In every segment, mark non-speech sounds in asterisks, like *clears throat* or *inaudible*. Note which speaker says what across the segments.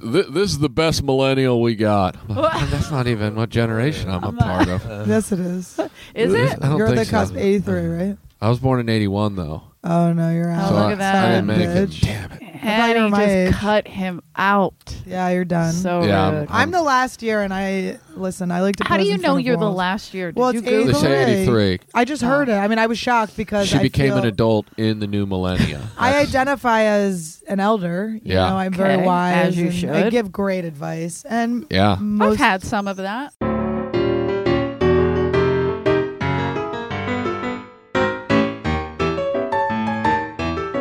Speaker 1: Th- this is the best millennial we *laughs* got. That's not even what generation I'm a part of.
Speaker 2: yes, it is.
Speaker 3: Is
Speaker 1: This-
Speaker 3: it?
Speaker 1: Uh, I don't
Speaker 2: You're
Speaker 1: think
Speaker 2: the
Speaker 1: so. Uh,
Speaker 2: cusp 83, right?
Speaker 1: I was born in '81 though.
Speaker 2: Oh, no, you're out.
Speaker 3: Oh, look
Speaker 1: I,
Speaker 3: at that.
Speaker 1: I didn't make
Speaker 2: Bitch.
Speaker 1: it. Damn it.
Speaker 2: thought you were
Speaker 3: And he
Speaker 2: my
Speaker 3: just
Speaker 2: age.
Speaker 3: cut him out.
Speaker 2: Yeah, you're done.
Speaker 3: So
Speaker 1: Yeah, I'm-
Speaker 3: rude.
Speaker 2: I'm the last year, and I listen. I like to.
Speaker 3: How do
Speaker 2: pose
Speaker 3: you
Speaker 2: in
Speaker 3: know
Speaker 2: front of
Speaker 3: you're the
Speaker 2: walls.
Speaker 3: last year? Did
Speaker 2: Well,
Speaker 3: you
Speaker 2: it's
Speaker 1: They
Speaker 3: Google
Speaker 2: April.
Speaker 3: it?
Speaker 1: say
Speaker 2: Three.
Speaker 1: '83.
Speaker 2: I just heard it. I mean, I was shocked because
Speaker 1: She
Speaker 2: I
Speaker 1: became an
Speaker 2: feel-
Speaker 1: adult in the new millennia.
Speaker 2: *laughs* I
Speaker 1: That's-
Speaker 2: identify as an elder. You
Speaker 1: Yeah.
Speaker 2: know, I'm very
Speaker 3: Okay,
Speaker 2: wise.
Speaker 3: as you
Speaker 2: and I
Speaker 3: should.
Speaker 2: give great advice, and
Speaker 1: Yeah.
Speaker 2: most,
Speaker 3: I've had some of that.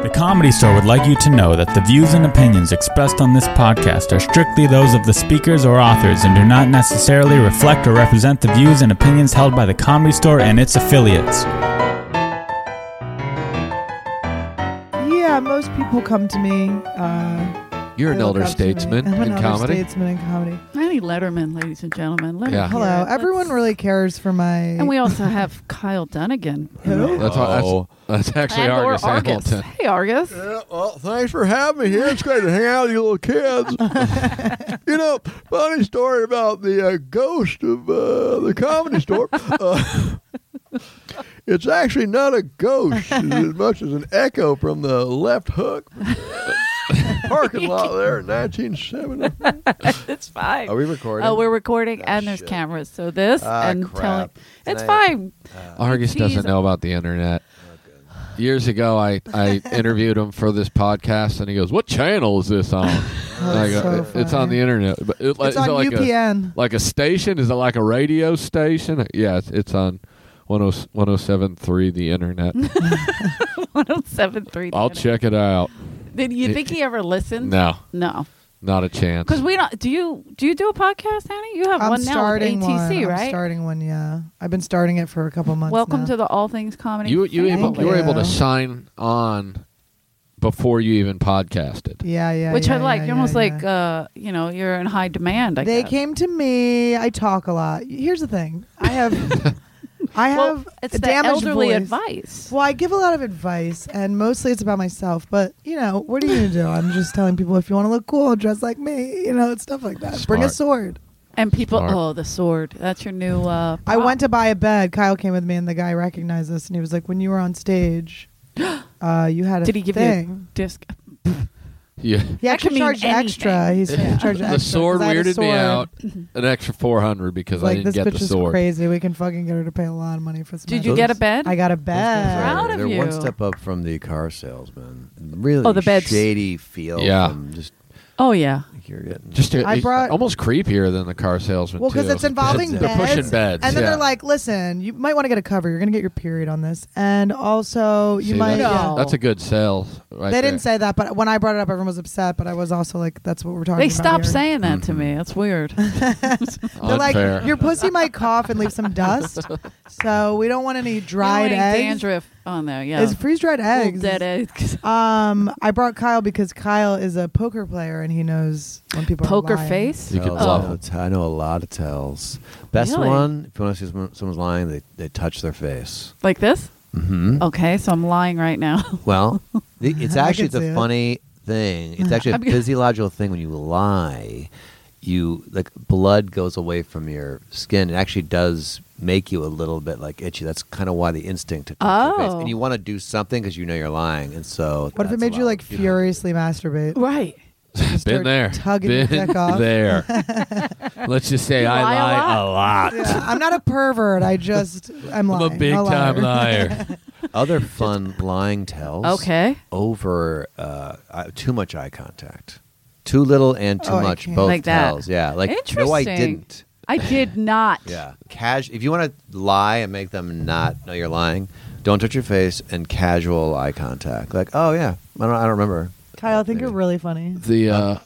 Speaker 4: The Comedy Store would like you to know that the views and opinions expressed on this podcast are strictly those of the speakers or authors and do not necessarily reflect or represent the views and opinions held by the Comedy Store and its affiliates.
Speaker 2: yeah, most people come to me. Uh,
Speaker 1: You're an
Speaker 2: they look
Speaker 1: elder
Speaker 2: up to me.
Speaker 1: statesman
Speaker 2: I'm an
Speaker 1: in
Speaker 2: elder
Speaker 1: comedy.
Speaker 2: statesman in comedy.
Speaker 3: I need Letterman, ladies and gentlemen. Let me
Speaker 1: Yeah.
Speaker 3: hear
Speaker 2: Hello,
Speaker 3: it.
Speaker 2: everyone
Speaker 3: Let's-
Speaker 2: really cares for my.
Speaker 3: And we also have Kyle
Speaker 2: *laughs*
Speaker 3: Dunnigan.
Speaker 2: who?
Speaker 1: That's,
Speaker 5: Oh.
Speaker 1: that's, that's actually
Speaker 3: and Laura
Speaker 1: Argus
Speaker 3: Argus.
Speaker 1: Hamilton.
Speaker 3: Hey,
Speaker 2: *laughs*
Speaker 3: Argus. *laughs*
Speaker 5: Yeah, well, thanks for having me here. It's great to hang out with you
Speaker 3: *laughs*
Speaker 5: little kids. you know, funny story about the uh, ghost of uh, the comedy store. Uh, *laughs* it's actually not a ghost as much as an echo from the left hook *laughs* parking lot there in 1970.
Speaker 3: It's fine.
Speaker 5: Are we recording?
Speaker 3: Oh, we're recording, and there's
Speaker 5: shit.
Speaker 3: cameras. So this
Speaker 5: Ah,
Speaker 3: and
Speaker 5: crap.
Speaker 3: telling. It's
Speaker 5: Tonight-
Speaker 3: fine. *laughs*
Speaker 1: Argus
Speaker 3: Jeez.
Speaker 1: doesn't know about the internet. Years ago, I,
Speaker 2: *laughs*
Speaker 1: I interviewed him for this podcast, and he goes, "What channel is this
Speaker 2: *laughs*
Speaker 1: on?" And I
Speaker 2: Oh, that's
Speaker 1: go,
Speaker 2: so
Speaker 1: "It- it's on
Speaker 2: funny.
Speaker 1: the internet. But it,
Speaker 2: it's
Speaker 1: is
Speaker 2: on
Speaker 1: it like a
Speaker 2: UPN.
Speaker 1: like a station? Is it like a radio station? Yeah, it's, it's on oh, 10- 107.3 The
Speaker 2: *laughs*
Speaker 1: Internet.
Speaker 3: 1073.
Speaker 1: I'll check it out.
Speaker 3: Did you think he ever listened?
Speaker 1: No,
Speaker 3: No.
Speaker 1: not a chance.
Speaker 3: Because we don't. Do you do you do a podcast, Annie? You have
Speaker 2: I'm
Speaker 3: one now with
Speaker 2: starting one.
Speaker 3: ATC,
Speaker 2: I'm
Speaker 3: right?
Speaker 2: starting one. Yeah, I've been starting it for a couple months.
Speaker 3: Welcome
Speaker 2: now.
Speaker 3: to the All Things Comedy.
Speaker 1: you you, able,
Speaker 2: Thank
Speaker 1: you were able
Speaker 2: you.
Speaker 1: to sign on before you even podcasted.
Speaker 2: yeah, yeah,
Speaker 3: which
Speaker 2: yeah,
Speaker 3: I like.
Speaker 2: yeah,
Speaker 3: you're almost
Speaker 2: yeah,
Speaker 3: like,
Speaker 2: yeah.
Speaker 3: uh, you know, you're in high demand. I
Speaker 2: they
Speaker 3: guess.
Speaker 2: came to me. I talk a lot. Here's the thing.
Speaker 3: *laughs*
Speaker 2: I have, I
Speaker 3: Well,
Speaker 2: have
Speaker 3: it's
Speaker 2: a
Speaker 3: the
Speaker 2: damaged
Speaker 3: elderly
Speaker 2: voice.
Speaker 3: advice.
Speaker 2: Well, I give a lot of advice, and mostly it's about myself. But you know, what are you gonna do? I'm just telling people if you want to look cool, dress like me. You know, it's stuff like that. Bring a
Speaker 1: Smart.
Speaker 2: sword.
Speaker 3: And people,
Speaker 1: Smart.
Speaker 3: oh, the sword. That's your new. Uh,
Speaker 2: I
Speaker 3: prop.
Speaker 2: went to buy a bed. Kyle came with me, and the guy recognized us, and he was like, "When you were
Speaker 3: *gasps*
Speaker 2: on stage, uh, you had a
Speaker 3: Did he give you
Speaker 2: thing."
Speaker 3: a disc?
Speaker 1: Yeah.
Speaker 2: He
Speaker 3: That
Speaker 2: actually
Speaker 3: could mean
Speaker 2: charged
Speaker 3: anything.
Speaker 2: extra. He's
Speaker 3: Yeah.
Speaker 2: charged extra.
Speaker 1: the sword
Speaker 2: 'cause I had a
Speaker 1: weirded me
Speaker 2: sword.
Speaker 1: out an extra 400 because
Speaker 2: Like
Speaker 1: I didn't
Speaker 2: this
Speaker 1: get
Speaker 2: bitch
Speaker 1: the
Speaker 2: is
Speaker 1: sword.
Speaker 2: crazy. We can fucking get her to pay a lot of money for this.
Speaker 3: Did you
Speaker 2: mattress.
Speaker 3: get a bed?
Speaker 2: I got a
Speaker 3: are-
Speaker 2: bed.
Speaker 3: Proud of
Speaker 5: They're
Speaker 3: you.
Speaker 5: one step up from the car salesman. Really
Speaker 3: Oh, the beds.
Speaker 5: shady feel.
Speaker 1: Yeah.
Speaker 5: From just
Speaker 3: oh yeah.
Speaker 5: like you're getting
Speaker 1: Just a,
Speaker 2: I brought-
Speaker 1: almost creepier than the car salesman.
Speaker 2: Well, because
Speaker 1: too. *laughs*
Speaker 2: it's involving
Speaker 5: They're
Speaker 2: beds.
Speaker 1: pushing beds,
Speaker 2: And then
Speaker 1: yeah.
Speaker 2: they're like, listen, you might want to get a cover. You're going to get your period on this. And also, you
Speaker 1: See,
Speaker 2: might.
Speaker 1: that's,
Speaker 3: No.
Speaker 1: that's a good sale. Right
Speaker 2: They
Speaker 1: there.
Speaker 2: didn't say that, but when I brought it up, everyone was upset. But I was also like, that's what we're talking
Speaker 3: They
Speaker 2: about.
Speaker 3: stopped
Speaker 2: here.
Speaker 3: saying that to
Speaker 1: Mm-hmm.
Speaker 3: me. That's
Speaker 2: *laughs*
Speaker 3: weird.
Speaker 2: They're
Speaker 1: Unfair.
Speaker 2: like, your pussy might cough and leave some
Speaker 3: *laughs*
Speaker 2: dust. So we don't want any dried
Speaker 3: Feeling
Speaker 2: eggs.
Speaker 3: dandruff on there. Yeah.
Speaker 2: It's freeze dried
Speaker 3: Little
Speaker 2: eggs.
Speaker 3: Dead eggs.
Speaker 2: Um, I brought Kyle because Kyle is a poker player and he knows when people are
Speaker 3: Poker
Speaker 2: lying.
Speaker 3: face.
Speaker 1: You could
Speaker 2: Oh,
Speaker 1: bluff
Speaker 5: tells. I know
Speaker 1: 'em.
Speaker 5: t- I know a lot of tells. Best
Speaker 3: Really?
Speaker 5: one, if you want to see someone, someone's lying, they, they touch their face.
Speaker 3: Like this?
Speaker 5: Mm-hmm.
Speaker 3: Okay, so I'm lying right now.
Speaker 5: Well,
Speaker 2: *laughs*
Speaker 5: the, it's
Speaker 2: Oh. I
Speaker 5: actually
Speaker 2: can
Speaker 5: it's
Speaker 2: see it.
Speaker 5: a funny thing.
Speaker 2: *laughs*
Speaker 5: It's actually a
Speaker 3: I'm g-
Speaker 5: physiological thing when you lie, you like blood goes away from your skin. It actually does make you a little bit like itchy. That's kind of why the instinct to touch your
Speaker 3: Oh.
Speaker 5: face, and you want to do something because you know you're lying, and so
Speaker 2: What if it
Speaker 5: that's
Speaker 2: made you
Speaker 5: allowed.
Speaker 2: like furiously masturbate?
Speaker 3: right.
Speaker 2: Just
Speaker 1: Been
Speaker 2: start
Speaker 1: there.
Speaker 2: Tugging
Speaker 1: Been
Speaker 2: your dick
Speaker 3: *laughs*
Speaker 2: off.
Speaker 1: there. Let's just say
Speaker 3: You
Speaker 1: I
Speaker 3: lie a
Speaker 1: lie a lot.
Speaker 2: Yeah, I'm not a pervert. I just I'm lying.
Speaker 1: I'm a big
Speaker 2: liar.
Speaker 1: time liar.
Speaker 3: *laughs*
Speaker 5: Other fun lying tells.
Speaker 3: Okay.
Speaker 5: over uh, eye- too much eye contact, too little and too
Speaker 2: Oh, I
Speaker 5: much
Speaker 2: can't.
Speaker 5: both
Speaker 3: Like that.
Speaker 5: tells. Yeah, like no, I
Speaker 3: Interesting.
Speaker 5: didn't.
Speaker 3: I did not.
Speaker 5: Yeah, cash. If you want to lie and make them not know you're lying, don't touch your face and casual eye contact. Like, oh yeah, I don't, I don't remember.
Speaker 2: *laughs* Kyle, I think
Speaker 5: Maybe.
Speaker 2: you're really funny.
Speaker 1: the uh,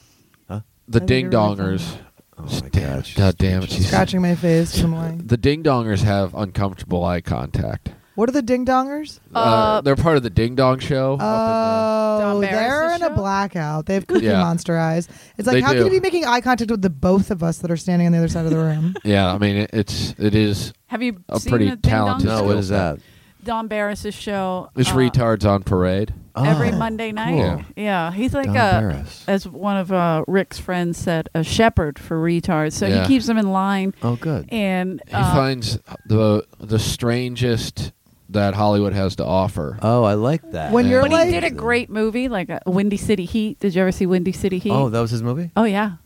Speaker 5: Huh?
Speaker 1: the
Speaker 2: I think
Speaker 1: ding
Speaker 2: you're really
Speaker 1: dongers.
Speaker 5: Oh my
Speaker 1: Damn
Speaker 5: gosh,
Speaker 1: it, God damn it! she's-
Speaker 2: Scratching my face. 'cause I'm lying.
Speaker 1: *laughs* The ding dongers have uncomfortable eye contact.
Speaker 2: What are the ding dongers?
Speaker 1: Uh,
Speaker 3: Uh,
Speaker 1: they're part of the Ding Dong Show. up
Speaker 2: Oh,
Speaker 3: Don Barris'
Speaker 2: they're in a
Speaker 3: show?
Speaker 2: blackout. They have cookie
Speaker 1: Yeah.
Speaker 2: monster eyes. It's like
Speaker 1: They
Speaker 2: how
Speaker 1: do.
Speaker 2: can you be making eye contact with the both of us that are standing on the other side of
Speaker 1: *laughs*
Speaker 2: the room?
Speaker 1: in the, yeah, I mean it, it's it is.
Speaker 3: Have you
Speaker 1: A
Speaker 3: seen
Speaker 1: pretty
Speaker 3: the Ding Dong
Speaker 1: talented-
Speaker 5: No,
Speaker 3: show?
Speaker 5: what is that?
Speaker 3: Don Barris' show.
Speaker 1: It's
Speaker 3: uh,
Speaker 1: retards on parade.
Speaker 5: Ah, Oh,
Speaker 3: every Monday night.
Speaker 1: cool.
Speaker 3: Yeah, he's like
Speaker 1: Don
Speaker 3: a,
Speaker 1: Barris.
Speaker 3: as one of uh, Rick's friends said, a shepherd for retards. So
Speaker 1: Yeah.
Speaker 3: he keeps them in line,
Speaker 1: Oh, good.
Speaker 3: and
Speaker 1: he
Speaker 3: uh,
Speaker 1: finds the the strangest that Hollywood has to offer.
Speaker 5: Oh, I like that.
Speaker 2: When you're
Speaker 3: but
Speaker 2: like-
Speaker 3: he did a great movie, like a Windy City Heat. Did you ever see Windy City Heat?
Speaker 5: Oh, that was his movie.
Speaker 3: Oh, yeah.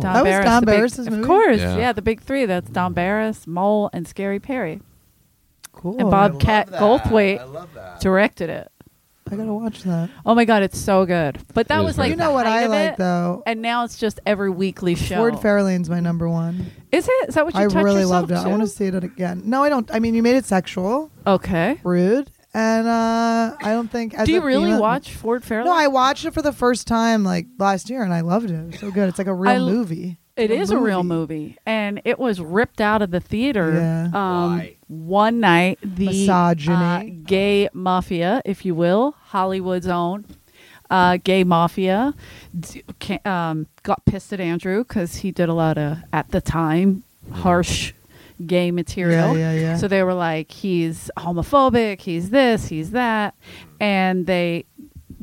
Speaker 3: Don
Speaker 2: That was
Speaker 3: Barris,
Speaker 2: Don
Speaker 3: the big-
Speaker 2: Barris's movie?
Speaker 3: Of course,
Speaker 1: Yeah.
Speaker 3: yeah. the big three. That's Don Barris, Mole, and Scary Perry.
Speaker 2: Cool.
Speaker 3: And
Speaker 2: I
Speaker 3: Bob Cat Goldthwait directed it.
Speaker 2: I gotta watch that.
Speaker 3: Oh my God, it's so good. But
Speaker 1: It
Speaker 3: that
Speaker 1: is
Speaker 3: was
Speaker 1: very
Speaker 3: like
Speaker 1: good.
Speaker 2: you know what
Speaker 3: the height
Speaker 2: I
Speaker 3: of
Speaker 2: like
Speaker 3: it,
Speaker 2: though.
Speaker 3: And now it's just every weekly show.
Speaker 2: Ford Fairlane's my number one.
Speaker 3: Is it? Is that what you
Speaker 2: I
Speaker 3: touch
Speaker 2: really
Speaker 3: yourself
Speaker 2: loved it. I want to see it again. No, I don't. I mean, you made it sexual,
Speaker 3: Okay.
Speaker 2: rude, and uh, I don't think. As
Speaker 3: Do
Speaker 2: a
Speaker 3: you really
Speaker 2: female-
Speaker 3: watch Ford Fairlane?
Speaker 2: No, I watched it for the first time like last year, and I loved it. It was so good. It's like a real
Speaker 3: I l-
Speaker 2: movie.
Speaker 3: It
Speaker 2: It's
Speaker 3: is a real movie, and it was ripped out of the theater.
Speaker 2: Yeah.
Speaker 3: Um, One night, the
Speaker 2: Misogyny.
Speaker 3: uh, gay mafia, if you will, Hollywood's own uh, gay mafia, d- ca- um, got pissed at Andrew because he did a lot of, at the time, harsh gay material.
Speaker 2: Mm-hmm. Yeah, yeah, yeah.
Speaker 3: So they were like, he's homophobic, he's this, he's that, and they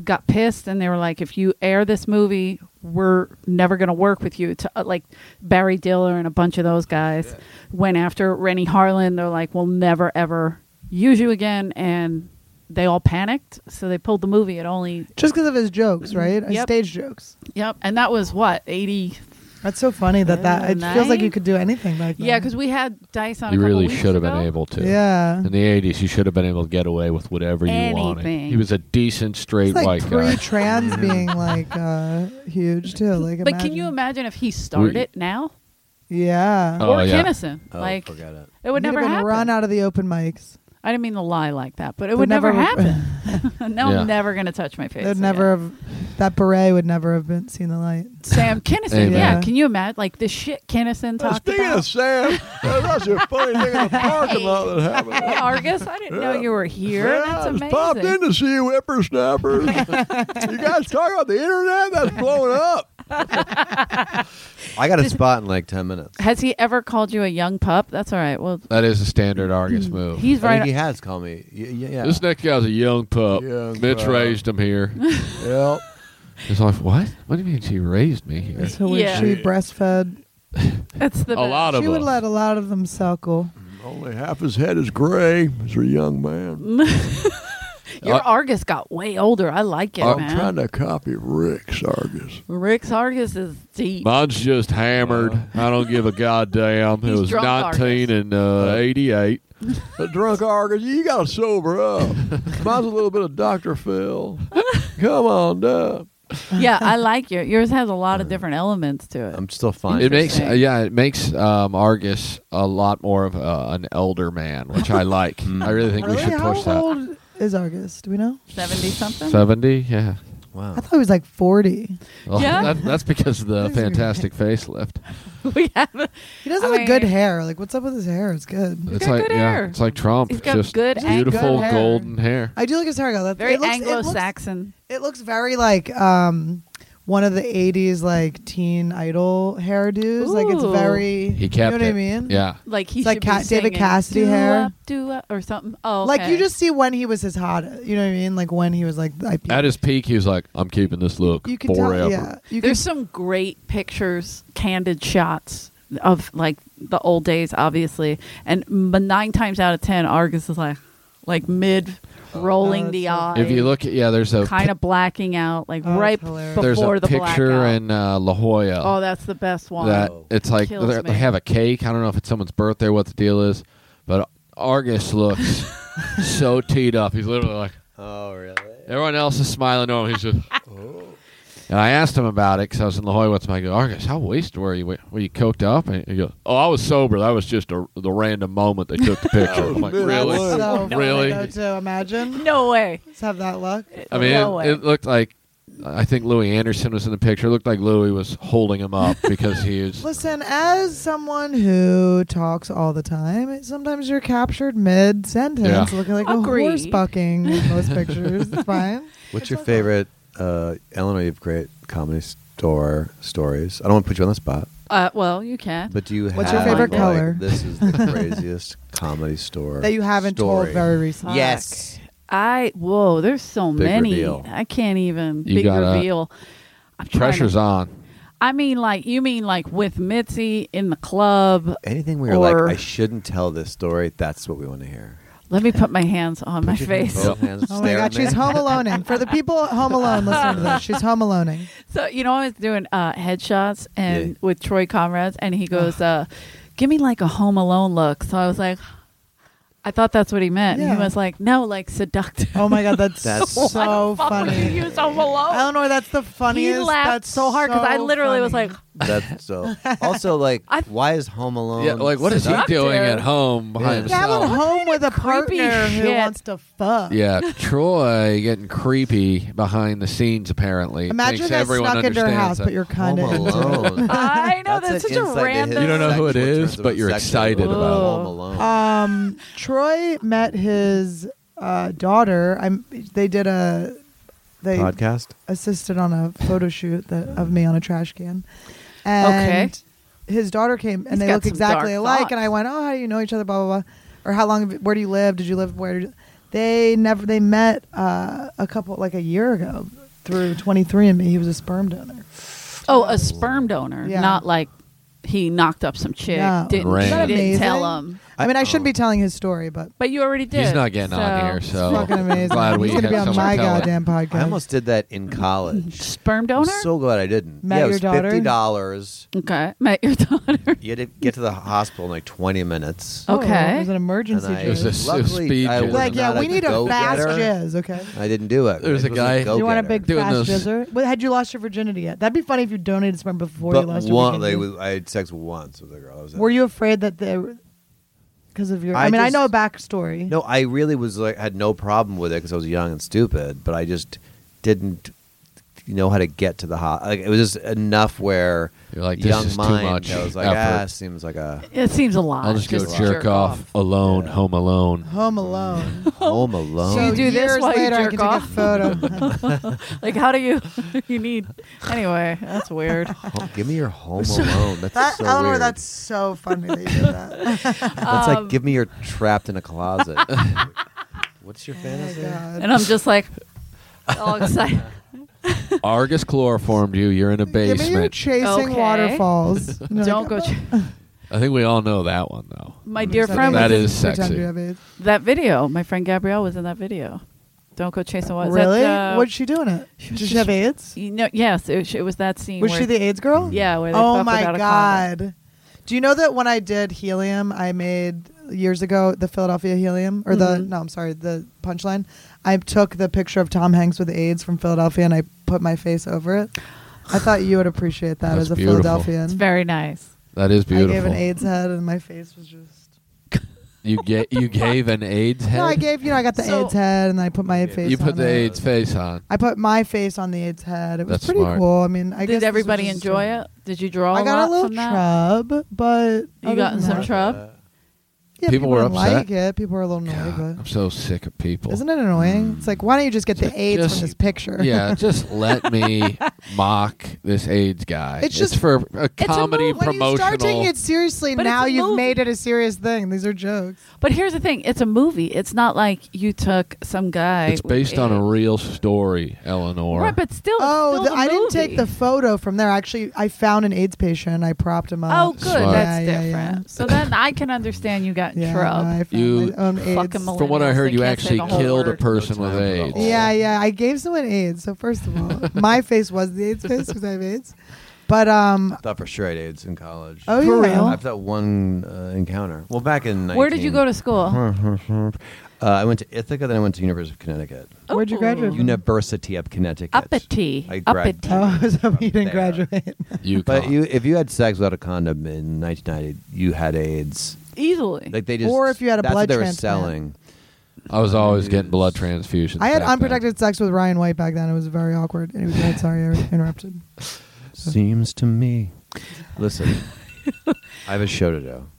Speaker 3: got pissed and they were like, if you air this movie, we're never going to work with you. To uh, like Barry Diller and a bunch of those guys went after Rennie Harlan. They're like, we'll never ever use you again, and they all panicked, so they pulled the movie. It only
Speaker 2: Just because of his jokes, right? His
Speaker 3: Yep.
Speaker 2: Stage jokes.
Speaker 3: yep, and that was what eighty.
Speaker 2: That's so funny that that it feels like you could do anything like that.
Speaker 3: Yeah, because we had Dice on.
Speaker 1: you
Speaker 3: a couple
Speaker 1: really
Speaker 3: weeks
Speaker 1: should have been
Speaker 3: ago.
Speaker 1: able to.
Speaker 2: yeah,
Speaker 1: In the '80s, you should have been able to get away with whatever you wanted.
Speaker 3: Anything.
Speaker 1: He was a decent straight
Speaker 2: it's like
Speaker 1: white guy.
Speaker 2: pre-trans being like uh, huge too. Like,
Speaker 3: But can you imagine if he started
Speaker 1: We-
Speaker 3: it now?
Speaker 2: Yeah,
Speaker 1: Oh,
Speaker 3: or
Speaker 1: yeah.
Speaker 3: Kinnison.
Speaker 5: Oh,
Speaker 3: like
Speaker 5: forget it.
Speaker 3: it would
Speaker 2: You'd have
Speaker 3: never
Speaker 2: been
Speaker 3: happen.
Speaker 2: Run out of the open mics.
Speaker 3: I didn't mean to lie like that, but it
Speaker 2: They'd
Speaker 3: would never,
Speaker 2: never-
Speaker 3: *laughs* happen. now
Speaker 1: Yeah.
Speaker 3: I'm never gonna touch my face.
Speaker 2: They'd
Speaker 3: again.
Speaker 2: never have. That beret would never have been seen the light.
Speaker 3: Sam Kinnison.
Speaker 1: Amen.
Speaker 3: yeah.
Speaker 2: Yeah.
Speaker 3: Can you imagine like the shit Kinnison
Speaker 6: Uh,
Speaker 3: talked
Speaker 6: Speaking
Speaker 3: *laughs*
Speaker 6: of
Speaker 3: about?
Speaker 6: Sam, uh, that's a funny thing in the parking lot that happened.
Speaker 3: Hey, Argus, I didn't know you were here.
Speaker 6: Yeah,
Speaker 3: That's
Speaker 6: I just popped in
Speaker 3: amazing.
Speaker 6: to see you
Speaker 2: *laughs*
Speaker 6: whippersnappers. you guys talk about the internet? That's blowing up.
Speaker 5: I got a spot in like ten minutes.
Speaker 3: Has he ever called you a young pup? That's all right. Well,
Speaker 1: That is a standard Argus move.
Speaker 3: Mm. he's
Speaker 5: I think
Speaker 3: right.
Speaker 5: he has called me. Y- y- yeah.
Speaker 1: This next guy's a young pup.
Speaker 6: Young
Speaker 1: Mitch
Speaker 6: pup.
Speaker 1: raised him
Speaker 3: *laughs*
Speaker 1: here.
Speaker 6: Yep.
Speaker 1: His wife, what? What do you mean she raised me here?
Speaker 2: That's who we-
Speaker 3: Yeah.
Speaker 2: she breastfed.
Speaker 3: That's the
Speaker 1: A lot of
Speaker 2: She would
Speaker 1: us.
Speaker 2: let a lot of them suckle.
Speaker 6: Only half his head is gray. He's a young man.
Speaker 3: Your
Speaker 1: Uh,
Speaker 3: Argus got way older. I like it,
Speaker 6: I'm
Speaker 3: man.
Speaker 6: trying to copy Rick Sargis.
Speaker 3: Rick's Argus is deep.
Speaker 1: Mine's just hammered. I don't give a goddamn. It
Speaker 3: *laughs* He's
Speaker 1: was
Speaker 3: drunk,
Speaker 1: 19 and uh,
Speaker 6: *laughs*
Speaker 1: 88.
Speaker 6: The drunk Argus, you got to sober
Speaker 1: *laughs*
Speaker 6: up. Mine's a little bit of Dr. Phil. Come on down.
Speaker 3: yeah, I like your yours has a lot of different elements to it.
Speaker 5: I'm still fine.
Speaker 1: It makes
Speaker 3: Interesting.
Speaker 1: yeah, it makes um, Argus a lot more of a, an elder man, which I like. I really think we
Speaker 2: really?
Speaker 1: should
Speaker 2: How
Speaker 1: push that.
Speaker 2: old is Argus? Do we know?
Speaker 3: Seventy something.
Speaker 1: 70, yeah.
Speaker 5: Wow.
Speaker 2: I thought he was like forty.
Speaker 1: Well,
Speaker 3: Yeah.
Speaker 1: that- that's because of the fantastic facelift.
Speaker 3: *laughs* we have. a-
Speaker 2: He does
Speaker 3: I
Speaker 2: have a good
Speaker 3: mean-
Speaker 2: hair. Like, what's up with his hair? It's good.
Speaker 1: It's
Speaker 3: got
Speaker 1: like
Speaker 3: good
Speaker 1: yeah,
Speaker 3: hair.
Speaker 1: it's like Trump.
Speaker 3: He's got
Speaker 1: just
Speaker 3: good ang-
Speaker 1: beautiful
Speaker 2: Good hair.
Speaker 1: golden hair.
Speaker 2: I do like his haircut. That
Speaker 3: Very
Speaker 2: it looks- it looks-
Speaker 3: Anglo-Saxon.
Speaker 2: It looks very like um one of the '80s like teen idol hairdos. Like it's
Speaker 3: Ooh.
Speaker 2: very.
Speaker 1: He kept
Speaker 2: You know what
Speaker 1: it.
Speaker 2: I mean?
Speaker 1: Yeah.
Speaker 3: Like he
Speaker 2: It's like
Speaker 3: should be
Speaker 2: Cat- David
Speaker 3: singing,
Speaker 2: Cassidy
Speaker 3: "Do
Speaker 2: hair."
Speaker 3: up, do up," or something. Oh,
Speaker 2: Like you
Speaker 3: okay.
Speaker 2: just see when he was his hot. You know what I mean? Like when he was like I peaked.
Speaker 1: At his peak, he was like, "I'm keeping this look
Speaker 2: you can
Speaker 1: forever."
Speaker 2: tell. Yeah, you can
Speaker 3: There's some great pictures, candid shots of like the old days, obviously. And but nine times out of ten, Argus is like, like mid rolling
Speaker 2: Oh,
Speaker 3: the
Speaker 2: that's
Speaker 3: eye,
Speaker 1: If you look, at, yeah, there's a
Speaker 3: kind of blacking out, like
Speaker 2: Oh, that's
Speaker 3: right
Speaker 2: hilarious.
Speaker 3: before
Speaker 1: there's a
Speaker 3: the
Speaker 1: picture
Speaker 3: blackout.
Speaker 1: in uh, La Jolla.
Speaker 3: oh, that's the best one.
Speaker 1: that it's like
Speaker 3: Kills
Speaker 1: they're- they
Speaker 3: me.
Speaker 1: have a cake. I don't know if it's someone's birthday, what the deal is, but Argus
Speaker 3: *laughs*
Speaker 1: looks so teed up. He's literally like
Speaker 5: Oh, really?
Speaker 1: everyone else is smiling at him. He's
Speaker 3: *laughs*
Speaker 1: just. And I asked him about it because I was in La Jolla once. And I go, Argus, how wasted were you? Were you coked up? And he goes, Oh, I was sober. That was just a, the random moment they
Speaker 3: *laughs*
Speaker 1: took the picture. I'm like,
Speaker 6: That was
Speaker 1: really?
Speaker 6: mid-life.
Speaker 2: So
Speaker 1: Really?
Speaker 2: funny, though, to imagine.
Speaker 3: no way.
Speaker 2: Let's have that luck.
Speaker 1: I mean,
Speaker 3: No
Speaker 1: it,
Speaker 3: way.
Speaker 1: it looked like I think Louis Anderson was in the picture. It looked like Louis was holding him
Speaker 3: *laughs*
Speaker 1: up because he is.
Speaker 2: Listen, as someone who talks all the time, sometimes you're captured mid sentence,
Speaker 1: Yeah.
Speaker 2: looking like
Speaker 3: Agreed.
Speaker 2: a horse bucking in most pictures. It's
Speaker 5: *laughs*
Speaker 2: fine.
Speaker 5: What's your favorite uh, Eleanor? You have great comedy store stories. I don't want to put you on the spot,
Speaker 3: Uh, well, you can.
Speaker 5: but do you
Speaker 2: What's
Speaker 5: have
Speaker 2: your favorite
Speaker 5: like,
Speaker 2: color? *laughs*
Speaker 5: This is the craziest comedy store
Speaker 2: That you haven't
Speaker 5: story.
Speaker 2: told very recently.
Speaker 5: Yes.
Speaker 3: I whoa, there's so
Speaker 5: Big
Speaker 3: many.
Speaker 5: reveal.
Speaker 3: I can't even
Speaker 1: You
Speaker 3: big
Speaker 1: gotta-
Speaker 3: reveal. I'm trying to-
Speaker 1: Pressure's on.
Speaker 3: I mean, like you mean like with Mitzi in the club.
Speaker 5: Anything where you're
Speaker 3: Or-
Speaker 5: like, I shouldn't tell this story. That's what we want to hear.
Speaker 3: Let me put my hands on my
Speaker 5: Put your hands-
Speaker 3: face.
Speaker 5: both hands,
Speaker 2: *laughs* Oh my
Speaker 5: stare
Speaker 2: God,
Speaker 5: at me.
Speaker 2: she's home aloneing. For the people at home alone listening to this, she's home aloneing.
Speaker 3: So you know, I was doing uh, headshots and
Speaker 5: Yeah.
Speaker 3: with Troy Comrades, and he goes, uh, "Give me like a Home Alone look." So I was like, I thought that's what he meant. And
Speaker 2: Yeah.
Speaker 3: he was like, "No, like seductive."
Speaker 2: Oh my God, that's,
Speaker 5: That's-
Speaker 2: so
Speaker 3: *laughs* Why the fuck would
Speaker 2: funny.
Speaker 3: you use Home Alone?
Speaker 2: Eleanor, that's the funniest.
Speaker 3: He laughed
Speaker 2: that's
Speaker 3: so hard because I literally was like,
Speaker 5: That's
Speaker 2: *laughs*
Speaker 5: so. Also, like,
Speaker 3: I-
Speaker 5: why is Home Alone?
Speaker 1: Yeah, like what is he
Speaker 5: such-
Speaker 1: doing
Speaker 3: Seductive.
Speaker 1: at home by
Speaker 5: Um, Yeah.
Speaker 2: "Yeah, I'm at
Speaker 1: himself?
Speaker 2: home with a
Speaker 3: creepy
Speaker 2: partner who
Speaker 3: shit.
Speaker 2: wants to fuck."
Speaker 1: Yeah, Troy getting creepy behind the scenes. Apparently,
Speaker 2: Imagine
Speaker 1: Thinks
Speaker 2: I
Speaker 1: everyone
Speaker 2: snuck into her
Speaker 1: understands
Speaker 2: house,
Speaker 1: that.
Speaker 2: but you're kind *laughs*
Speaker 5: Home
Speaker 2: of
Speaker 5: *laughs* Alone.
Speaker 3: "I know
Speaker 5: That's
Speaker 3: that's,
Speaker 5: an
Speaker 3: such
Speaker 5: insight to
Speaker 3: a random."
Speaker 5: his
Speaker 1: You don't know who it
Speaker 5: sexual
Speaker 1: is,
Speaker 5: terms of
Speaker 1: but you're
Speaker 5: sexual-
Speaker 1: excited
Speaker 3: about it.
Speaker 5: Home Alone.
Speaker 2: Um, Troy met his uh, daughter. I'm. They did a. They
Speaker 5: Podcast.
Speaker 2: assisted on a photo shoot that of me on a trash can. And His daughter came, and
Speaker 3: He's
Speaker 2: they
Speaker 3: got
Speaker 2: look
Speaker 3: some
Speaker 2: exactly
Speaker 3: dark
Speaker 2: alike. And
Speaker 3: thoughts.
Speaker 2: I went, "Oh, how do you know each other?" Blah blah blah. Or how long? Have you, where do you live? Did you live where? Did you, they never. They met uh, a couple like a year ago through 23andMe. He was a sperm donor.
Speaker 3: Oh, a sperm donor,
Speaker 2: Yeah.
Speaker 3: not like he knocked up some chick.
Speaker 2: No.
Speaker 3: Didn't,
Speaker 1: Right.
Speaker 3: you
Speaker 1: Isn't that
Speaker 3: didn't
Speaker 2: amazing?
Speaker 3: tell him,
Speaker 2: I, mean, I shouldn't
Speaker 5: oh.
Speaker 2: be telling his story, but
Speaker 3: but you already did.
Speaker 1: He's not getting
Speaker 3: so-
Speaker 1: on here, so
Speaker 2: fucking amazing.
Speaker 1: I'm Oh. *laughs* glad we
Speaker 2: He's gonna
Speaker 1: had
Speaker 2: be on
Speaker 1: someone
Speaker 2: my
Speaker 1: tell it.
Speaker 2: goddamn podcast.
Speaker 5: I almost did that in college.
Speaker 3: Sperm
Speaker 5: I'm
Speaker 3: donor.
Speaker 5: so glad I didn't.
Speaker 2: Met
Speaker 5: yeah, it
Speaker 2: your
Speaker 5: was
Speaker 2: daughter? *laughs*
Speaker 5: fifty dollars.
Speaker 3: okay, met your daughter.
Speaker 5: You had to get to the hospital in like twenty minutes.
Speaker 3: Oh, Okay.
Speaker 2: it was an emergency.
Speaker 5: And I,
Speaker 1: It was
Speaker 2: jizz.
Speaker 1: a-
Speaker 5: luckily,
Speaker 1: speed
Speaker 5: I
Speaker 1: jizz.
Speaker 5: was
Speaker 2: like,
Speaker 5: not
Speaker 2: yeah, we need a fast
Speaker 5: go-getter.
Speaker 2: jizz, okay?
Speaker 5: I didn't do it.
Speaker 1: There's a
Speaker 5: It was
Speaker 1: guy-
Speaker 5: go-getter.
Speaker 2: you want a big
Speaker 1: Doing
Speaker 2: fast
Speaker 1: those-
Speaker 2: jizzer? Well, had you lost your virginity yet? That'd be funny if you donated sperm before
Speaker 5: But
Speaker 2: you lost
Speaker 5: one,
Speaker 2: your virginity.
Speaker 5: like, with- I had sex once with a girl. I was
Speaker 2: Were you afraid that they because of your? I,
Speaker 5: I
Speaker 2: mean, I
Speaker 5: just-
Speaker 2: know a backstory.
Speaker 5: No, I really was like had no problem with it because I was young and stupid, but I just didn't know how to get to the hot. Like, it was just enough where
Speaker 1: You're like, this
Speaker 5: young
Speaker 1: is too
Speaker 5: mind.
Speaker 1: much
Speaker 5: I was like,
Speaker 1: effort.
Speaker 5: ah, seems
Speaker 2: *laughs*
Speaker 5: like a
Speaker 3: *laughs* It seems a lot.
Speaker 1: I'll just, go
Speaker 5: Just
Speaker 1: jerk, off, alone,
Speaker 5: Yeah.
Speaker 1: home alone.
Speaker 2: *laughs* Home Alone.
Speaker 5: *laughs* home alone.
Speaker 2: Oh, so
Speaker 3: You do this
Speaker 2: years
Speaker 3: while you
Speaker 2: later, I
Speaker 3: jerk
Speaker 2: can
Speaker 3: off?
Speaker 2: take *laughs* a photo.
Speaker 3: Like, how do you? *laughs* You need anyway. That's
Speaker 2: *laughs*
Speaker 3: weird.
Speaker 5: Home- give me your home alone. That's
Speaker 2: that,
Speaker 5: so
Speaker 2: Eleanor,
Speaker 5: weird.
Speaker 2: that's um, so funny that you did that. Oh
Speaker 5: That's like give me your trapped in
Speaker 2: *laughs*
Speaker 5: a closet. What's your
Speaker 2: Oh my
Speaker 5: fantasy?
Speaker 2: God.
Speaker 3: And I'm just like, all
Speaker 2: *laughs*
Speaker 3: excited.
Speaker 1: Argus chloroformed you. You're in a
Speaker 2: Give me your
Speaker 1: basement.
Speaker 2: chasing
Speaker 3: Okay.
Speaker 2: waterfalls. You know,
Speaker 3: Don't
Speaker 2: like,
Speaker 3: go.
Speaker 2: oh,
Speaker 3: ch-
Speaker 1: I think we all know that one though.
Speaker 3: My
Speaker 2: *laughs*
Speaker 3: dear friend,
Speaker 2: pretend
Speaker 1: That
Speaker 3: was-
Speaker 2: you-
Speaker 1: is
Speaker 2: pretend
Speaker 1: sexy.
Speaker 2: you have AIDS.
Speaker 3: that video. My friend Gabrielle was in that video. Don't go chasing what?
Speaker 2: Really?
Speaker 3: That, uh,
Speaker 2: What'd she do in it?
Speaker 3: she
Speaker 2: Did
Speaker 3: was
Speaker 2: she
Speaker 3: just-
Speaker 2: have AIDS?
Speaker 3: You know, yes, it, was- it was that scene.
Speaker 2: Was
Speaker 3: where,
Speaker 2: she the AIDS girl?
Speaker 3: Yeah, where they
Speaker 2: Oh
Speaker 3: fuck
Speaker 2: my
Speaker 3: without a condom.
Speaker 2: god! Do you know that when I did helium, I made years ago the Philadelphia helium or the
Speaker 3: Mhm.
Speaker 2: no, I'm sorry, the punchline. I took the picture of Tom Hanks with AIDS from Philadelphia and I put my face over it. I thought you would appreciate that
Speaker 1: That's
Speaker 2: as a
Speaker 1: beautiful.
Speaker 2: Philadelphian.
Speaker 3: It's very nice.
Speaker 1: That is
Speaker 2: I
Speaker 1: beautiful.
Speaker 2: gave an AIDS head and my face was just.
Speaker 1: You ga- you gave an AIDS head.
Speaker 2: No, I gave you know I got the
Speaker 3: So-
Speaker 2: AIDS head and I put my
Speaker 5: You
Speaker 2: face.
Speaker 1: you put
Speaker 2: on
Speaker 1: the
Speaker 2: it.
Speaker 1: AIDS face on.
Speaker 2: I put my face on the AIDS head. It was
Speaker 1: That's
Speaker 2: pretty
Speaker 1: smart.
Speaker 2: cool. I mean, I guess this
Speaker 3: Did
Speaker 2: was
Speaker 3: everybody
Speaker 2: just
Speaker 3: enjoy
Speaker 2: a-
Speaker 3: it? Did you draw?
Speaker 2: I got
Speaker 3: lot
Speaker 2: a little
Speaker 3: from that?
Speaker 2: trub, but
Speaker 3: You
Speaker 2: other
Speaker 3: got
Speaker 2: than
Speaker 3: some
Speaker 2: that-
Speaker 3: trou- Trub?
Speaker 2: Yeah,
Speaker 1: People
Speaker 2: people,
Speaker 1: were
Speaker 2: don't
Speaker 1: upset.
Speaker 2: like it. People were a little annoyed,
Speaker 1: God, I'm
Speaker 2: but
Speaker 1: so sick of people.
Speaker 2: isn't it annoying? It's like, why don't you just get the
Speaker 1: Ju-
Speaker 2: AIDS
Speaker 1: Mm. just-
Speaker 2: from this picture?
Speaker 1: *laughs*
Speaker 2: *laughs*
Speaker 1: yeah, just let me mock this AIDS guy.
Speaker 2: It's just-
Speaker 1: for a
Speaker 3: a
Speaker 1: comedy
Speaker 3: move.
Speaker 2: when
Speaker 1: promotional.
Speaker 2: you start taking it seriously,
Speaker 3: But
Speaker 2: now
Speaker 3: it's a
Speaker 2: you've
Speaker 3: movie.
Speaker 2: made it a serious thing. These are jokes.
Speaker 3: But here's the thing: it's a movie. It's not like you took some guy.
Speaker 1: it's based on a real story, Eleanor.
Speaker 3: Right, but still. it's
Speaker 2: oh,
Speaker 3: still
Speaker 2: the,
Speaker 3: a
Speaker 2: I didn't take the
Speaker 3: movie.
Speaker 2: photo from there. Actually, I found an AIDS patient. and I propped him up.
Speaker 3: Oh, good.
Speaker 1: Smart.
Speaker 3: That's
Speaker 2: Yeah, yeah, yeah.
Speaker 3: different. So then I can understand you got in
Speaker 2: Yeah,
Speaker 3: trouble.
Speaker 2: no, I found
Speaker 1: You-
Speaker 2: my own
Speaker 3: Fucking
Speaker 2: AIDS.
Speaker 3: millennials.
Speaker 1: From what I heard,
Speaker 3: They
Speaker 1: you
Speaker 3: can't say
Speaker 1: actually
Speaker 3: the whole
Speaker 1: killed a
Speaker 3: word.
Speaker 1: person
Speaker 5: No
Speaker 1: with
Speaker 5: time for the
Speaker 1: AIDS.
Speaker 5: whole-
Speaker 2: Yeah, yeah. I gave someone AIDS. So first of all, my face was the AIDS face because I have AIDS. But um, *laughs*
Speaker 5: I thought for sure I had AIDS in college.
Speaker 2: oh
Speaker 3: For
Speaker 2: yeah.
Speaker 3: real?
Speaker 5: I've got one uh, encounter. Well, back in 19,
Speaker 3: Where did you go to school?
Speaker 5: *laughs* uh, I went to Ithaca, then I went to University of Connecticut.
Speaker 2: Where'd you
Speaker 3: Mm-hmm.
Speaker 2: graduate? from?
Speaker 5: University of Connecticut.
Speaker 3: Uppity.
Speaker 5: I
Speaker 3: Uppity.
Speaker 5: graduated.
Speaker 2: Oh, so you didn't
Speaker 5: There.
Speaker 2: graduate.
Speaker 1: You
Speaker 5: But
Speaker 1: can't.
Speaker 5: you, if you had sex without a condom in 1990, you had AIDS.
Speaker 3: Easily.
Speaker 5: Like they just,
Speaker 2: Or if you had a
Speaker 5: that's
Speaker 2: blood
Speaker 5: what they were
Speaker 2: transplant.
Speaker 5: selling.
Speaker 1: I was always getting blood transfusions.
Speaker 2: I had
Speaker 1: back then.
Speaker 2: unprotected sex with Ryan White back then. It was very awkward. Anyway, go ahead. sorry, I interrupted.
Speaker 5: Seems to me.
Speaker 3: *laughs*
Speaker 5: Listen, I have a show to do.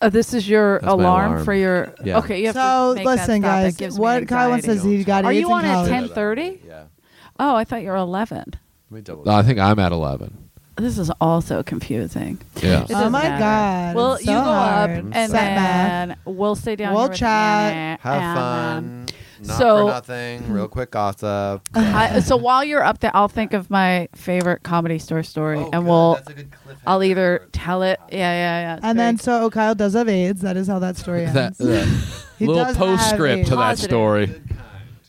Speaker 3: Oh, this is your
Speaker 5: That's my
Speaker 3: alarm,
Speaker 5: alarm.
Speaker 3: for your.
Speaker 5: Yeah.
Speaker 3: Okay, you have
Speaker 2: so
Speaker 3: to make
Speaker 2: listen,
Speaker 3: that stop. That
Speaker 2: guys,
Speaker 3: gives me
Speaker 2: what Kyle Wentz
Speaker 3: anxiety.
Speaker 2: says he got
Speaker 3: Are
Speaker 2: AIDS
Speaker 3: you on
Speaker 2: in
Speaker 3: at
Speaker 2: college.
Speaker 3: 10:30?
Speaker 5: Yeah.
Speaker 3: Oh, I thought you were eleven.
Speaker 5: Let me double
Speaker 1: No, I think I'm at 11.
Speaker 3: This is also confusing.
Speaker 1: Yeah.
Speaker 3: It
Speaker 2: Oh
Speaker 3: doesn't
Speaker 2: my
Speaker 3: matter.
Speaker 2: god!
Speaker 3: Well,
Speaker 2: it's
Speaker 3: you
Speaker 2: so
Speaker 3: go up
Speaker 2: hard.
Speaker 3: and
Speaker 2: Setback.
Speaker 3: then we'll stay down.
Speaker 2: We'll
Speaker 3: here with
Speaker 2: chat.
Speaker 3: Anna
Speaker 5: Have
Speaker 2: *laughs*
Speaker 3: and, um,
Speaker 5: fun. Not
Speaker 3: So-
Speaker 5: for nothing. Real quick gossip.
Speaker 3: I, so while you're up there, I'll think of my favorite comedy store story,
Speaker 5: Oh,
Speaker 3: and
Speaker 5: good.
Speaker 3: we'll
Speaker 5: That's a good cliffhanger
Speaker 3: I'll either
Speaker 5: for-
Speaker 3: tell it. Yeah, yeah, yeah. it's
Speaker 2: And then,
Speaker 3: very-
Speaker 2: so oh, Kyle does have AIDS. That is how that story
Speaker 1: That,
Speaker 2: ends.
Speaker 1: that
Speaker 2: He
Speaker 1: little
Speaker 2: does have
Speaker 1: postscript
Speaker 2: AIDS.
Speaker 1: to that
Speaker 3: Positive.
Speaker 1: story.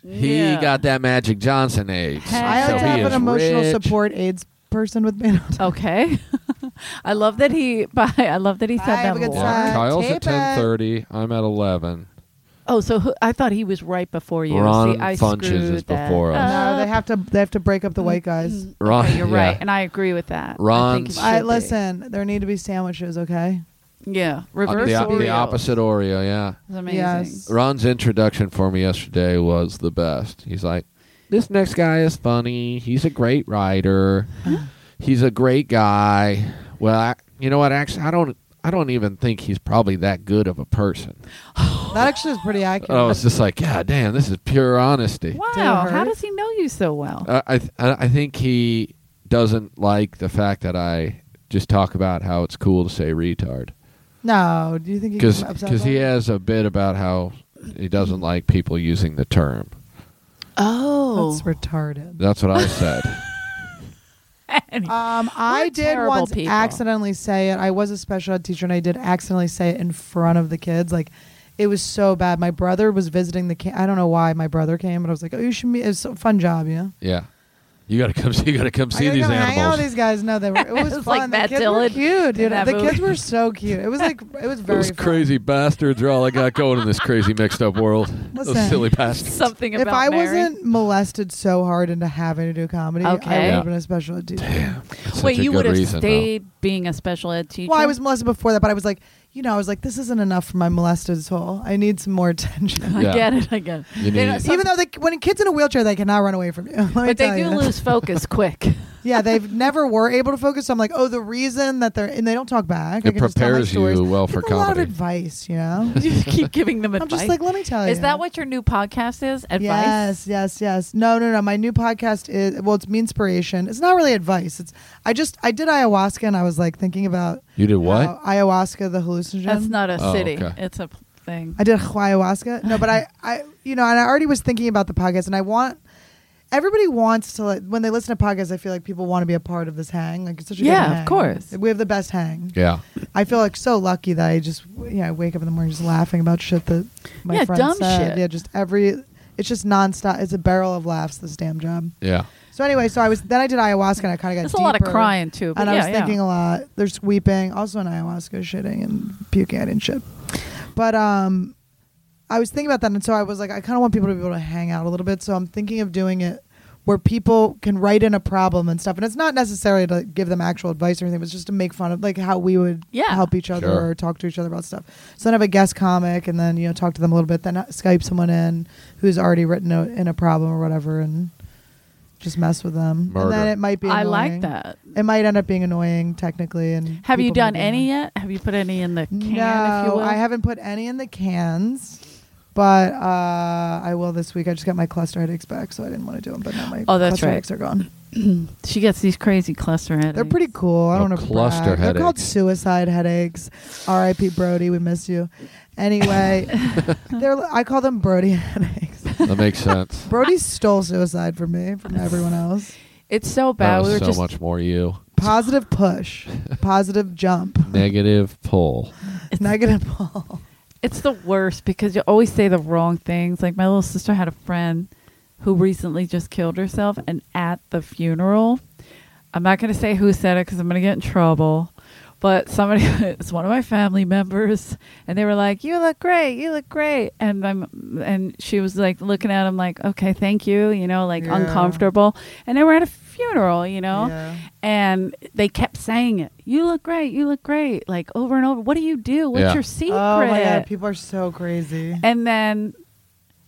Speaker 1: He
Speaker 3: Yeah.
Speaker 1: got that Magic Johnson AIDS.
Speaker 3: Heck
Speaker 2: I like
Speaker 1: so
Speaker 2: to
Speaker 1: he
Speaker 2: have an
Speaker 1: is
Speaker 2: emotional
Speaker 1: rich.
Speaker 2: support AIDS person with me.
Speaker 3: Okay, *laughs* I love that he. *laughs* Bye. I love that he
Speaker 2: Bye,
Speaker 3: said
Speaker 2: have
Speaker 3: that.
Speaker 2: a good
Speaker 3: more.
Speaker 1: Yeah,
Speaker 2: time.
Speaker 1: Kyle's
Speaker 2: Tape
Speaker 1: at
Speaker 2: it.
Speaker 1: ten thirty. I'm at eleven.
Speaker 3: Oh, so who, I thought he was right before you.
Speaker 1: Ron
Speaker 3: See, I
Speaker 1: Funches
Speaker 3: screwed
Speaker 1: is
Speaker 3: that
Speaker 1: before us.
Speaker 2: *laughs* no,
Speaker 3: up.
Speaker 2: they have to. They have to break up the white guys.
Speaker 1: Ron,
Speaker 3: Okay, you're
Speaker 1: yeah.
Speaker 3: right, and I agree with that. I think
Speaker 1: Ron's-
Speaker 3: it
Speaker 2: I
Speaker 3: should be.
Speaker 2: listen. There need to be sandwiches. Okay.
Speaker 3: Yeah,
Speaker 1: Uh,
Speaker 3: reverse
Speaker 1: the, the
Speaker 3: Oreos.
Speaker 1: opposite Oreo. Yeah.
Speaker 3: It's amazing.
Speaker 2: Yes.
Speaker 1: Ron's introduction for me yesterday was the best. He's like, "This next guy is funny. He's a great writer. he's a great guy. Well, I, you know what? Actually, I don't. I don't even think he's probably that good of a person."
Speaker 2: That actually is pretty accurate.
Speaker 1: And I was just like, "God damn, this is pure honesty."
Speaker 3: Wow,
Speaker 2: Did it
Speaker 3: how
Speaker 2: hurt?
Speaker 3: does he know you so well?
Speaker 1: I I, th- I think he doesn't like the fact that I just talk about how it's cool to say retard
Speaker 2: no, do you think he
Speaker 1: because
Speaker 2: gets upset
Speaker 1: he
Speaker 2: about it?
Speaker 1: has a bit about how he doesn't like people using the term.
Speaker 3: oh,
Speaker 2: That's retarded.
Speaker 1: That's what
Speaker 2: *laughs*
Speaker 1: I said.
Speaker 2: Um, I did
Speaker 3: terrible
Speaker 2: once
Speaker 3: people.
Speaker 2: accidentally say it. I was a special ed teacher, and I did accidentally say it in front of the kids. Like, it was so bad. My brother was visiting the. Ca- I don't know why my brother came, but I was like, "Oh, you should meet. It's a fun job, you know."
Speaker 1: Yeah. You gotta come. *laughs* You gotta come see
Speaker 2: I gotta
Speaker 1: these
Speaker 2: go Hang out
Speaker 1: animals.
Speaker 2: with these guys. No, they
Speaker 3: *laughs*
Speaker 2: were. It was,
Speaker 3: was like
Speaker 2: fun.
Speaker 3: Matt
Speaker 2: the kids
Speaker 3: Dillon
Speaker 2: were cute,
Speaker 3: in
Speaker 2: dude.
Speaker 3: that
Speaker 2: The
Speaker 3: movie.
Speaker 2: kids were so cute. It was like it was very
Speaker 1: Those
Speaker 2: fun.
Speaker 1: crazy bastards are all I got going in this crazy mixed up
Speaker 2: *laughs*
Speaker 1: world. Those
Speaker 2: Listen.
Speaker 1: silly bastards.
Speaker 3: something
Speaker 2: If
Speaker 3: about
Speaker 2: I
Speaker 3: Mary.
Speaker 2: wasn't molested so hard into having to do comedy, I
Speaker 3: Okay.
Speaker 2: would
Speaker 1: Yeah.
Speaker 2: have been a special ed teacher.
Speaker 1: Such
Speaker 3: Wait,
Speaker 1: a
Speaker 3: you
Speaker 1: good
Speaker 3: would have
Speaker 1: reason, though.
Speaker 3: stayed being a special ed teacher.
Speaker 2: Well,
Speaker 3: *laughs*
Speaker 2: I was molested before that, but I was like, you know, I was like, this isn't enough for my molested soul. I need some more *laughs* attention.
Speaker 3: I
Speaker 1: Yeah.
Speaker 3: get it. I get it.
Speaker 1: You
Speaker 3: They
Speaker 1: need-
Speaker 3: don't- some-
Speaker 2: Even though they, when a kid's in a wheelchair, they cannot run away from you. *laughs* Let me
Speaker 3: but
Speaker 2: tell
Speaker 3: they do
Speaker 2: you.
Speaker 3: lose focus quick.
Speaker 2: *laughs*
Speaker 3: *laughs*
Speaker 2: Yeah, they've never were able to focus. So I'm like, oh, the reason that they're and they don't talk back. I
Speaker 1: It
Speaker 2: can just tell my
Speaker 1: prepares
Speaker 2: stories.
Speaker 1: you well for
Speaker 2: Give them a lot of
Speaker 1: comedy.
Speaker 2: advice, you know.
Speaker 1: *laughs*
Speaker 3: you just keep giving them
Speaker 2: I'm
Speaker 3: advice.
Speaker 2: just like, let me tell you.
Speaker 3: is that what your new podcast is? Advice.
Speaker 2: Yes, yes, yes. No, no, no. My new podcast is well, it's me inspiration. It's not really advice. It's I just I did ayahuasca and I was like thinking about
Speaker 1: You did what?
Speaker 2: how ayahuasca the hallucinogen.
Speaker 3: That's not a
Speaker 1: Oh,
Speaker 3: city.
Speaker 1: okay.
Speaker 3: It's a p- thing.
Speaker 2: I did ayahuasca. No, but I I you know, and I already was thinking about the podcast and I want everybody wants to like when they listen to podcasts, I feel like people want to be a part of this hang. Like it's such a good
Speaker 3: Yeah, of
Speaker 2: hang.
Speaker 3: course.
Speaker 2: We have the best hang.
Speaker 1: yeah.
Speaker 2: I feel like so lucky that I just yeah I wake up in the morning just laughing about shit that my
Speaker 3: Yeah,
Speaker 2: friends
Speaker 3: dumb
Speaker 2: said.
Speaker 3: shit.
Speaker 2: Yeah, just every it's just nonstop. It's a barrel of laughs. This damn job.
Speaker 1: Yeah.
Speaker 2: So anyway, so I was then I did ayahuasca and I kind of got
Speaker 3: There's a lot of
Speaker 2: deeper,
Speaker 3: crying too. But
Speaker 2: and I
Speaker 3: yeah,
Speaker 2: was
Speaker 3: yeah.
Speaker 2: thinking a lot. There's weeping, also in ayahuasca, shitting and puking. I didn't shit, but um, I was thinking about that, and so I was like, I kind of want people to be able to hang out a little bit. So I'm thinking of doing it where people can write in a problem and stuff, and it's not necessarily to give them actual advice or anything. It's just to make fun of like how we would
Speaker 3: Yeah.
Speaker 2: help each other
Speaker 1: Sure.
Speaker 2: or talk to each other about stuff. So then I have a guest comic, and then you know talk to them a little bit, then uh, Skype someone in who's already written a, in a problem or whatever, and. Just mess with them,
Speaker 1: Murder.
Speaker 2: and then it might be.
Speaker 3: I like
Speaker 2: annoying.
Speaker 3: that.
Speaker 2: It might end up being annoying technically. And
Speaker 3: Have you
Speaker 2: people might
Speaker 3: done
Speaker 2: be
Speaker 3: any
Speaker 2: annoyed.
Speaker 3: yet? Have you put any in the can? if you
Speaker 2: no,
Speaker 3: will?
Speaker 2: I haven't put any in the cans, but uh, I will this week. I just got my cluster headaches back, so I didn't want to do them. But now my
Speaker 3: Oh, that's
Speaker 2: cluster
Speaker 3: right.
Speaker 2: headaches are gone.
Speaker 3: She gets these crazy cluster headaches.
Speaker 2: They're pretty cool. I
Speaker 1: Oh,
Speaker 2: don't know.
Speaker 1: cluster
Speaker 2: They're called
Speaker 1: headaches.
Speaker 2: suicide headaches. R.I.P. Brody. We miss you.
Speaker 1: *laughs*
Speaker 2: Anyway, they're I call them Brody *laughs* headaches.
Speaker 1: That makes
Speaker 2: *laughs*
Speaker 1: sense.
Speaker 2: Brody stole suicide from me, from everyone else.
Speaker 3: It's so bad.
Speaker 1: that was
Speaker 3: we were
Speaker 1: so
Speaker 3: just
Speaker 1: much more you.
Speaker 2: Positive push, positive jump,
Speaker 1: Negative pull.
Speaker 2: negative *laughs* pull.
Speaker 3: It's the worst because you always say the wrong things. Like my little sister had a friend who recently just killed herself, and at the funeral, I'm not going to say who said it because I'm going to get in trouble. But somebody, *laughs* it's one of my family members, and they were like, "You look great, you look great," and I'm, and she was like looking at him like, "Okay, thank you," you know, like
Speaker 2: Yeah.
Speaker 3: uncomfortable. And they were at a funeral, you know,
Speaker 2: Yeah.
Speaker 3: and they kept saying it, "You look great, you look great," like over and over. What do you do? What's
Speaker 1: Yeah.
Speaker 3: your secret?
Speaker 2: Oh my god, people are so crazy.
Speaker 3: And then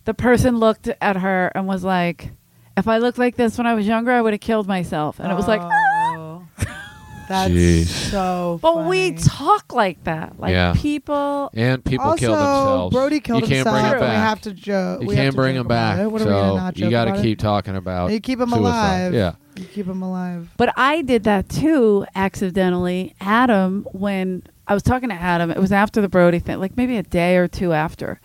Speaker 3: the person looked at her and was like, if I looked like this when I was younger, I would have killed myself. And it was like, "Ah,
Speaker 2: Oh. that's
Speaker 1: Jeez.
Speaker 2: so.
Speaker 3: but
Speaker 2: funny.
Speaker 3: we talk like that. Like
Speaker 1: Yeah.
Speaker 3: people.
Speaker 1: And people
Speaker 2: also,
Speaker 1: kill themselves.
Speaker 2: Brody killed
Speaker 1: you can't
Speaker 2: himself.
Speaker 1: Bring
Speaker 2: and
Speaker 1: it back.
Speaker 2: We have to joke.
Speaker 1: you
Speaker 2: we have
Speaker 1: can't
Speaker 2: to
Speaker 1: bring
Speaker 2: joke
Speaker 1: them back.
Speaker 2: about it. What
Speaker 1: so
Speaker 2: are we gonna not joke
Speaker 1: you gotta
Speaker 2: about it?
Speaker 1: keep talking about.
Speaker 2: You keep them
Speaker 1: suicide.
Speaker 2: alive.
Speaker 1: Yeah.
Speaker 2: You keep them alive.
Speaker 3: But I did that too accidentally. Adam, when I was talking to Adam, it was after the Brody thing, like maybe a day or two after.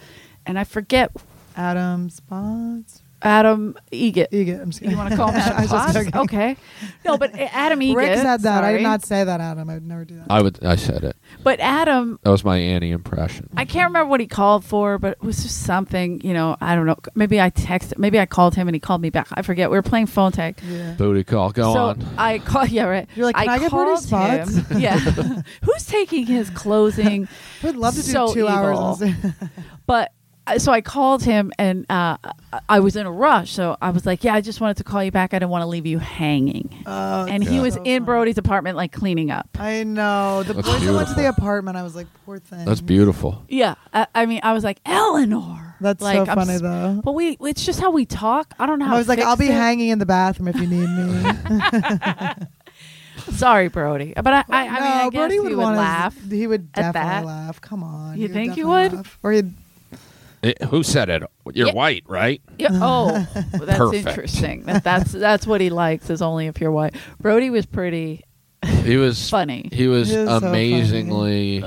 Speaker 3: And I forget
Speaker 2: Adam Spots.
Speaker 3: Adam Egit.
Speaker 2: Egan. I'm just
Speaker 3: You want to call
Speaker 2: *laughs*
Speaker 3: him Adam
Speaker 2: I was just
Speaker 3: Potts?
Speaker 2: joking.
Speaker 3: Okay. No, but Adam Egit.
Speaker 2: Rick said that. I
Speaker 3: sorry.
Speaker 2: did not say that, Adam. I would never do that.
Speaker 1: I would. I said it.
Speaker 3: But Adam,
Speaker 1: That was my Annie impression.
Speaker 3: I can't remember what he called for, but it was just something, you know, I don't know. Maybe I texted, maybe I called him and he called me back. I forget. We were playing phone tag.
Speaker 2: yeah.
Speaker 1: Booty call. Go
Speaker 3: so uh,
Speaker 1: on.
Speaker 3: I call. *laughs* Yeah, right.
Speaker 2: You're like, "Can I get
Speaker 3: called
Speaker 2: Bernie Spots?"
Speaker 3: him. *laughs*
Speaker 2: *laughs*
Speaker 3: Yeah. Who's taking his closing?
Speaker 2: I would *laughs* love to do
Speaker 3: So
Speaker 2: two hours.
Speaker 3: evil.
Speaker 2: on Zoom. *laughs*
Speaker 3: but uh, so I called him and uh, I- I was in a rush. So I was like, yeah, I just wanted to call you back. I didn't want to leave you hanging.
Speaker 2: Oh,
Speaker 3: and he
Speaker 2: that's
Speaker 3: was
Speaker 2: so
Speaker 3: in
Speaker 2: funny.
Speaker 3: Brody's apartment, like cleaning up.
Speaker 2: I know. The
Speaker 1: That's
Speaker 2: boys that went to
Speaker 1: beautiful.
Speaker 2: the apartment, I was like, poor thing.
Speaker 1: That's beautiful.
Speaker 3: Yeah. I, I mean, I was like, Eleanor.
Speaker 2: That's
Speaker 3: like,
Speaker 2: so
Speaker 3: I'm
Speaker 2: funny,
Speaker 3: s-
Speaker 2: though.
Speaker 3: But we, it's just how we talk. I don't know how
Speaker 2: I was
Speaker 3: to
Speaker 2: like,
Speaker 3: fix
Speaker 2: I'll be
Speaker 3: it.
Speaker 2: hanging in the bathroom if you
Speaker 3: *laughs*
Speaker 2: need me.
Speaker 3: Sorry, Brody. But I, I, I mean, I
Speaker 2: no,
Speaker 3: guess
Speaker 2: Brody
Speaker 3: he
Speaker 2: would,
Speaker 3: would,
Speaker 2: want his-
Speaker 3: laugh.
Speaker 2: he would
Speaker 3: at
Speaker 2: definitely
Speaker 3: that.
Speaker 2: laugh. Come on.
Speaker 3: You think he
Speaker 2: definitely
Speaker 3: would?
Speaker 2: laugh. Or he'd
Speaker 1: It- who said it? You're
Speaker 3: Yeah.
Speaker 1: white, right?
Speaker 3: Yeah.
Speaker 2: *laughs*
Speaker 3: Oh, well, that's
Speaker 1: Perfect.
Speaker 3: interesting. That, that's that's what he likes is only if you're white. Brody was pretty.
Speaker 1: He was
Speaker 3: Funny. Uh.
Speaker 1: He was
Speaker 2: He is so
Speaker 1: amazingly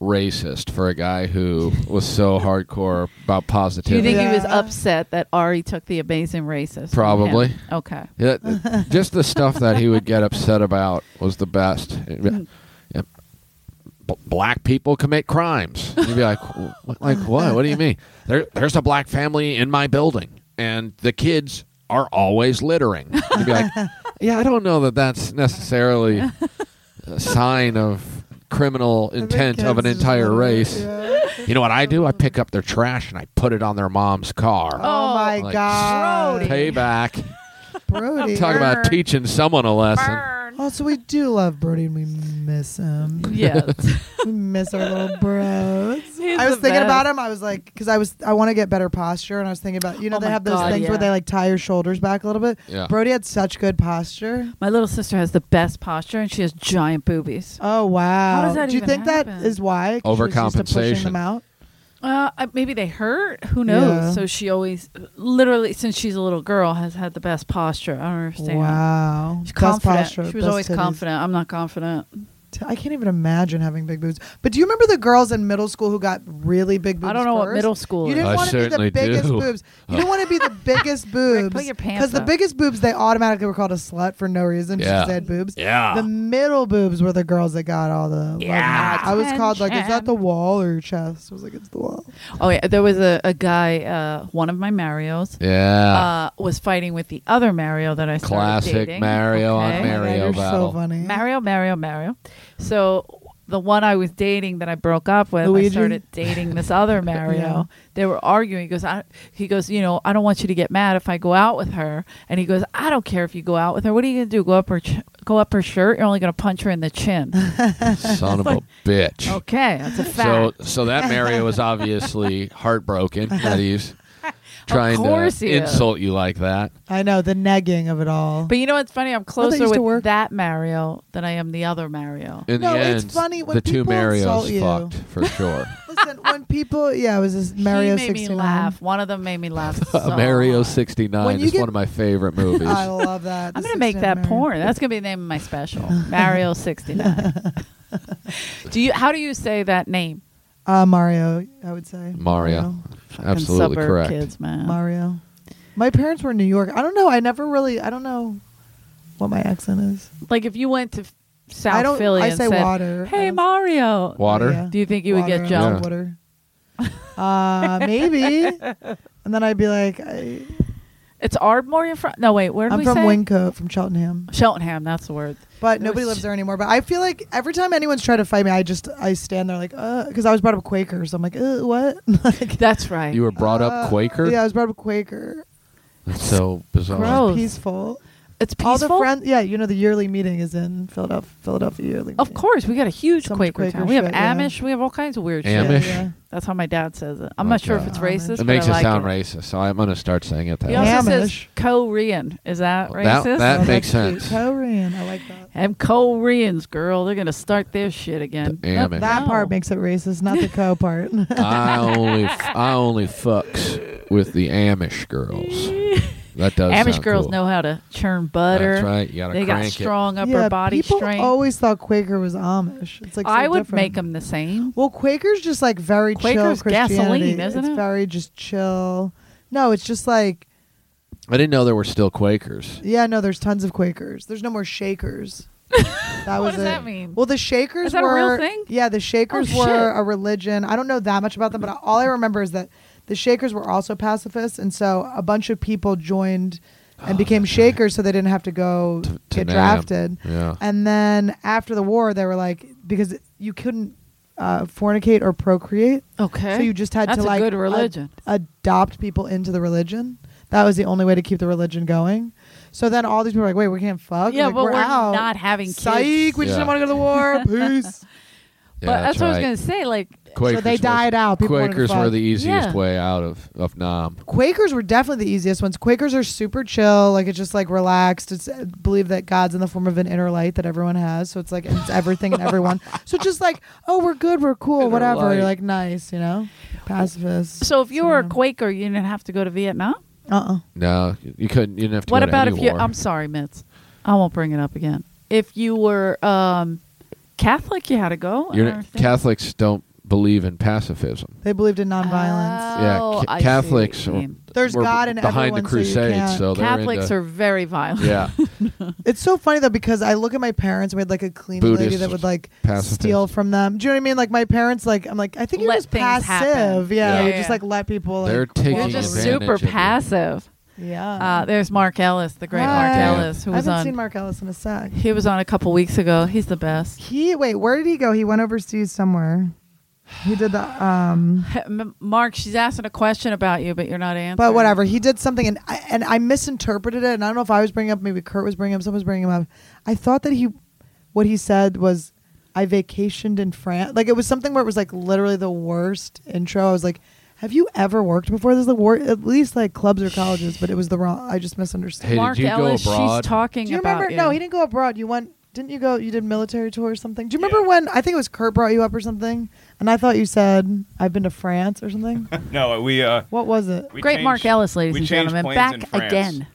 Speaker 1: racist for a guy who was so hardcore about
Speaker 3: Do you
Speaker 1: positivity.
Speaker 3: think he was
Speaker 2: Yeah.
Speaker 3: upset that Ari took the amazing racist? from him?
Speaker 1: Probably.
Speaker 3: Okay.
Speaker 1: Yeah, th- just the stuff that he would get upset about was the
Speaker 2: *laughs*
Speaker 1: best. Yeah. B- black people commit crimes. You'd be like, "Wh- like what? What do you mean? There, there's a black family in my building, and the kids are always littering. You'd be
Speaker 2: *laughs*
Speaker 1: like, yeah, I don't know that that's necessarily a sign of criminal
Speaker 2: I think
Speaker 1: intent of an
Speaker 2: kids just
Speaker 1: entire
Speaker 2: wanna-
Speaker 1: race.
Speaker 3: *laughs*
Speaker 2: *laughs* yeah.
Speaker 1: You know what I do? I pick up their trash and I put it on their mom's car.
Speaker 2: Oh,
Speaker 3: Oh,
Speaker 2: my
Speaker 1: like,
Speaker 2: God.
Speaker 3: Brody.
Speaker 1: Payback.
Speaker 2: Brody.
Speaker 1: Talk about teaching someone a lesson.
Speaker 2: Also, we do love Brody and we miss him.
Speaker 3: Yes.
Speaker 2: *laughs* we miss our little bros.
Speaker 3: He's
Speaker 2: I was
Speaker 3: the
Speaker 2: thinking about
Speaker 3: best.
Speaker 2: him. I was like, because I was, I want to get better posture, and I was thinking about, you know,
Speaker 3: Oh
Speaker 2: they
Speaker 3: my
Speaker 2: have those
Speaker 3: God,
Speaker 2: things
Speaker 3: yeah.
Speaker 2: where they like tie your shoulders back a little bit.
Speaker 1: Yeah.
Speaker 2: Brody had such good posture.
Speaker 3: My little sister has the best posture, and she has giant boobies.
Speaker 2: Oh wow!
Speaker 3: How does that
Speaker 2: Do you
Speaker 3: even
Speaker 2: think that
Speaker 3: happen?
Speaker 2: is why 'Cause she was used to pushing them
Speaker 1: Overcompensation.
Speaker 2: out?
Speaker 3: Uh, I- maybe they hurt. Who knows?
Speaker 2: Yeah.
Speaker 3: So she always, literally, since she's a little girl, has had the best posture. I don't understand.
Speaker 2: Wow,
Speaker 3: She's
Speaker 2: Best
Speaker 3: confident.
Speaker 2: posture,
Speaker 3: she was
Speaker 2: best
Speaker 3: always
Speaker 2: titties.
Speaker 3: confident. I'm not confident.
Speaker 2: T- I can't even imagine having big boobs. But do you remember the girls in middle school who got really big boobs?
Speaker 3: I don't know what
Speaker 2: first?
Speaker 3: middle school
Speaker 2: You
Speaker 3: is.
Speaker 2: didn't
Speaker 1: I
Speaker 2: want to be the
Speaker 1: certainly *laughs*
Speaker 2: biggest
Speaker 1: do.
Speaker 2: boobs. You didn't want to be the
Speaker 3: *laughs*
Speaker 2: biggest boobs.
Speaker 3: put your pants
Speaker 2: Because the
Speaker 3: up.
Speaker 2: biggest boobs, they automatically were called a slut for no reason. She
Speaker 1: Yeah.
Speaker 2: just had boobs.
Speaker 1: Yeah.
Speaker 2: The middle boobs were the girls that got all the. love.
Speaker 3: Yeah.
Speaker 2: I was called like, is that
Speaker 3: Attention.
Speaker 2: the wall or your chest? I was like, it's the wall.
Speaker 3: Oh yeah, there was a, a guy, uh, one of my Mario's,
Speaker 1: Yeah.
Speaker 3: uh, was fighting with the other Mario that I started
Speaker 1: Classic
Speaker 3: dating.
Speaker 1: Mario on
Speaker 3: Okay.
Speaker 2: Oh my God,
Speaker 1: Mario
Speaker 2: you're
Speaker 1: battle.
Speaker 2: so funny.
Speaker 3: Mario, Mario, Mario. So the one I was dating that I broke up with, I
Speaker 2: Luigi?
Speaker 3: started dating this other Mario.
Speaker 2: *laughs* Yeah.
Speaker 3: They were arguing. He goes, I, he goes, you know, I don't want you to get mad if I go out with her. And he goes, I don't care if you go out with her. What are you gonna do? Go up her, ch- go up her shirt? You're only gonna punch her in the
Speaker 2: *laughs*
Speaker 3: chin.
Speaker 1: *laughs* Son of a bitch.
Speaker 2: oh,
Speaker 3: okay, that's a
Speaker 1: So,
Speaker 3: fact.
Speaker 1: so that Mario was
Speaker 2: *laughs*
Speaker 1: obviously heartbroken that he's trying
Speaker 3: course
Speaker 1: to
Speaker 3: he is.
Speaker 1: insult you like that.
Speaker 2: I know the negging of it all.
Speaker 3: but you know what's funny? I'm closer
Speaker 2: used to
Speaker 3: with
Speaker 2: work.
Speaker 3: that Mario than I am the other Mario.
Speaker 1: In
Speaker 2: No,
Speaker 1: the
Speaker 2: it's
Speaker 1: end,
Speaker 2: funny when
Speaker 1: the two
Speaker 2: people insult
Speaker 1: Marios
Speaker 2: you.
Speaker 1: fucked for sure.
Speaker 2: *laughs*
Speaker 3: *laughs*
Speaker 2: Listen, when people, yeah, it was this Mario
Speaker 3: he made
Speaker 2: 69.
Speaker 3: me laugh. One of them made me laugh.
Speaker 1: *laughs*
Speaker 3: so
Speaker 1: Mario
Speaker 3: hard.
Speaker 1: sixty
Speaker 2: uh, When
Speaker 1: nine
Speaker 2: you
Speaker 1: is
Speaker 2: get-
Speaker 1: one of my favorite movies.
Speaker 2: I love that.
Speaker 3: I'm
Speaker 2: The
Speaker 3: gonna make
Speaker 2: 69
Speaker 3: that
Speaker 2: Mario.
Speaker 3: porn. That's gonna be the name of my
Speaker 2: *laughs*
Speaker 3: special, Mario sixty nine. do you? How do you say that name?
Speaker 2: Uh, Mario, I would say.
Speaker 1: Mario,
Speaker 3: Fucking
Speaker 1: absolutely
Speaker 3: suburb
Speaker 1: correct.
Speaker 3: kids, man.
Speaker 2: Mario. My parents were in New York. I don't know. I never really. I don't know what my accent is.
Speaker 3: like if you went to f- South
Speaker 2: I don't.
Speaker 3: Philly
Speaker 2: I
Speaker 3: and
Speaker 2: say
Speaker 3: said,
Speaker 2: water. I
Speaker 3: "Hey,
Speaker 2: don't-
Speaker 3: Mario,"
Speaker 1: Water.
Speaker 2: Yeah.
Speaker 3: do you think you would get
Speaker 2: Water,
Speaker 3: jumped?
Speaker 2: Water. uh, maybe.
Speaker 3: *laughs*
Speaker 2: And then I'd be like, I,
Speaker 3: It's Ardmore. You're from? No, wait. Where did
Speaker 2: I'm
Speaker 3: we
Speaker 2: from
Speaker 3: say? Oh,
Speaker 2: Wincote, from Cheltenham.
Speaker 3: Cheltenham. That's the word.
Speaker 2: But
Speaker 3: It
Speaker 2: nobody
Speaker 3: was-
Speaker 2: lives there anymore. But I feel like every time anyone's trying to fight me, I just I stand there like, uh, because I was brought up Quaker, so I'm like, uh, what? *laughs* like,
Speaker 3: That's right.
Speaker 1: you were brought up
Speaker 2: uh,
Speaker 1: Quaker.
Speaker 2: Yeah, I was brought up Quaker.
Speaker 1: That's so bizarre.
Speaker 3: Gross.
Speaker 2: Peaceful.
Speaker 3: it's Oh. peaceful.
Speaker 2: All the friends, yeah, you know, the yearly meeting is in Philadelphia. Philadelphia yearly.
Speaker 3: Of
Speaker 2: meeting.
Speaker 3: course, we got a huge
Speaker 2: So much
Speaker 3: Quaker,
Speaker 2: Quaker
Speaker 3: town. We have
Speaker 2: shit, yeah.
Speaker 3: Amish. We have all kinds of weird
Speaker 1: Amish?
Speaker 3: shit. That's how my dad says it. I'm not sure if
Speaker 1: Okay.
Speaker 3: it's
Speaker 2: Amish.
Speaker 3: racist.
Speaker 2: It
Speaker 1: It
Speaker 3: but
Speaker 1: makes
Speaker 3: I
Speaker 1: it
Speaker 3: like
Speaker 1: sound
Speaker 3: it.
Speaker 1: racist, so I'm going to start saying it that
Speaker 3: He
Speaker 1: way.
Speaker 3: also says
Speaker 2: Amish.
Speaker 3: Korean. Is that
Speaker 1: That-
Speaker 3: racist?
Speaker 1: that
Speaker 3: *laughs*
Speaker 2: that's
Speaker 1: makes
Speaker 2: cute.
Speaker 1: sense.
Speaker 2: Korean, I like that.
Speaker 3: and Koreans, girl, they're gonna start their shit again.
Speaker 1: The Amish.
Speaker 2: That
Speaker 3: No.
Speaker 2: part makes it racist, not the co part. *laughs*
Speaker 1: I only I only fucks with the Amish girls. That does.
Speaker 3: Amish
Speaker 1: sound
Speaker 3: girls
Speaker 1: cool.
Speaker 3: know how to churn butter.
Speaker 1: That's right. You gotta
Speaker 3: they got
Speaker 1: crank it.
Speaker 3: strong *laughs* upper
Speaker 2: yeah,
Speaker 3: body
Speaker 2: people
Speaker 3: strength.
Speaker 2: always thought Quaker was Amish. It's like so
Speaker 3: I would
Speaker 2: different.
Speaker 3: make them the same.
Speaker 2: Well, Quaker's just like very
Speaker 3: Quaker's
Speaker 2: chill Christianity.
Speaker 3: gasoline, isn't
Speaker 2: it's
Speaker 3: it?
Speaker 2: very just chill. No, it's just like
Speaker 1: I didn't know there were still Quakers.
Speaker 2: yeah, no. There's tons of Quakers. There's no more
Speaker 3: *laughs*
Speaker 2: Shakers. That was
Speaker 3: does
Speaker 2: it.
Speaker 3: that mean?
Speaker 2: Well, the Shakers
Speaker 3: Is that a
Speaker 2: were
Speaker 3: real thing?
Speaker 2: yeah. The Shakers
Speaker 3: Oh,
Speaker 2: were
Speaker 3: shit.
Speaker 2: a religion. I don't know that much about them, but all I remember is that the Shakers were also pacifists, and so a bunch of people joined and became Shakers, so they didn't have to go
Speaker 1: Ah, To- to
Speaker 2: get
Speaker 1: Nam.
Speaker 2: drafted.
Speaker 3: Uh,
Speaker 1: Yeah.
Speaker 2: And then after the war, they were like because you couldn't uh, fornicate or procreate.
Speaker 3: Okay.
Speaker 2: So you just had
Speaker 3: That's
Speaker 2: to
Speaker 3: a
Speaker 2: like uh,
Speaker 3: good religion.
Speaker 2: ad- adopt people into the religion. That was the only way to keep the religion going. So then all these people are like, wait, we can't fuck.
Speaker 3: Yeah,
Speaker 2: Like,
Speaker 3: but
Speaker 2: we're,
Speaker 3: we're
Speaker 2: out.
Speaker 3: not having kids.
Speaker 2: Psych. We just
Speaker 1: Yeah.
Speaker 2: didn't want to go to the *laughs* war. Peace.
Speaker 3: but
Speaker 1: Yeah,
Speaker 3: that's, what I
Speaker 1: right.
Speaker 3: was gonna say. Like,
Speaker 1: *laughs* Quakers
Speaker 2: so they
Speaker 1: was-
Speaker 2: died out. People wanted to
Speaker 1: Quakers were
Speaker 2: fuck.
Speaker 1: the easiest
Speaker 3: Yeah.
Speaker 1: way out of of Nam.
Speaker 2: Quakers were definitely the easiest ones. Quakers are super chill. Like it's just like relaxed. It's uh, believe that God's in the form of an inner light that everyone has. So it's like it's everything and *laughs* everyone. So it's just like oh, we're good, we're cool, whatever. You're like nice, you know, pacifist.
Speaker 3: so if you were a
Speaker 2: So-
Speaker 3: Quaker, you didn't have to go to Vietnam.
Speaker 2: Uh-uh.
Speaker 1: No, you couldn't. You didn't have to.
Speaker 3: What
Speaker 1: go to
Speaker 3: about
Speaker 1: any
Speaker 3: if you?
Speaker 1: war.
Speaker 3: I'm sorry, Mitz. I won't bring it up again. If you were um, Catholic, you had to go.
Speaker 1: You're-
Speaker 3: I don't think-
Speaker 1: Catholics don't believe in pacifism.
Speaker 2: They believed in nonviolence.
Speaker 1: Yeah,
Speaker 3: Oh,
Speaker 1: ca-
Speaker 3: I see what
Speaker 1: Catholics
Speaker 3: you
Speaker 1: were-
Speaker 3: mean.
Speaker 2: There's
Speaker 1: were
Speaker 2: God in
Speaker 1: behind
Speaker 2: everyone,
Speaker 1: the
Speaker 2: so you
Speaker 1: Crusades,
Speaker 2: can't-
Speaker 1: so, they're
Speaker 3: Catholics
Speaker 1: into-
Speaker 3: are very violent. *laughs*
Speaker 1: yeah. *laughs*
Speaker 2: it's so funny though because I look at my parents and we had like a clean lady
Speaker 1: Buddhists,
Speaker 2: that would like
Speaker 1: pacifists.
Speaker 2: steal from them. Do you know what I mean? Like my parents, like I'm like I think you're
Speaker 3: Let
Speaker 2: just
Speaker 3: things
Speaker 2: passive.
Speaker 3: happen.
Speaker 2: Yeah,
Speaker 1: Yeah.
Speaker 2: you
Speaker 3: Yeah.
Speaker 2: just like let people. Like,
Speaker 1: They're
Speaker 2: walk
Speaker 1: taking
Speaker 3: You're
Speaker 2: over
Speaker 3: just
Speaker 2: you.
Speaker 1: advantage
Speaker 3: super
Speaker 1: of you.
Speaker 3: passive.
Speaker 2: Yeah.
Speaker 3: Uh, there's Mark Ellis, the great Mark
Speaker 2: Hi.
Speaker 3: Ellis, who
Speaker 2: I
Speaker 3: was
Speaker 2: haven't
Speaker 3: on.
Speaker 2: seen Mark Ellis in a sec.
Speaker 3: he was on a couple weeks ago. He's the best. *laughs*
Speaker 2: He wait, where did he go? He went overseas somewhere. He did the um.
Speaker 3: M- Mark, she's asking a question about you, but you're not answering.
Speaker 2: But whatever, he did something, and I, and I misinterpreted it. And I don't know if I was bringing up, maybe Kurt was bringing up, someone was bringing him up. I thought that he, what he said was, I vacationed in France. Like it was something where it was like literally the worst intro. I was like, Have you ever worked before? This is the war, at least like clubs or colleges. But it was the wrong. I just misunderstood.
Speaker 1: Hey, did
Speaker 3: Mark
Speaker 1: you go
Speaker 3: Ellis,
Speaker 1: abroad?
Speaker 3: she's talking
Speaker 2: Do you
Speaker 3: about
Speaker 2: remember?
Speaker 3: you.
Speaker 2: No, he didn't go abroad. You went, didn't you go? You did military tour or something. Do you remember when I think it was Kurt brought you up or something? And I thought you said I've been to France or
Speaker 7: *laughs*
Speaker 2: something.
Speaker 7: No, we. Uh,
Speaker 2: what was it?
Speaker 7: we
Speaker 3: Great
Speaker 7: changed-
Speaker 3: Mark Ellis, ladies
Speaker 7: we
Speaker 3: and
Speaker 7: changed
Speaker 3: gentlemen,
Speaker 7: planes
Speaker 3: back
Speaker 7: in France,
Speaker 3: again.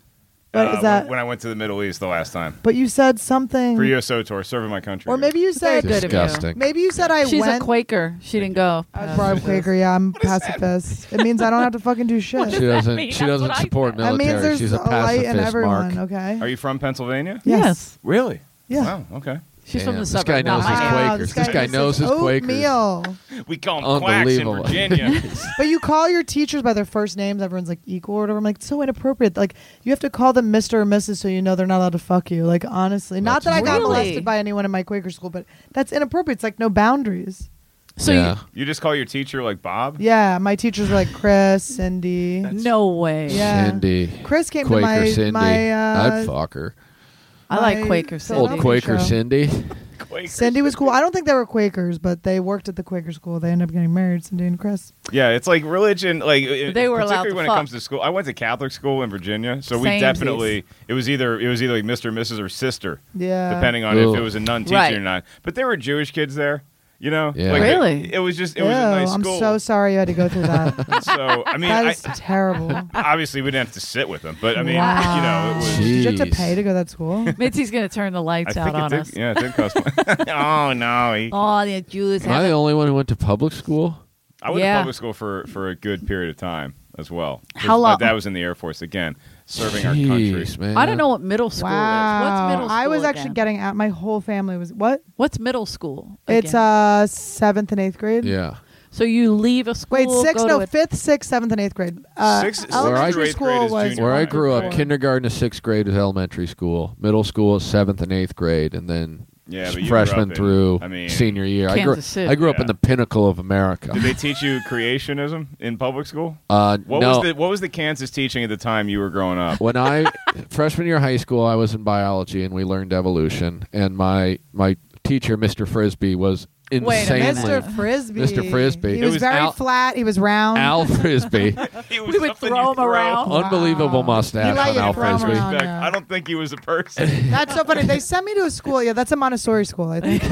Speaker 2: What
Speaker 7: uh,
Speaker 2: is that?
Speaker 7: When I went to the Middle East the last time
Speaker 2: But you said something.
Speaker 7: for USOTOR, serving my country.
Speaker 2: Or maybe you
Speaker 3: Very
Speaker 2: said
Speaker 3: good of you.
Speaker 1: Disgusting.
Speaker 2: maybe you said I
Speaker 3: She's
Speaker 2: went.
Speaker 3: a Quaker. She didn't go.
Speaker 2: I was born Quaker. Yeah, I'm pacifist. It means I don't have to
Speaker 1: *laughs*
Speaker 2: fucking do shit.
Speaker 1: She
Speaker 3: that
Speaker 1: doesn't.
Speaker 3: mean?
Speaker 1: She
Speaker 3: That's
Speaker 1: doesn't
Speaker 3: what I
Speaker 1: support
Speaker 2: That
Speaker 1: military.
Speaker 2: means there's
Speaker 1: She's a
Speaker 2: a light
Speaker 1: pacifist,
Speaker 2: in everyone.
Speaker 1: Mark.
Speaker 2: Okay.
Speaker 7: Are you from Pennsylvania?
Speaker 3: Yes.
Speaker 2: Yes.
Speaker 7: Really?
Speaker 2: Yeah.
Speaker 7: Wow. Okay.
Speaker 3: She's
Speaker 1: Damn,
Speaker 3: from the
Speaker 1: this
Speaker 3: suburbs.
Speaker 1: guy
Speaker 3: not
Speaker 1: knows his
Speaker 3: mine.
Speaker 1: Quaker. Quakers. This guy knows his Quakers.
Speaker 2: Oatmeal.
Speaker 7: We call them quacks in
Speaker 1: Unbelievable. *laughs*
Speaker 7: Virginia.
Speaker 2: But you call your teachers by their first names. Everyone's like equal or whatever. I'm like, it's so inappropriate. Like, you have to call them Mr. or Mrs. so you know they're not allowed to fuck you. Like, honestly. Not that I got
Speaker 3: Really?
Speaker 2: molested by anyone in my Quaker school, but that's inappropriate. It's like no boundaries.
Speaker 3: So
Speaker 1: yeah.
Speaker 7: you just call your teacher like Bob?
Speaker 2: Yeah, my teachers were like Chris, Cindy.
Speaker 3: you, no way.
Speaker 2: Yeah.
Speaker 1: Cindy.
Speaker 2: Chris came
Speaker 1: Quaker
Speaker 2: to my
Speaker 1: Cindy.
Speaker 2: my
Speaker 1: I'd
Speaker 2: uh,
Speaker 1: fuck her.
Speaker 3: I like
Speaker 2: my
Speaker 3: Quaker.
Speaker 2: Philadelphia
Speaker 1: Old Quaker
Speaker 2: show.
Speaker 1: Cindy.
Speaker 7: Quakers.
Speaker 2: Cindy was cool. I don't think they were Quakers, but they worked at the Quaker school. They ended up getting married, Cindy and Chris.
Speaker 7: Yeah, it's like religion. Like it-
Speaker 3: They were allowed
Speaker 7: particularly
Speaker 3: to
Speaker 7: when
Speaker 3: fuck.
Speaker 7: it comes to school. I went to Catholic school in Virginia, so we
Speaker 3: Samesies.
Speaker 7: definitely it was either it was either like Mr. or Mrs. or sister,
Speaker 2: Yeah.
Speaker 7: depending on
Speaker 1: Ooh.
Speaker 7: if it was a nun teacher
Speaker 3: Right.
Speaker 7: or not. But there were Jewish kids there. You know,
Speaker 1: Yeah.
Speaker 7: Like,
Speaker 3: Really?
Speaker 7: It, it was just it
Speaker 2: Ew,
Speaker 7: was a nice
Speaker 2: I'm
Speaker 7: school.
Speaker 2: so sorry you had to go through that.
Speaker 7: So, I mean,
Speaker 2: that
Speaker 7: I,
Speaker 2: is terrible.
Speaker 7: *laughs* obviously we didn't have to sit with them, but I mean,
Speaker 2: Wow.
Speaker 7: you know, it was.
Speaker 1: Jeez.
Speaker 2: Did you have to pay to go to that school?
Speaker 3: Mitzi's gonna turn the lights
Speaker 7: I
Speaker 3: out
Speaker 7: think
Speaker 3: on
Speaker 7: it
Speaker 3: us.
Speaker 7: did, yeah, it did cost money. *laughs* oh no, he-
Speaker 3: Oh, the Jews.
Speaker 1: Am I
Speaker 3: have
Speaker 1: the
Speaker 3: it.
Speaker 1: only one who went to public school?
Speaker 7: I went
Speaker 3: Yeah.
Speaker 7: to public school for for a good period of time as well. 'Cause
Speaker 3: How
Speaker 7: My
Speaker 3: long-
Speaker 7: dad was in the Air Force again, serving our country.
Speaker 1: Jeez, man.
Speaker 3: I don't know what middle school is. What's
Speaker 2: wow.
Speaker 3: middle school?
Speaker 2: I was
Speaker 3: again?
Speaker 2: actually getting out. My whole family was what?
Speaker 3: What's middle school?
Speaker 2: It's
Speaker 3: again?
Speaker 2: uh seventh and eighth grade.
Speaker 1: Yeah.
Speaker 3: So you leave a school.
Speaker 2: Wait, six?
Speaker 3: go
Speaker 2: No,
Speaker 3: to a-
Speaker 2: fifth, sixth, seventh, and eighth grade. Uh,
Speaker 7: Sixth- sixth
Speaker 1: through
Speaker 2: elementary
Speaker 7: eighth
Speaker 2: school
Speaker 7: grade is
Speaker 2: was
Speaker 7: junior
Speaker 1: Where I
Speaker 7: high.
Speaker 1: grew up,
Speaker 7: Before.
Speaker 1: kindergarten to sixth grade is elementary school. Middle school is seventh and eighth grade, and then
Speaker 7: Yeah, but you grew
Speaker 1: freshman
Speaker 7: up in-
Speaker 1: through
Speaker 7: I mean-
Speaker 1: senior year. I grew,
Speaker 3: Kansas City.
Speaker 1: I grew up in
Speaker 7: Yeah.
Speaker 1: the pinnacle of America.
Speaker 7: Did they teach you creationism in public school?
Speaker 1: Uh,
Speaker 7: What
Speaker 1: no,
Speaker 7: was the what was the Kansas teaching at the time you were growing up?
Speaker 1: when I freshman year of high school, I was in biology and we learned evolution. And my my teacher, Mr. Frisbee, was insanely
Speaker 2: Mr. Frisbee.
Speaker 1: Mr. Frisbee.
Speaker 2: He
Speaker 1: It
Speaker 2: was,
Speaker 1: was
Speaker 2: very
Speaker 1: Al-
Speaker 2: flat. He was round.
Speaker 1: Al Frisbee,
Speaker 2: *laughs*
Speaker 3: We would throw him around.
Speaker 1: unbelievable mustache
Speaker 2: You like
Speaker 1: on
Speaker 2: it
Speaker 1: Al
Speaker 2: from uh,
Speaker 1: Frisbee.
Speaker 2: around.
Speaker 7: Back.
Speaker 2: Yeah.
Speaker 7: I don't think he was
Speaker 1: *laughs*
Speaker 7: a person.
Speaker 2: That's so funny. They sent me to a school. Yeah, that's a Montessori school, I think.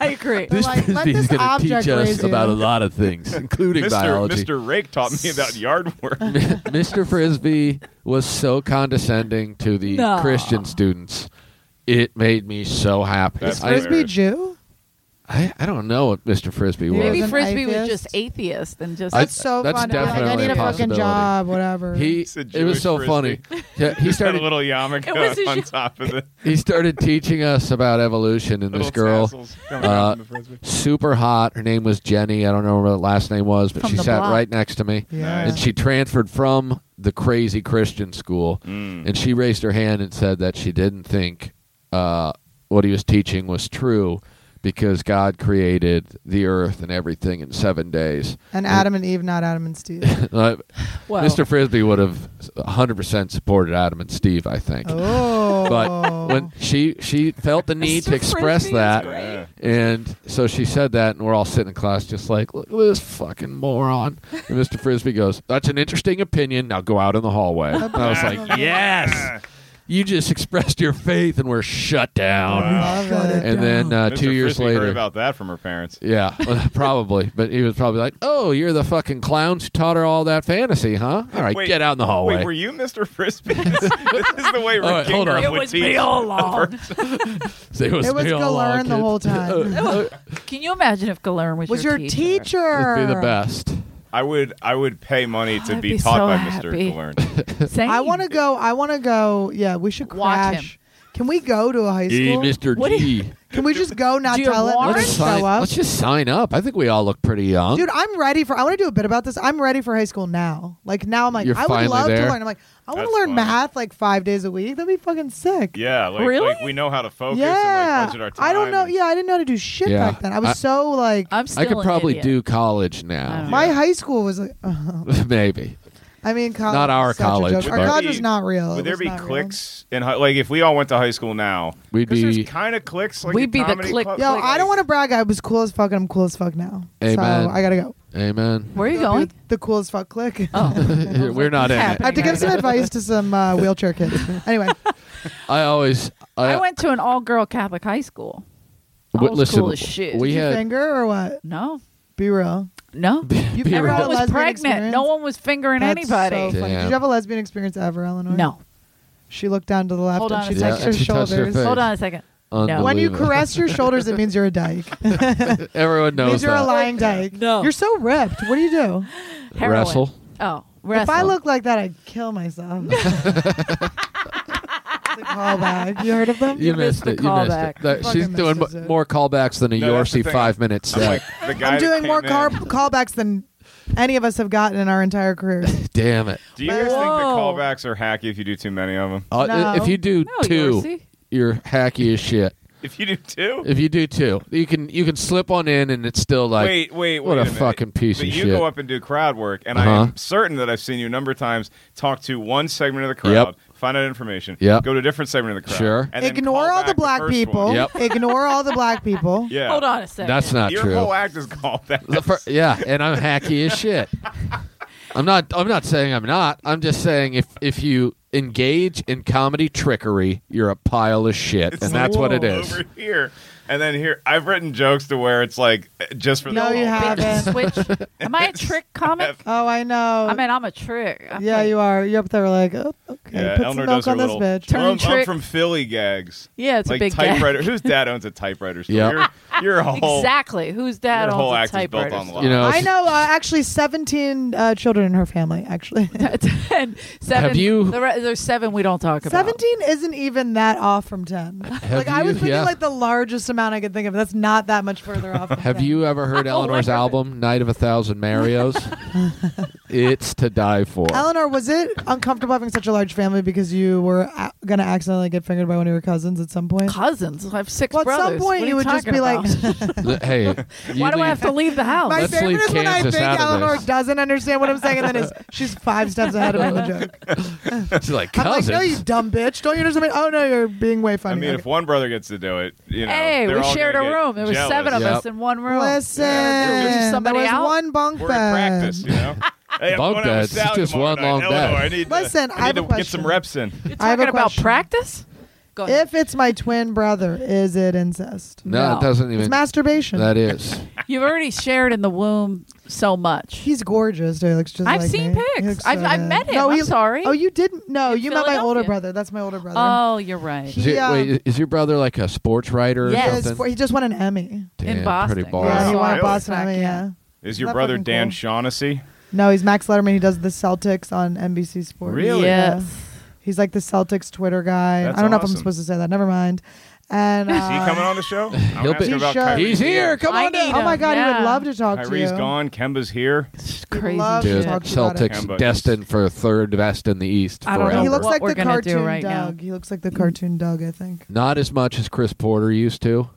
Speaker 3: I agree.
Speaker 2: They're
Speaker 1: This
Speaker 2: like, let
Speaker 1: Frisbee's
Speaker 2: this
Speaker 1: going to
Speaker 2: object
Speaker 1: teach us
Speaker 2: raise you.
Speaker 1: about a lot of
Speaker 2: *laughs*
Speaker 1: things, including
Speaker 7: Mr.
Speaker 1: biology.
Speaker 7: Mr. Rake taught
Speaker 1: *laughs*
Speaker 7: me about yard work.
Speaker 1: Mr. Frisbee was so condescending to the
Speaker 3: No.
Speaker 1: Christian students. It made me so happy.
Speaker 7: That's
Speaker 1: I,
Speaker 2: Frisbee Jew?
Speaker 1: I, I don't know what Mr. Frisbee was.
Speaker 3: Maybe
Speaker 2: was an
Speaker 3: Frisbee was
Speaker 2: atheist.
Speaker 3: just atheist and just.
Speaker 1: I-
Speaker 2: That's so
Speaker 1: that's
Speaker 2: funny. Like, I
Speaker 1: definitely
Speaker 2: need
Speaker 1: a
Speaker 2: a fucking
Speaker 1: possibility.
Speaker 2: job, whatever.
Speaker 1: He
Speaker 7: It's a
Speaker 1: it was
Speaker 7: Jewish
Speaker 1: so
Speaker 7: Frisbee.
Speaker 1: funny. Yeah, he
Speaker 7: Just *laughs* had
Speaker 1: started
Speaker 7: a little yarmulke
Speaker 3: It was a
Speaker 7: *laughs* on
Speaker 3: sh-
Speaker 7: top of the
Speaker 1: he started teaching us about evolution and this
Speaker 7: little
Speaker 1: girl
Speaker 7: tassels coming out
Speaker 1: uh,
Speaker 7: from the frisbee.
Speaker 1: super hot. Her name was Jenny. I don't know what her last name was, but
Speaker 3: From
Speaker 1: she
Speaker 3: the
Speaker 1: sat
Speaker 3: block.
Speaker 1: right next to me.
Speaker 2: yeah.
Speaker 7: Nice.
Speaker 1: And she transferred from the crazy Christian school.
Speaker 7: Mm.
Speaker 1: And she raised her hand and said that she didn't think uh, what he was teaching was true because God created the earth and everything in seven days. *laughs*
Speaker 2: and Adam and Eve, not Adam and Steve.
Speaker 1: Uh,
Speaker 3: well,
Speaker 1: Mr. Frisbee would have 100% supported Adam and Steve, I think.
Speaker 2: Oh.
Speaker 1: But when she she felt the need to
Speaker 3: Mr.
Speaker 1: express
Speaker 3: Frisbee is
Speaker 1: that,
Speaker 3: great.
Speaker 7: Yeah.
Speaker 1: and so she said that, and we're all sitting in class just like, look at this fucking moron. And Mr. Frisbee goes, that's an interesting opinion. Now go out in the hallway. And I was
Speaker 7: *laughs*
Speaker 1: like, yes, you just expressed your faith, and we're shut down.
Speaker 2: Love it.
Speaker 1: um, And then uh,
Speaker 7: Mr.
Speaker 1: two years
Speaker 7: Frisbee
Speaker 1: later.
Speaker 7: heard about that from her parents.
Speaker 1: yeah, *laughs* probably. But he was probably like, "Oh, you're the fucking clowns who taught her all that fantasy, huh? All right,
Speaker 7: Wait,
Speaker 1: get out in the hallway."
Speaker 7: Wait, were you Mr. Frisbee? *laughs* this, this is the way Rick
Speaker 1: All right, hold
Speaker 7: Ingram
Speaker 1: on.
Speaker 3: it
Speaker 7: would
Speaker 3: was
Speaker 7: teach.
Speaker 3: me all along.
Speaker 1: *laughs* So *laughs* it was
Speaker 2: it was
Speaker 1: me all along,
Speaker 2: Galern the
Speaker 1: kid. *laughs*
Speaker 2: whole time.
Speaker 3: Can you imagine if Galern was,
Speaker 2: was
Speaker 3: your,
Speaker 2: your teacher?
Speaker 1: It'd be the best.
Speaker 7: I would I would pay money to
Speaker 3: I'd
Speaker 7: be,
Speaker 3: be
Speaker 7: taught
Speaker 3: so
Speaker 7: by
Speaker 3: happy.
Speaker 7: Mr. Galern.
Speaker 3: Same.
Speaker 2: I want to go. I want to go. Yeah, we should
Speaker 3: Watch
Speaker 2: crash.
Speaker 3: him.
Speaker 2: Can we go to a high school?
Speaker 1: Mr.
Speaker 3: What do you-
Speaker 1: G.
Speaker 2: Can we just go? Not
Speaker 3: Do you
Speaker 2: tell it.
Speaker 3: want
Speaker 1: Let's,
Speaker 2: not
Speaker 3: Orange
Speaker 1: sign,
Speaker 2: show up.
Speaker 1: let's just sign up. I think we all look pretty young.
Speaker 2: Dude, I'm ready for. I want to do a bit about this. I'm ready for high school now. Like now, I'm like,
Speaker 1: You're
Speaker 2: I would
Speaker 1: finally
Speaker 2: love
Speaker 1: there?
Speaker 2: to learn. I'm like, I want
Speaker 7: That's
Speaker 2: to learn
Speaker 7: fun.
Speaker 2: math like five days a week. That'd be fucking sick.
Speaker 7: Yeah, like,
Speaker 3: Really?
Speaker 7: like we know how to focus
Speaker 2: Yeah.
Speaker 7: and like budget our time.
Speaker 2: I don't know.
Speaker 7: and-
Speaker 2: Yeah, I didn't know how to do shit
Speaker 1: Yeah.
Speaker 2: back then. I was
Speaker 1: I-
Speaker 2: so like,
Speaker 3: I'm still
Speaker 1: I could
Speaker 3: an
Speaker 1: probably
Speaker 3: idiot.
Speaker 1: do college
Speaker 3: I don't
Speaker 1: now.
Speaker 2: my
Speaker 7: Yeah.
Speaker 2: high school was. Like, *laughs* uh,
Speaker 1: *laughs* Maybe.
Speaker 2: I mean, college
Speaker 1: Not
Speaker 2: was
Speaker 1: our
Speaker 2: such a
Speaker 1: college,
Speaker 2: joke. Our
Speaker 1: but-
Speaker 2: college was not real.
Speaker 7: Would
Speaker 2: It
Speaker 7: there
Speaker 2: was
Speaker 7: be
Speaker 2: not real.
Speaker 7: cliques in high, like if we all went to high school now?
Speaker 1: We'd
Speaker 7: Because
Speaker 1: be
Speaker 7: there's kind of cliques. Like
Speaker 3: We'd
Speaker 7: a
Speaker 3: be the
Speaker 7: comedy
Speaker 3: clique-
Speaker 7: club.
Speaker 2: Yo,
Speaker 3: Like-
Speaker 2: I don't want to brag. I was cool as fuck, and I'm cool as fuck now.
Speaker 1: Amen.
Speaker 2: So I gotta go.
Speaker 1: Amen.
Speaker 3: Where are you going?
Speaker 2: The cool as fuck click.
Speaker 3: Oh,
Speaker 1: *laughs* We're not in it.
Speaker 2: *laughs* I have
Speaker 3: *laughs*
Speaker 2: to give some advice to some uh, wheelchair kids.
Speaker 1: *laughs*
Speaker 2: Anyway,
Speaker 1: I always. I,
Speaker 3: I went to an all-girl Catholic high school. I
Speaker 1: w-
Speaker 3: was
Speaker 1: listen,
Speaker 3: cool as shit.
Speaker 1: We
Speaker 2: did you
Speaker 1: *laughs* had.
Speaker 2: finger or what?
Speaker 3: No,
Speaker 2: Be real. *laughs*
Speaker 3: no.
Speaker 2: You
Speaker 1: Be
Speaker 2: ever
Speaker 1: real.
Speaker 3: Everyone
Speaker 2: had
Speaker 3: was
Speaker 2: a lesbian
Speaker 3: pregnant.
Speaker 2: experience?
Speaker 3: No one was fingering
Speaker 2: That's
Speaker 3: anybody.
Speaker 2: So funny. Did
Speaker 1: Damn.
Speaker 2: you have a lesbian experience ever, Eleanor?
Speaker 3: no.
Speaker 2: She looked down to the left
Speaker 3: Hold
Speaker 2: and
Speaker 3: on
Speaker 2: she
Speaker 3: a Yeah,
Speaker 2: touched
Speaker 3: second.
Speaker 2: her
Speaker 1: she touched her
Speaker 2: shoulders.
Speaker 1: face.
Speaker 3: Hold on a second. No.
Speaker 2: when you
Speaker 1: Unbelievable.
Speaker 2: caress your shoulders, it means you're a dyke. it
Speaker 1: *laughs* everyone knows
Speaker 2: means you're a
Speaker 1: that.
Speaker 2: lying dyke.
Speaker 3: No.
Speaker 2: You're so ripped. What do you do?
Speaker 3: Heroin.
Speaker 1: Wrestle.
Speaker 3: Oh, wrestle.
Speaker 2: If I look like that, I'd kill myself. it's a callback. You heard of them?
Speaker 1: You missed
Speaker 3: missed the
Speaker 1: it. You missed
Speaker 3: callback.
Speaker 1: it. That-
Speaker 2: Fucking
Speaker 1: she's doing
Speaker 2: misses
Speaker 1: mo-
Speaker 2: it.
Speaker 1: more callbacks than a
Speaker 7: No, that's the
Speaker 1: Yorcy
Speaker 7: thing.
Speaker 1: five minute
Speaker 7: I'm
Speaker 1: set.
Speaker 7: like the guy
Speaker 2: I'm
Speaker 7: that
Speaker 2: doing
Speaker 7: came
Speaker 2: more car-
Speaker 7: in.
Speaker 2: callbacks than any of us have gotten in our entire careers.
Speaker 1: Damn it.
Speaker 7: Do you guys think the
Speaker 3: Whoa.
Speaker 7: callbacks are hacky if you do too many of them?
Speaker 1: Uh,
Speaker 2: No.
Speaker 1: If you do
Speaker 3: No,
Speaker 1: two,
Speaker 3: Yorcy.
Speaker 1: you're hacky as shit.
Speaker 7: If you do two?
Speaker 1: If you do two, you can you can slip on in and it's still like
Speaker 7: wait, wait,
Speaker 1: what
Speaker 7: wait
Speaker 1: a
Speaker 7: minute.
Speaker 1: fucking piece
Speaker 7: but
Speaker 1: of
Speaker 7: you
Speaker 1: shit.
Speaker 7: go up and do crowd work, and I
Speaker 1: Uh-huh.
Speaker 7: am certain that I've seen you a number of times talk to one segment of the crowd,
Speaker 1: Yep.
Speaker 7: find out information,
Speaker 1: Yep.
Speaker 7: go to a different segment of the crowd,
Speaker 1: Sure.
Speaker 7: and then
Speaker 2: Ignore
Speaker 7: call
Speaker 2: all
Speaker 7: back
Speaker 2: the black
Speaker 7: first
Speaker 2: people.
Speaker 7: one.
Speaker 1: Yep.
Speaker 2: Ignore all the black people.
Speaker 7: *laughs* Yeah,
Speaker 3: Hold on a second.
Speaker 1: That's not
Speaker 7: Your
Speaker 1: true.
Speaker 7: whole act is callback.
Speaker 1: The
Speaker 7: *laughs*
Speaker 1: fir- yeah, and I'm hacky as shit. I'm not. I'm not saying I'm not. I'm just saying if if you engage in comedy trickery, you're a pile of shit,
Speaker 7: It's
Speaker 1: and that's what it
Speaker 7: all
Speaker 1: is.
Speaker 7: Over here, and then here, I've written jokes to where it's like uh, just for
Speaker 2: No,
Speaker 7: the
Speaker 2: you
Speaker 7: callback.
Speaker 2: haven't.
Speaker 1: *laughs*
Speaker 3: Switch. Am I a trick comic?
Speaker 2: Oh, I know.
Speaker 3: I mean, I'm a trick. I'm
Speaker 2: yeah,
Speaker 3: like-
Speaker 2: you are. You're up there like, oh, okay,
Speaker 7: Yeah,
Speaker 2: put
Speaker 7: Eleanor
Speaker 2: some milk
Speaker 7: does her
Speaker 2: on this
Speaker 7: little.
Speaker 2: bitch.
Speaker 3: Turn
Speaker 7: I'm, I'm
Speaker 3: trick.
Speaker 7: from Philly gags.
Speaker 3: Yeah, it's
Speaker 7: like
Speaker 3: a big gag. *laughs*
Speaker 7: typewriter. Whose dad owns a typewriter store?
Speaker 1: Yep.
Speaker 7: Your, your whole
Speaker 3: Exactly. Who's dad
Speaker 7: your
Speaker 3: owns
Speaker 7: whole
Speaker 3: a
Speaker 7: act is built
Speaker 3: typewriter?
Speaker 7: on lies.
Speaker 1: You know,
Speaker 2: I know uh, actually 17 uh, children in her family,
Speaker 1: *laughs*
Speaker 2: actually.
Speaker 3: *laughs* ten, seven.
Speaker 1: Have you-
Speaker 3: The re- there's seven we don't
Speaker 2: *laughs*
Speaker 3: talk about.
Speaker 2: 17 isn't even that off from 10. *laughs* like, I
Speaker 1: you-
Speaker 2: was thinking
Speaker 1: yeah.
Speaker 2: like the largest amount I could think of. That's not that much further off. From
Speaker 1: Have
Speaker 2: 10.
Speaker 1: you ever
Speaker 7: *laughs* Oh,
Speaker 1: heard Eleanor's
Speaker 3: I heard it.
Speaker 1: album "Night of a Thousand Marios"? it's to die for.
Speaker 2: Eleanor, was it uncomfortable having such a large family because you were a- going to accidentally get fingered by one of your cousins at some point?
Speaker 3: Cousins. I have six
Speaker 2: Well, at
Speaker 3: brothers.
Speaker 2: some point,
Speaker 3: What are
Speaker 2: you would just
Speaker 3: talking
Speaker 2: be
Speaker 3: about?
Speaker 1: *laughs*
Speaker 2: like,
Speaker 1: hey,
Speaker 3: Why do I have to leave the house?
Speaker 2: *laughs* My
Speaker 1: Let's
Speaker 2: favorite
Speaker 1: leave
Speaker 2: is when I
Speaker 1: Kansas
Speaker 2: think
Speaker 1: out of
Speaker 2: Eleanor
Speaker 1: this.
Speaker 2: doesn't understand what I'm saying, and then is she's five steps ahead of me
Speaker 1: *laughs*
Speaker 2: in the joke.
Speaker 1: She's like
Speaker 2: I'm like,
Speaker 1: cousins.
Speaker 2: no, you dumb bitch. Don't you understand? Me? Oh no, you're being way
Speaker 7: I
Speaker 2: funny.
Speaker 7: mean, if one brother gets to do it, you know,
Speaker 3: Hey,
Speaker 7: They're
Speaker 3: we
Speaker 7: all
Speaker 3: shared a
Speaker 7: gonna get
Speaker 3: room. There was
Speaker 7: jealous.
Speaker 3: seven of
Speaker 1: Yep.
Speaker 3: us in one room.
Speaker 2: Listen,
Speaker 7: Yeah,
Speaker 3: there's just
Speaker 2: there
Speaker 3: somebody
Speaker 2: was
Speaker 3: out.
Speaker 2: one bunk
Speaker 7: We're
Speaker 2: bed.
Speaker 7: at practice, you know. *laughs* Hey, I'm
Speaker 1: Bunk
Speaker 7: going out
Speaker 1: beds,
Speaker 7: with Sal
Speaker 1: it's just
Speaker 7: tomorrow
Speaker 1: one
Speaker 7: night.
Speaker 1: long
Speaker 7: Illinois,
Speaker 1: day.
Speaker 7: I need to-
Speaker 2: Listen, I
Speaker 7: need
Speaker 2: have a
Speaker 7: to get some
Speaker 2: question.
Speaker 7: reps in.
Speaker 3: You're
Speaker 2: I have a
Speaker 3: talking about
Speaker 2: question.
Speaker 3: practice? Go ahead.
Speaker 2: *laughs* If it's my twin brother, is it incest?
Speaker 1: No,
Speaker 3: No.
Speaker 1: it doesn't even.
Speaker 2: It's masturbation.
Speaker 1: that is.
Speaker 3: You've already shared in the womb so much.
Speaker 2: He's gorgeous. Dude. He looks just
Speaker 3: I've
Speaker 2: like
Speaker 3: seen
Speaker 2: me. He
Speaker 3: pics.
Speaker 2: looks
Speaker 3: I've- I've
Speaker 2: good.
Speaker 3: met him. I'm
Speaker 2: he-
Speaker 3: sorry.
Speaker 2: Oh, you did? No,
Speaker 3: In
Speaker 2: you met my older
Speaker 3: Philadelphia.
Speaker 2: brother. That's my older brother.
Speaker 3: oh, you're right.
Speaker 1: Is,
Speaker 2: He,
Speaker 1: it- wait,
Speaker 2: um,
Speaker 1: is your brother like a sports writer
Speaker 3: Yes.
Speaker 1: or
Speaker 2: Yes,
Speaker 1: something?
Speaker 2: he just won an Emmy.
Speaker 1: Damn,
Speaker 3: In Boston.
Speaker 1: Pretty
Speaker 3: Wow.
Speaker 2: Yeah,
Speaker 1: bars.
Speaker 2: he won
Speaker 7: Really?
Speaker 2: a Boston Emmy.
Speaker 3: Yeah.
Speaker 2: Yeah.
Speaker 7: Is
Speaker 2: Isn't
Speaker 7: your
Speaker 2: that
Speaker 7: brother
Speaker 2: fucking
Speaker 7: Dan
Speaker 2: cool?
Speaker 7: Shaughnessy?
Speaker 2: No, he's Max Letterman. He does the Celtics on NBC Sports.
Speaker 7: Really?
Speaker 2: Yeah.
Speaker 3: Yes.
Speaker 2: He's like the Celtics Twitter guy.
Speaker 7: That's
Speaker 2: I don't know if
Speaker 7: awesome.
Speaker 2: I'm supposed to say that. Never mind. And
Speaker 7: Is he
Speaker 2: uh,
Speaker 7: coming on the show? I'm
Speaker 1: He'll
Speaker 7: asking
Speaker 1: be-
Speaker 7: about
Speaker 2: He should.
Speaker 7: Kyrie.
Speaker 1: He's here. Come
Speaker 3: I
Speaker 1: on down.
Speaker 3: need
Speaker 2: Oh my God, he
Speaker 3: Yeah.
Speaker 2: would love to talk
Speaker 7: Kyrie's
Speaker 2: to you.
Speaker 7: gone. Kemba's here.
Speaker 3: It's
Speaker 2: We'd
Speaker 3: crazy
Speaker 2: love to
Speaker 1: Dude,
Speaker 3: shit.
Speaker 2: talk to you about it.
Speaker 1: Celtics destined for third best in the East
Speaker 3: I
Speaker 1: forever.
Speaker 3: don't know
Speaker 2: He looks
Speaker 3: what
Speaker 2: like
Speaker 3: we're
Speaker 2: the
Speaker 3: gonna do
Speaker 2: cartoon
Speaker 3: right now.
Speaker 2: Doug. He looks like the cartoon Doug. I think.
Speaker 1: Not as much as Chris Porter used to.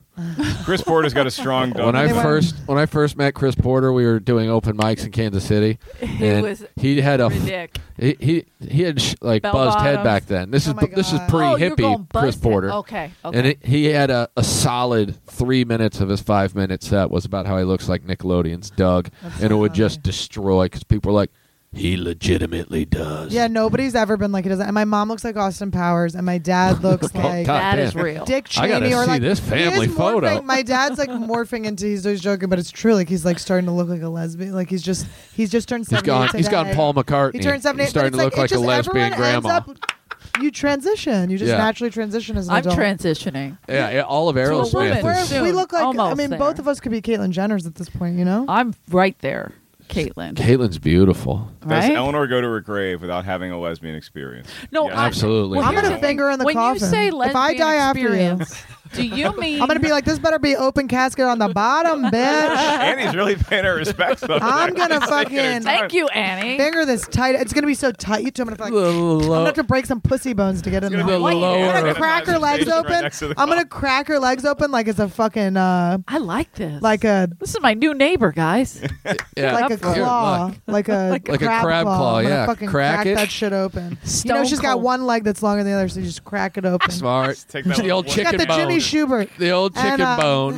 Speaker 7: Chris Porter's got
Speaker 1: *laughs*
Speaker 7: a strong dog.
Speaker 1: When I
Speaker 2: Anyway.
Speaker 1: first when I first met Chris Porter, we were doing open mics in Kansas
Speaker 2: *laughs*
Speaker 1: City,
Speaker 3: He
Speaker 1: and
Speaker 3: was
Speaker 1: he had a f-
Speaker 3: ridic.
Speaker 1: he, he he had sh- like
Speaker 3: Bell
Speaker 1: buzzed head
Speaker 3: bottoms.
Speaker 1: back then. This
Speaker 2: Oh
Speaker 1: is
Speaker 2: my
Speaker 1: this is
Speaker 2: God.
Speaker 1: pretty
Speaker 3: oh, you're going
Speaker 1: hippie Chris
Speaker 3: buzz it.
Speaker 1: Porter.
Speaker 3: Okay. Okay.
Speaker 1: And it, he had a, a solid three minutes of his five minute set was about how he looks like Nickelodeon's Doug,
Speaker 2: That's
Speaker 1: and it
Speaker 2: so
Speaker 1: would
Speaker 2: funny.
Speaker 1: just destroy because people were like, he legitimately does.
Speaker 2: Yeah, nobody's ever been like he doesn't. And my mom looks like Austin Powers, and
Speaker 1: *laughs*
Speaker 2: my dad looks
Speaker 1: Oh,
Speaker 2: like
Speaker 1: God
Speaker 3: That
Speaker 1: damn.
Speaker 3: is real.
Speaker 2: Dick
Speaker 1: I gotta
Speaker 2: Cheney. or
Speaker 1: see
Speaker 2: like
Speaker 1: this
Speaker 2: he is
Speaker 1: family
Speaker 2: morphing-
Speaker 1: photo.
Speaker 2: *laughs* My dad's like morphing into he's always joking, but it's true. Like he's like starting to look like a lesbian. Like he's just he's just turned.
Speaker 1: He's
Speaker 2: 70
Speaker 1: gone. He's
Speaker 2: today.
Speaker 1: gone. Paul McCartney.
Speaker 2: He turned seventy.
Speaker 1: He's starting to
Speaker 2: but
Speaker 1: look
Speaker 2: it's
Speaker 1: like,
Speaker 2: like, it
Speaker 1: a
Speaker 2: just-
Speaker 1: lesbian
Speaker 2: everyone
Speaker 1: grandma.
Speaker 2: ends up- you transition. You just
Speaker 1: Yeah.
Speaker 2: naturally transition as an
Speaker 3: I'm
Speaker 2: adult.
Speaker 3: transitioning.
Speaker 1: yeah, yeah, all of
Speaker 3: woman.
Speaker 1: Aerosmith.
Speaker 2: We're-
Speaker 1: is-
Speaker 3: Soon.
Speaker 2: we look like. I
Speaker 3: Almost
Speaker 2: mean,
Speaker 3: there.
Speaker 2: both of us could be Caitlyn Jenner's at this point. You know.
Speaker 3: I'm right there, Caitlin.
Speaker 1: Caitlin's beautiful.
Speaker 7: Does
Speaker 3: right?
Speaker 7: Eleanor go to her grave without having a lesbian experience?
Speaker 3: No,
Speaker 7: Yeah.
Speaker 3: I-
Speaker 7: *laughs*
Speaker 1: Absolutely.
Speaker 3: well,
Speaker 2: I'm
Speaker 3: here's
Speaker 2: gonna
Speaker 3: the
Speaker 2: finger
Speaker 3: thing.
Speaker 2: in the
Speaker 3: when
Speaker 2: coffin.
Speaker 3: you say
Speaker 2: If I
Speaker 3: lesbian
Speaker 2: die after you.
Speaker 3: experience, do you mean
Speaker 2: *laughs* I'm gonna be like, this better be open casket on the bottom, bitch.
Speaker 7: Annie's really paying her respects. over
Speaker 2: I'm
Speaker 7: there.
Speaker 2: gonna
Speaker 7: She's taking her
Speaker 2: fucking-
Speaker 7: time.
Speaker 3: Thank you, Annie.
Speaker 2: Finger this tight. It's gonna be so tight. You two, I'm gonna, like, I'm gonna have to break some pussy bones to get in
Speaker 7: It's gonna
Speaker 2: there.
Speaker 1: The
Speaker 7: be like-
Speaker 1: lower-
Speaker 2: I'm gonna
Speaker 1: Organized
Speaker 2: crack her legs
Speaker 7: right
Speaker 2: open.
Speaker 7: next to the
Speaker 2: I'm gonna
Speaker 7: clock.
Speaker 2: crack her legs open like it's a fucking uh,
Speaker 3: I like this.
Speaker 2: like a
Speaker 3: this is my new neighbor, guys.
Speaker 1: Yeah.
Speaker 2: like a
Speaker 3: Good
Speaker 2: claw, like a
Speaker 1: Like a crab claw,
Speaker 2: I'm gonna
Speaker 1: yeah.
Speaker 2: fucking
Speaker 1: Crack
Speaker 2: crack,
Speaker 1: it.
Speaker 2: that shit open. you know
Speaker 3: Stone
Speaker 2: she's
Speaker 3: *laughs*
Speaker 2: got
Speaker 3: cold.
Speaker 2: one leg that's longer than the other, so you just crack it open.
Speaker 1: Smart.
Speaker 7: *laughs* Take that
Speaker 1: the old
Speaker 7: one.
Speaker 2: She got
Speaker 1: chicken
Speaker 2: the
Speaker 1: bone.
Speaker 2: Jimmy Schubert.
Speaker 1: the old
Speaker 2: And,
Speaker 1: chicken *laughs*
Speaker 2: uh, *laughs*
Speaker 1: bone.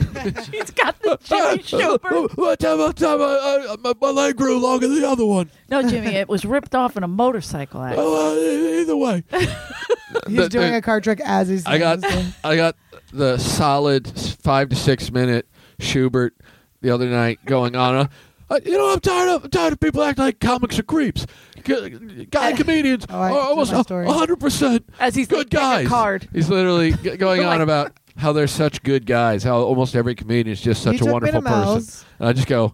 Speaker 3: He's got the
Speaker 1: *laughs*
Speaker 3: Jimmy Schubert.
Speaker 1: One time, one time, I, I, my, my leg grew longer than the other one.
Speaker 3: No, Jimmy, it was ripped off in a motorcycle accident.
Speaker 1: Oh, uh, either way.
Speaker 2: He's
Speaker 1: The-
Speaker 2: doing
Speaker 1: the-
Speaker 2: a card trick as he's.
Speaker 1: I got,
Speaker 2: *laughs* doing his thing.
Speaker 1: I got the solid s- five to six minute Schubert the other night going on. Uh, I- you know, I'm tired of I'm tired of people acting like comics are creeps. G- Guy
Speaker 2: *laughs*
Speaker 1: comedians
Speaker 2: Oh, I
Speaker 1: are
Speaker 2: told
Speaker 1: almost
Speaker 2: my story.
Speaker 1: 100 percent
Speaker 3: As he's
Speaker 1: good
Speaker 3: taking a
Speaker 1: guys.
Speaker 3: card.
Speaker 1: He's literally
Speaker 2: *laughs*
Speaker 1: g- going
Speaker 3: Like-
Speaker 1: on about how they're such good guys. How almost every comedian is just *laughs*
Speaker 2: You
Speaker 1: such
Speaker 2: took
Speaker 1: a
Speaker 2: me
Speaker 1: wonderful
Speaker 2: to
Speaker 1: person.
Speaker 2: Mel's.
Speaker 1: And I just go,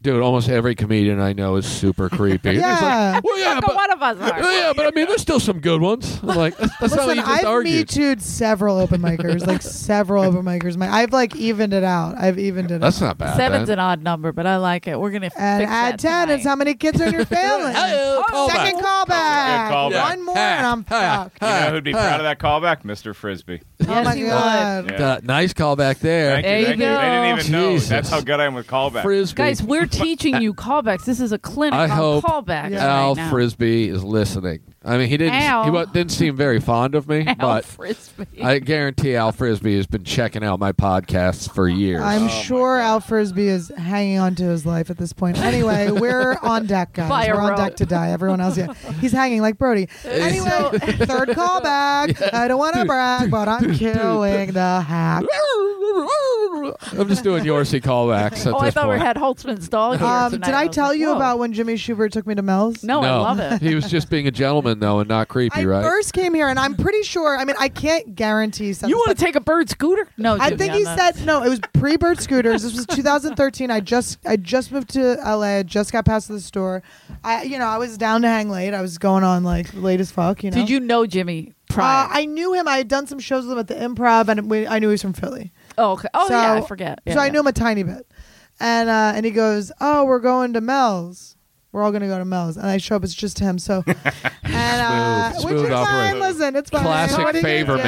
Speaker 1: dude. Almost every comedian I know is
Speaker 2: *laughs*
Speaker 1: super creepy. And it's like,
Speaker 2: Yeah.
Speaker 1: well, yeah,
Speaker 3: Fuck,
Speaker 1: but.
Speaker 3: one of us
Speaker 1: *laughs*
Speaker 3: are.
Speaker 1: Yeah, but I mean, there's still some good ones. I'm like, that's, that's not what
Speaker 2: Listen,
Speaker 1: you just
Speaker 2: I've
Speaker 1: argued.
Speaker 2: me too'd several open micers,
Speaker 1: *laughs*
Speaker 2: like several open micers. My, I've like evened it out. I've evened it
Speaker 1: That's
Speaker 2: out.
Speaker 1: not bad.
Speaker 3: Seven's
Speaker 1: then.
Speaker 3: an odd number, but I like it. We're gonna fix
Speaker 2: and
Speaker 3: that
Speaker 2: add ten
Speaker 3: tonight.
Speaker 2: is how many kids are
Speaker 1: *laughs*
Speaker 2: in your family.
Speaker 1: Hey, call
Speaker 2: Second
Speaker 1: back.
Speaker 2: callback.
Speaker 7: Callback. Yeah, callback.
Speaker 2: One more
Speaker 1: Yeah.
Speaker 2: and I'm
Speaker 1: Yeah.
Speaker 2: fucked.
Speaker 7: You know
Speaker 1: Hi,
Speaker 7: who'd be
Speaker 1: hi.
Speaker 7: proud of that callback? Mr. Frisbee.
Speaker 2: Oh
Speaker 3: Yes,
Speaker 2: my
Speaker 3: he
Speaker 2: god.
Speaker 7: would.
Speaker 1: Uh, nice call back there.
Speaker 7: Thank
Speaker 3: There you
Speaker 7: you. Thank you.
Speaker 3: go.
Speaker 7: They didn't even know.
Speaker 1: Jesus.
Speaker 7: That's how good I am with callbacks.
Speaker 1: Frisbee.
Speaker 3: Guys, we're teaching you callbacks. This is a clinic
Speaker 1: I
Speaker 3: on
Speaker 1: hope
Speaker 3: callbacks.
Speaker 1: Al
Speaker 3: right now.
Speaker 1: Frisbee is listening. I mean, he didn't.
Speaker 3: Al.
Speaker 1: He wa- didn't seem very fond of me,
Speaker 3: *laughs* Al
Speaker 1: but
Speaker 3: Frisbee.
Speaker 1: I guarantee Al Frisbee has been checking out my podcasts for years.
Speaker 3: Oh,
Speaker 2: I'm sure Al Frisbee is hanging on to his life at this point. Anyway,
Speaker 3: *laughs*
Speaker 2: we're on deck, guys.
Speaker 3: By a
Speaker 2: we're on
Speaker 3: rope.
Speaker 2: deck to die. Everyone else, yeah, he's hanging like Brody. Anyway, *laughs* third
Speaker 3: *laughs*
Speaker 2: callback. I don't want to brag, but I'm killing the hack.
Speaker 1: I'm just doing Yorsey callbacks at
Speaker 3: Oh, I
Speaker 1: this
Speaker 3: thought we
Speaker 1: point.
Speaker 3: had Holtzman's dog here
Speaker 2: Um,
Speaker 3: tonight.
Speaker 2: did I
Speaker 3: was
Speaker 2: tell
Speaker 3: like,
Speaker 2: you
Speaker 3: whoa.
Speaker 2: about when Jimmy Schubert took me to Mel's?
Speaker 3: No, I
Speaker 1: no, *laughs*
Speaker 3: love it.
Speaker 1: he was just being a gentleman though, and not creepy,
Speaker 2: I
Speaker 1: right?
Speaker 2: first came here, and I'm pretty sure. I mean, I can't guarantee something.
Speaker 3: You want to take a bird scooter? No,
Speaker 2: I
Speaker 3: Jimmy,
Speaker 2: think
Speaker 3: I'm
Speaker 2: he
Speaker 3: not.
Speaker 2: said no. It was pre-Bird Scooters.
Speaker 3: *laughs*
Speaker 2: This was 2013. I just I just moved to LA. I just got past the store. I you know I was down to hang late. I was going on like late as fuck. You know.
Speaker 3: Did you know Jimmy prior?
Speaker 2: Uh, I knew him. I had done some shows with him at the Improv, and we, I knew he was from Philly.
Speaker 3: oh, okay. oh
Speaker 2: so,
Speaker 3: yeah, I forget. Yeah,
Speaker 2: so I
Speaker 3: yeah.
Speaker 2: knew him a tiny bit, and uh, and he goes, "Oh, we're going to Mel's. We're all going to go to Mel's." And I show up. It's just him.
Speaker 3: *laughs*
Speaker 2: So, and uh,
Speaker 1: Smooth.
Speaker 2: which
Speaker 1: Smooth
Speaker 2: is
Speaker 1: operation.
Speaker 2: fine. Listen, it's fine.
Speaker 1: Classic
Speaker 2: What are you
Speaker 1: Favorman
Speaker 2: gonna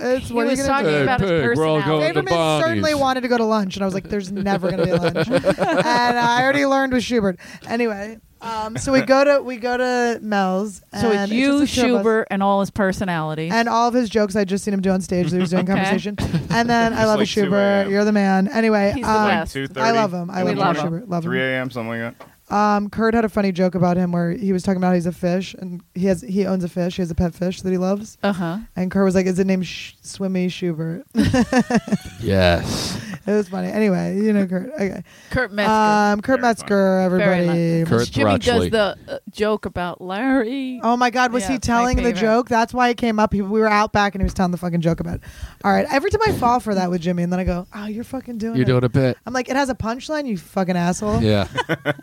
Speaker 2: do? Uh, It's
Speaker 3: He
Speaker 2: what are you
Speaker 3: was
Speaker 2: gonna
Speaker 3: talking
Speaker 2: do?
Speaker 3: about his
Speaker 1: pig, we're all going to
Speaker 3: personality.
Speaker 2: Favorman
Speaker 1: Bonnie's.
Speaker 2: certainly wanted to go to lunch, and I was like, "There's never going to be lunch." and I already learned with Schubert. Anyway, Um, so we go to we go to Mel's. And
Speaker 3: So it's you,
Speaker 2: just the two of us.
Speaker 3: Schubert, and all his personality.
Speaker 2: and all of his jokes I just seen him do on stage that he was doing
Speaker 3: *laughs* Okay.
Speaker 2: conversation. And
Speaker 7: *laughs*
Speaker 2: then I
Speaker 7: It's
Speaker 2: love you,
Speaker 7: like 2
Speaker 2: Schubert.
Speaker 7: a.m..
Speaker 2: You're the man. Anyway,
Speaker 3: He's the
Speaker 2: um,
Speaker 3: best.
Speaker 7: Two thirty.
Speaker 2: I love him. I
Speaker 3: We
Speaker 2: love,
Speaker 3: love
Speaker 2: him.
Speaker 3: him.
Speaker 2: Schubert. Love
Speaker 7: Three
Speaker 2: him.
Speaker 7: a.m. Something like that.
Speaker 2: Um, Kurt had a funny joke about him where he was talking about how he's a fish and he has he owns a fish. He has a pet fish that he loves.
Speaker 3: uh huh.
Speaker 2: And Kurt was like, "Is it named Sh- Swimmy Schubert?" *laughs*
Speaker 1: Yes.
Speaker 2: it was funny. Anyway, you know Kurt. Okay.
Speaker 3: Kurt Metzger.
Speaker 2: Um, Kurt
Speaker 7: Very
Speaker 2: Metzger,
Speaker 3: Very
Speaker 2: everybody.
Speaker 3: nice.
Speaker 1: Kurt
Speaker 3: Jimmy
Speaker 1: Thruxley.
Speaker 3: does the uh, joke about Larry.
Speaker 2: Oh my God, was
Speaker 3: Yeah,
Speaker 2: he
Speaker 3: it's my
Speaker 2: telling the
Speaker 3: favorite.
Speaker 2: joke? That's why it came up. He, we were out back and he was telling the fucking joke about it. All right. Every time I fall for that with Jimmy, and then I go, oh, you're fucking doing
Speaker 1: You're
Speaker 2: it.
Speaker 1: doing a bit.
Speaker 2: I'm like, it has a punchline, you fucking asshole.
Speaker 1: Yeah.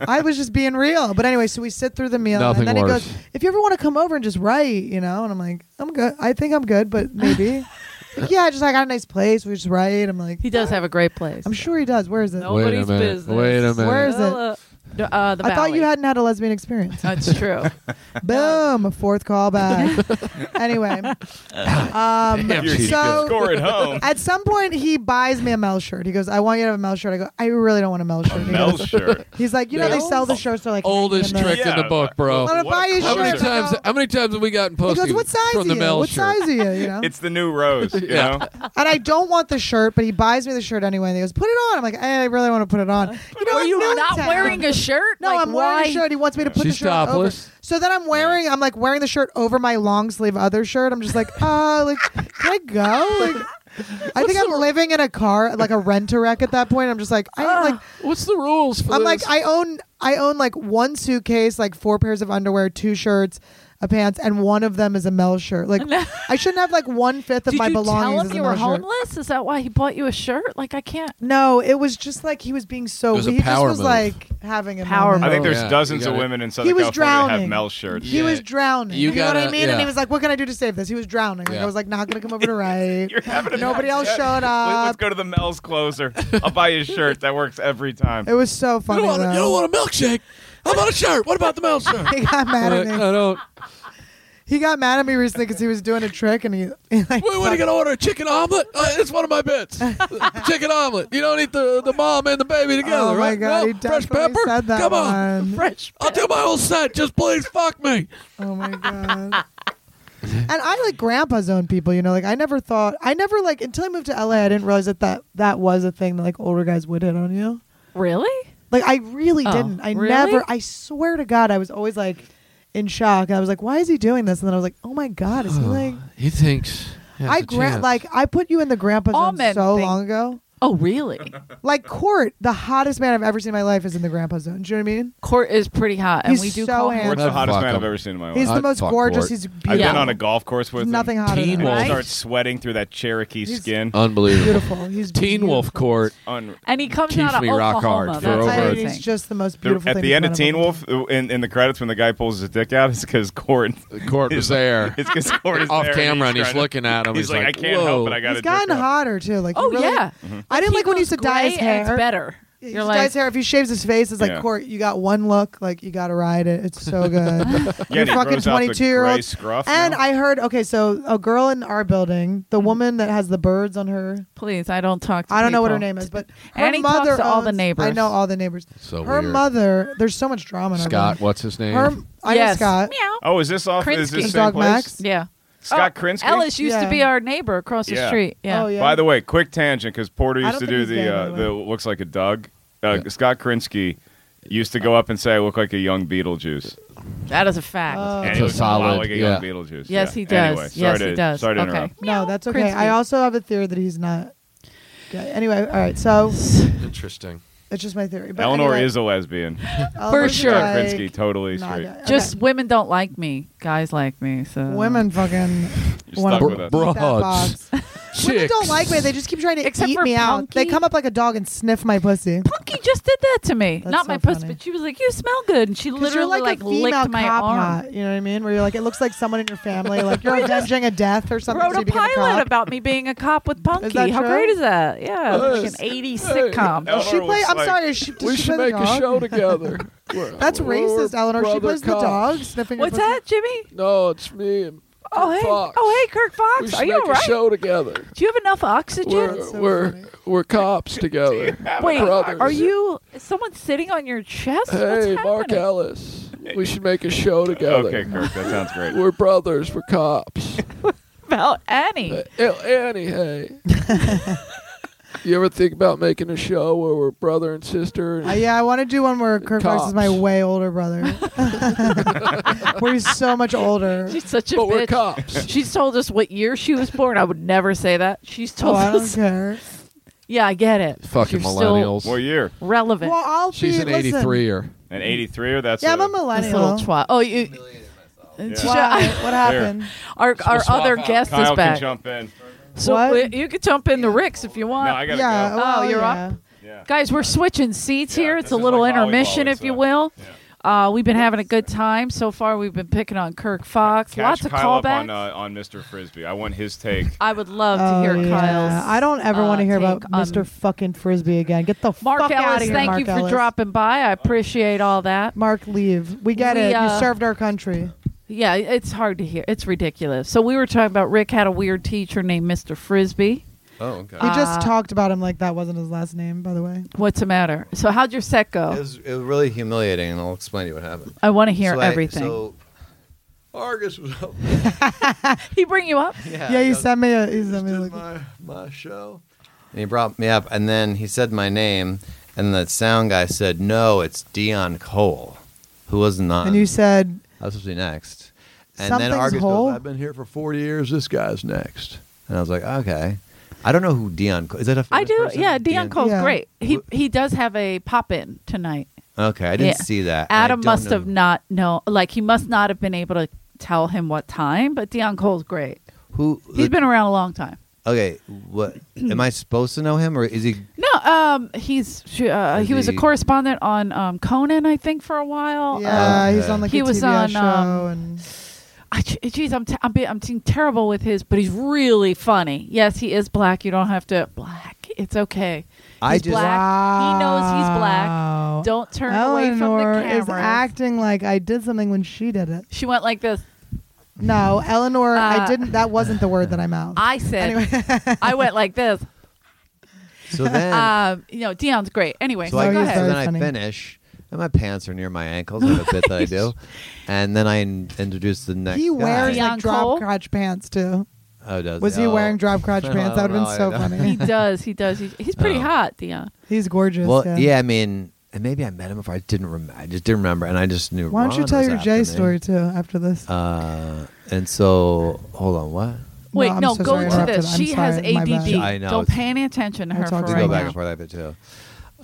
Speaker 2: I was just being real. But anyway, so we sit through the meal.
Speaker 1: Nothing
Speaker 2: and then
Speaker 1: worse.
Speaker 2: he goes, if you ever want to come over and just write, you know? And I'm like, I'm good. I think I'm good, but
Speaker 3: *laughs*
Speaker 2: maybe. Like, yeah, just I got a nice place. We just write. I'm like,
Speaker 3: He does have a great place.
Speaker 2: I'm sure he does. Where is it?
Speaker 1: Wait a
Speaker 3: Nobody's
Speaker 1: minute.
Speaker 3: business.
Speaker 1: Wait a minute.
Speaker 2: Where is it?
Speaker 3: Well, uh, uh, the
Speaker 2: I thought
Speaker 3: Valley.
Speaker 2: you hadn't had a lesbian
Speaker 3: *laughs*
Speaker 2: experience.
Speaker 3: That's
Speaker 2: *laughs*
Speaker 3: true.
Speaker 2: Boom, a fourth call back. anyway, um,
Speaker 1: Damn,
Speaker 7: You're
Speaker 1: she's
Speaker 2: so-
Speaker 7: score at
Speaker 1: *laughs*
Speaker 7: home.
Speaker 2: at some point he buys me a Mel shirt. He goes, "I want you to have a Mel shirt." I go, "I really don't want a Mel shirt." He
Speaker 7: Mel's
Speaker 2: goes-
Speaker 7: shirt.
Speaker 2: He's like, "You know they sell the shirts for like
Speaker 1: Oldest
Speaker 2: $15
Speaker 1: trick in the
Speaker 7: Yeah.
Speaker 1: book, bro.
Speaker 2: I'm gonna
Speaker 7: What
Speaker 2: buy
Speaker 7: a
Speaker 2: you a
Speaker 1: How
Speaker 2: shirt."
Speaker 7: closer.
Speaker 1: many times? How many times have we gotten
Speaker 2: He
Speaker 1: posting
Speaker 2: goes, "What size
Speaker 1: from
Speaker 2: are
Speaker 1: the
Speaker 2: you?
Speaker 1: Mel
Speaker 2: what
Speaker 1: shirt?
Speaker 2: size are you?" You know,
Speaker 7: It's the new rose. You
Speaker 1: *laughs* Yeah.
Speaker 7: know.
Speaker 2: and I don't want the shirt, but he buys me the shirt anyway. And he goes, "Put it on." I'm like, "I really want to put it on." You know,
Speaker 3: Were
Speaker 2: I'm
Speaker 3: you
Speaker 2: new in
Speaker 3: not
Speaker 2: town.
Speaker 3: wearing a shirt?
Speaker 2: No,
Speaker 3: Like,
Speaker 2: I'm wearing
Speaker 3: why?
Speaker 2: a shirt. He wants me to put
Speaker 1: She's
Speaker 2: the shirt on over.
Speaker 1: topless.
Speaker 2: So then I'm wearing, I'm like wearing the shirt over my long sleeve other shirt. I'm just like, *laughs* oh, like, can I go? Like, I think I'm living in a car, like a rent a wreck at that point. I'm just like,
Speaker 3: Ah,
Speaker 2: I like,
Speaker 1: What's the rules for
Speaker 2: I'm
Speaker 1: this?
Speaker 2: like, I own, I own like one suitcase, like four pairs of underwear, two shirts, a pants, and one of them is a Mel
Speaker 3: *laughs*
Speaker 2: shirt. Like, I shouldn't have like one fifth of
Speaker 3: Did
Speaker 2: my
Speaker 3: you
Speaker 2: belongings.
Speaker 3: tell him
Speaker 2: as a
Speaker 3: you were
Speaker 2: Mel shirt.
Speaker 3: homeless? Is that why he bought you a shirt? Like I
Speaker 2: *laughs*
Speaker 3: can't.
Speaker 2: No, it was just like he was being so.
Speaker 1: It was a
Speaker 2: he
Speaker 1: power
Speaker 2: just was
Speaker 1: move.
Speaker 2: like having a
Speaker 3: Power
Speaker 2: moment.
Speaker 7: I think there's
Speaker 1: Yeah,
Speaker 7: dozens
Speaker 1: you
Speaker 7: of
Speaker 1: got it.
Speaker 7: women in Southern
Speaker 2: He was
Speaker 7: California that
Speaker 2: drowning.
Speaker 7: have Mel shirts.
Speaker 2: He
Speaker 1: Yeah.
Speaker 2: was drowning.
Speaker 1: You
Speaker 2: You, know what
Speaker 1: gotta-
Speaker 2: I mean?
Speaker 1: yeah.
Speaker 2: And he was like, "What can I do to save this?" He was drowning. Like,
Speaker 1: Yeah.
Speaker 2: I was like, "Not gonna come
Speaker 1: *laughs*
Speaker 2: over to right."
Speaker 7: You're having a
Speaker 2: Nobody
Speaker 7: nice
Speaker 2: else
Speaker 7: day.
Speaker 2: showed
Speaker 7: Let-
Speaker 2: up.
Speaker 7: Let's go to the Mel's closer. I'll buy you a shirt. That works every time.
Speaker 2: It was so funny.
Speaker 1: you, don't want,
Speaker 2: though.
Speaker 1: you don't want a milkshake. How about a shirt? What about the
Speaker 2: *laughs*
Speaker 1: Mel shirt?
Speaker 2: he got mad
Speaker 1: I,
Speaker 2: at
Speaker 1: I
Speaker 2: me.
Speaker 1: don't.
Speaker 2: He got mad at me recently because he was doing a trick and he. he like,
Speaker 1: Wait, what are you gonna order? A chicken omelet? Uh, it's one of my
Speaker 2: *laughs*
Speaker 1: bits. chicken omelet. You don't eat the, the mom and the baby together,
Speaker 2: Oh my
Speaker 1: right?
Speaker 2: god!
Speaker 1: No?
Speaker 2: He
Speaker 1: Fresh
Speaker 2: definitely
Speaker 1: pepper.
Speaker 2: said that
Speaker 1: Come on.
Speaker 2: one.
Speaker 3: Fresh.
Speaker 1: I'll do my whole set. Just please fuck me.
Speaker 2: Oh my god. And I like grandpa's own people, you know. Like I never thought, I never like until I moved to LA, I didn't realize that that, that was a thing that like older guys would hit on you.
Speaker 3: Really?
Speaker 2: Like I really
Speaker 3: Oh,
Speaker 2: didn't. I
Speaker 3: really?
Speaker 2: never. I swear to God, I was always like in shock. I was like, "Why is he doing this?" And then I was like, "Oh my God,
Speaker 7: *sighs*
Speaker 2: is he like?"
Speaker 1: He thinks.
Speaker 2: I gra- like I put you in the grandpa
Speaker 3: All
Speaker 2: zone
Speaker 3: men
Speaker 2: so
Speaker 3: think-
Speaker 2: long ago.
Speaker 3: Oh,
Speaker 2: *laughs*
Speaker 3: really?
Speaker 2: Like Court, the hottest man I've ever seen in my life is in the grandpa zone. Do you know what I mean?
Speaker 3: Court is pretty hot, and
Speaker 2: He's
Speaker 3: we do
Speaker 2: so
Speaker 3: call
Speaker 2: handsome.
Speaker 7: Court's
Speaker 1: I'd
Speaker 7: the hottest
Speaker 1: fuck
Speaker 7: man
Speaker 1: him.
Speaker 7: I've ever seen in my life.
Speaker 2: He's
Speaker 1: I'd
Speaker 2: the most
Speaker 1: fuck
Speaker 2: gorgeous.
Speaker 1: Court.
Speaker 2: He's
Speaker 7: I've
Speaker 2: beautiful.
Speaker 7: been on a golf course with
Speaker 2: There's
Speaker 7: him.
Speaker 2: nothing hotter.
Speaker 1: Teen
Speaker 2: than
Speaker 1: Wolf.
Speaker 7: And I
Speaker 3: Right?
Speaker 2: him.
Speaker 7: start sweating through that Cherokee
Speaker 2: He's-
Speaker 7: skin.
Speaker 1: Uh. Unbelievable.
Speaker 2: Beautiful. He's
Speaker 1: Teen Wolf
Speaker 2: beautiful.
Speaker 1: Court.
Speaker 7: Un-
Speaker 3: and he comes
Speaker 1: Keeps
Speaker 3: out of
Speaker 1: me rock
Speaker 3: Oklahoma.
Speaker 1: hard for
Speaker 3: That's
Speaker 1: over a
Speaker 2: I
Speaker 1: Cold.
Speaker 2: mean, he's
Speaker 3: amazing.
Speaker 2: just the most
Speaker 7: There-
Speaker 2: beautiful.
Speaker 7: at
Speaker 2: thing
Speaker 7: the
Speaker 2: in
Speaker 7: end of
Speaker 2: front
Speaker 7: Teen
Speaker 2: me.
Speaker 7: Wolf, in, in the credits when the guy pulls his dick out, *laughs* it's because Court.
Speaker 1: Court was
Speaker 7: is
Speaker 1: there.
Speaker 7: It's because Court
Speaker 1: *laughs*
Speaker 7: is
Speaker 1: off
Speaker 7: there
Speaker 1: camera and he's
Speaker 7: trying to-
Speaker 1: looking at him.
Speaker 7: He's, like, I can't help it. I got
Speaker 2: He's gotten hotter too. Like
Speaker 3: Oh
Speaker 2: he really-
Speaker 3: yeah.
Speaker 1: Mm-hmm.
Speaker 2: I didn't
Speaker 3: He
Speaker 2: like when he used to
Speaker 3: goes
Speaker 2: dye his
Speaker 3: gray, and
Speaker 2: hair.
Speaker 3: It's better.
Speaker 2: He
Speaker 3: You're
Speaker 2: just
Speaker 3: like
Speaker 2: dyes hair. If he shaves his face, it's like
Speaker 7: Yeah.
Speaker 2: Court. You got one look. Like you got to ride it. It's
Speaker 3: *laughs*
Speaker 2: so good. You're fucking year old.
Speaker 7: Scruff
Speaker 2: And
Speaker 7: now.
Speaker 2: I heard okay, so a girl in our building,
Speaker 3: Mm-hmm.
Speaker 2: the woman that has the birds on her.
Speaker 3: please, I don't talk. to
Speaker 2: I don't know what her
Speaker 3: people.
Speaker 2: name is, but her
Speaker 3: And he talks
Speaker 2: mother
Speaker 3: to all the
Speaker 2: owns-
Speaker 3: neighbors.
Speaker 2: I know all the neighbors.
Speaker 1: So
Speaker 2: her
Speaker 1: weird.
Speaker 2: mother. There's so much drama. In our
Speaker 1: Scott,
Speaker 2: building.
Speaker 1: what's his name?
Speaker 2: Her. I
Speaker 3: *laughs*
Speaker 2: know
Speaker 3: yes.
Speaker 2: Scott.
Speaker 3: Meow.
Speaker 7: oh, is this off? Is
Speaker 3: Krinsky.
Speaker 7: this same
Speaker 2: Dog
Speaker 7: place?
Speaker 2: Max?
Speaker 3: Yeah.
Speaker 7: Scott
Speaker 3: oh,
Speaker 7: Krinsky?
Speaker 3: Ellis used
Speaker 2: Yeah.
Speaker 3: to be our neighbor across the
Speaker 7: Yeah.
Speaker 3: street. Yeah.
Speaker 2: Oh yeah.
Speaker 7: By the way, quick tangent because Porter
Speaker 2: I don't
Speaker 7: used to
Speaker 2: think
Speaker 7: do
Speaker 2: he's gay,
Speaker 7: the uh,
Speaker 2: by the
Speaker 7: the
Speaker 2: way.
Speaker 7: looks like a dog. Uh,
Speaker 1: Yeah.
Speaker 7: Scott Krinsky used to go up and say, "I look like a young Beetlejuice."
Speaker 3: That is a fact.
Speaker 2: Oh.
Speaker 7: And
Speaker 2: That's
Speaker 7: he
Speaker 1: a
Speaker 7: looks lot
Speaker 1: solid-
Speaker 7: like a
Speaker 1: yeah.
Speaker 7: young Beetlejuice.
Speaker 3: Yes,
Speaker 7: Yeah.
Speaker 3: he does.
Speaker 7: Anyway,
Speaker 3: yes,
Speaker 7: sorry to,
Speaker 3: he does.
Speaker 7: Sorry to
Speaker 3: okay.
Speaker 7: interrupt.
Speaker 2: No,
Speaker 3: Meow.
Speaker 2: that's okay.
Speaker 3: Krinsky.
Speaker 2: I also have a theory that he's not. gay. Anyway, all right. So
Speaker 1: Interesting.
Speaker 2: it's just my theory. But
Speaker 7: Eleanor
Speaker 2: anyway,
Speaker 7: is a lesbian.
Speaker 2: Eleanor's
Speaker 3: sure.
Speaker 7: Scott
Speaker 2: like,
Speaker 7: Krinsky, totally
Speaker 2: not
Speaker 7: straight.
Speaker 2: gay. Okay.
Speaker 3: just women don't like me. Guys like me. So
Speaker 2: Uh, women
Speaker 1: *laughs*
Speaker 2: fucking
Speaker 7: You're
Speaker 2: wanna
Speaker 7: stuck with
Speaker 2: eat
Speaker 7: us.
Speaker 1: Bro-
Speaker 2: that
Speaker 1: Broads.
Speaker 2: box. Women don't like me. They just keep trying to
Speaker 3: Except
Speaker 2: eat
Speaker 3: for
Speaker 2: me out.
Speaker 3: Punky.
Speaker 2: They come up like a dog and sniff my pussy.
Speaker 3: Punky just did that to me.
Speaker 2: That's
Speaker 3: Not
Speaker 2: so
Speaker 3: my pussy,
Speaker 2: funny.
Speaker 3: but she was like, "You smell good," and she
Speaker 2: 'Cause
Speaker 3: literally
Speaker 2: you're like, a female
Speaker 3: licked my
Speaker 2: cop
Speaker 3: arm.
Speaker 2: hot, you know what I mean? Where you're like, it looks like someone in your family,
Speaker 3: *laughs*
Speaker 2: like you're avenging a death or something. so
Speaker 3: Wrote
Speaker 2: you
Speaker 3: a
Speaker 2: became
Speaker 3: pilot
Speaker 2: cop.
Speaker 3: about me being a cop
Speaker 2: *laughs*
Speaker 3: with Punky.
Speaker 2: that
Speaker 3: How
Speaker 2: true?
Speaker 3: great is that? Yeah,
Speaker 1: Yes.
Speaker 3: like an '80s
Speaker 1: Hey.
Speaker 3: sitcom.
Speaker 7: Eleanor
Speaker 2: Does she play?
Speaker 7: looks
Speaker 2: I'm
Speaker 7: like-
Speaker 2: sorry. Does she, does
Speaker 1: we
Speaker 2: she
Speaker 1: should
Speaker 2: play
Speaker 1: make
Speaker 2: the
Speaker 1: a
Speaker 2: dog?
Speaker 1: show together.
Speaker 2: *laughs* That's racist, Eleanor. She plays the dog sniffing. your
Speaker 3: What's
Speaker 2: pussy.
Speaker 3: that, Jimmy?
Speaker 1: No, it's me. And
Speaker 3: Oh hey,
Speaker 1: Fox.
Speaker 3: oh hey, Kirk
Speaker 1: we
Speaker 3: Fox.
Speaker 1: should
Speaker 3: Are you
Speaker 1: make
Speaker 3: all right?
Speaker 1: a show together.
Speaker 3: Do you have enough oxygen?
Speaker 1: We're
Speaker 2: so
Speaker 1: we're *laughs*
Speaker 2: funny.
Speaker 1: we're cops together.
Speaker 3: Wait,
Speaker 1: brothers.
Speaker 3: are you? Is someone sitting on your chest? What's
Speaker 1: Hey,
Speaker 3: happening?
Speaker 1: Mark Ellis. We should make a show together.
Speaker 7: Okay, Kirk, that sounds great.
Speaker 1: We're brothers. We're cops.
Speaker 3: about any.
Speaker 1: A- Annie, hey. you ever think about making a show where we're brother and sister?
Speaker 2: Uh, yeah, I want to do one where Kirk Fox is my
Speaker 1: Cops.
Speaker 2: way older brother.
Speaker 1: *laughs*
Speaker 2: *laughs* where he's so much older.
Speaker 3: She's such a
Speaker 1: but we're
Speaker 3: bitch.
Speaker 1: cops.
Speaker 3: She's told us what year she was born. I would never say that. She's
Speaker 2: Oh,
Speaker 3: told
Speaker 2: I don't
Speaker 3: us.
Speaker 2: care.
Speaker 3: Yeah, I get it.
Speaker 1: Fucking
Speaker 3: You're still
Speaker 1: millennials.
Speaker 7: What year?
Speaker 3: relevant.
Speaker 2: Well, I'll
Speaker 1: She's
Speaker 2: be.
Speaker 1: an
Speaker 2: listen,
Speaker 1: 83 er.
Speaker 7: An 83 or that's
Speaker 2: Yeah, I'm a
Speaker 3: this little
Speaker 2: millennial.
Speaker 3: twat. Oh, you.
Speaker 7: Yeah.
Speaker 3: *laughs*
Speaker 2: Why? What happened?
Speaker 3: Our our other guest
Speaker 7: Kyle
Speaker 3: is back.
Speaker 7: Can jump in.
Speaker 3: So
Speaker 2: What?
Speaker 3: we- you could jump into Rick's if you want.
Speaker 7: No, I gotta
Speaker 2: Yeah.
Speaker 7: go.
Speaker 2: well,
Speaker 3: Oh, you're
Speaker 2: yeah.
Speaker 3: up.
Speaker 7: Yeah.
Speaker 3: Guys, we're switching seats
Speaker 7: Yeah,
Speaker 3: here. It's
Speaker 7: this
Speaker 3: a
Speaker 7: is
Speaker 3: little
Speaker 7: like volleyball.
Speaker 3: intermission,
Speaker 7: It's,
Speaker 3: if you
Speaker 7: uh,
Speaker 3: will. Uh, we've been having a good time so far. We've been picking on Kirk Fox.
Speaker 7: Catch
Speaker 3: Lots of
Speaker 7: Kyle up
Speaker 3: callbacks.
Speaker 7: on, uh, on Mr. Frisbee. I want his take.
Speaker 3: I would love to hear
Speaker 2: Oh, yeah.
Speaker 3: Kyle's.
Speaker 2: I don't ever
Speaker 3: uh,
Speaker 2: want to hear about
Speaker 3: take on-
Speaker 2: Mr. Fucking Frisbee again. Get the
Speaker 3: Mark
Speaker 2: fuck out
Speaker 3: Ellis,
Speaker 2: of here,
Speaker 3: thank
Speaker 2: Mark
Speaker 3: you for
Speaker 2: Ellis.
Speaker 3: dropping by. I appreciate all that.
Speaker 2: Mark, leave. We get
Speaker 3: We,
Speaker 2: it.
Speaker 3: uh,
Speaker 2: you served our country.
Speaker 3: Yeah, it's hard to hear. It's ridiculous. So we were talking about Rick had a weird teacher named Mr. Frisbee.
Speaker 8: Oh, okay.
Speaker 2: We
Speaker 3: uh,
Speaker 2: just talked about him like that wasn't his last name, by the way.
Speaker 3: What's the matter? So how'd your set
Speaker 5: It
Speaker 3: go?
Speaker 5: was, it was really humiliating, and I'll explain to you what happened.
Speaker 3: I want to hear
Speaker 5: So I-
Speaker 3: everything.
Speaker 5: so Argus was
Speaker 2: *laughs*
Speaker 5: up.
Speaker 3: he bring you up?
Speaker 5: Yeah,
Speaker 2: Yeah,
Speaker 5: I
Speaker 2: you
Speaker 5: got-
Speaker 2: sent me a. You sent me
Speaker 5: did
Speaker 2: like,
Speaker 5: my, my show. And he brought me up, and then he said my name, and the sound guy said, "No, it's Dion Cole, who was not."
Speaker 2: and you said
Speaker 5: I was supposed to be next. And
Speaker 2: something's
Speaker 5: then Argus
Speaker 2: whole.
Speaker 5: goes, "I've been here for forty years. This guy's next." And I was like, "Okay." I don't know who Dion Cole is. That a
Speaker 3: I
Speaker 5: famous
Speaker 3: do.
Speaker 5: person?
Speaker 3: Yeah, Dion Cole's
Speaker 2: Yeah.
Speaker 3: great. He he does have a pop in tonight.
Speaker 5: Okay, I didn't
Speaker 3: Yeah.
Speaker 5: see that. and I
Speaker 3: Adam
Speaker 5: don't
Speaker 3: must
Speaker 5: know
Speaker 3: have
Speaker 5: who-
Speaker 3: not know. Like he must not have been able to tell him what time. But Dion Cole's great.
Speaker 5: Who
Speaker 3: He's
Speaker 5: the-
Speaker 3: been around a long time.
Speaker 5: Okay, what am I supposed to know him, or is he
Speaker 3: No, um, he's uh,
Speaker 5: Is
Speaker 3: he was a
Speaker 5: he-
Speaker 3: correspondent on um, Conan, I think, for a while. Uh,
Speaker 2: yeah, he's
Speaker 5: okay.
Speaker 2: on like
Speaker 3: He
Speaker 2: a
Speaker 3: was
Speaker 2: TBI
Speaker 3: on,
Speaker 2: show,
Speaker 3: um,
Speaker 2: and
Speaker 3: I, geez, I'm t- I'm, be- I'm being terrible with his, but he's really funny. Yes, he is black. You don't have to black. It's okay. He's
Speaker 5: I just-
Speaker 3: black. He knows he's
Speaker 2: Wow.
Speaker 3: black. Don't turn away from the
Speaker 2: Eleanor
Speaker 3: camera.
Speaker 2: is acting like I did something when she did it.
Speaker 3: she went like this.
Speaker 2: No, Eleanor,
Speaker 3: Uh,
Speaker 2: I didn't. That wasn't the word that I mouthed. *laughs*
Speaker 3: I said. I went like
Speaker 5: *laughs*
Speaker 3: this. *laughs*
Speaker 5: So then,
Speaker 3: Um, you know, Dion's great. Anyway, so
Speaker 5: so, I,
Speaker 3: go
Speaker 2: he's
Speaker 5: so
Speaker 3: ahead.
Speaker 5: then
Speaker 2: very funny.
Speaker 5: I finish, and my pants are near my ankles. I have a bit that
Speaker 3: *laughs*
Speaker 5: I do, and then I in- introduce the next.
Speaker 2: he wears
Speaker 5: guy.
Speaker 3: Dion
Speaker 2: like drop
Speaker 3: Cole?
Speaker 2: crotch pants too.
Speaker 5: Oh, does
Speaker 2: Was he
Speaker 5: oh.
Speaker 2: wearing drop crotch
Speaker 5: *laughs* I
Speaker 2: pants? That would
Speaker 5: don't
Speaker 2: have been so
Speaker 5: know, I
Speaker 3: he
Speaker 2: funny.
Speaker 3: does. He does. He, he's pretty
Speaker 5: Oh.
Speaker 3: hot, Dion.
Speaker 2: He's gorgeous.
Speaker 5: Well,
Speaker 2: yeah.
Speaker 5: yeah. I mean, and maybe I met him before. I didn't remember. I just didn't remember, and I just knew.
Speaker 2: Why don't you
Speaker 5: Ron
Speaker 2: tell
Speaker 5: was
Speaker 2: your
Speaker 5: after
Speaker 2: Jay
Speaker 5: me.
Speaker 2: story too after this?
Speaker 5: Uh, and so hold on, what?
Speaker 3: Wait,
Speaker 2: I'm
Speaker 3: no,
Speaker 2: so
Speaker 3: go
Speaker 2: sorry
Speaker 3: to
Speaker 2: interrupted.
Speaker 3: this.
Speaker 2: I'm
Speaker 3: She has
Speaker 2: sorry, my bad.
Speaker 3: ADD.
Speaker 5: I know,
Speaker 3: Don't
Speaker 5: it's-
Speaker 3: pay any attention to
Speaker 2: We'll
Speaker 3: her for
Speaker 2: talk to
Speaker 5: We
Speaker 3: right
Speaker 5: go back
Speaker 3: now.
Speaker 5: and forth a bit too.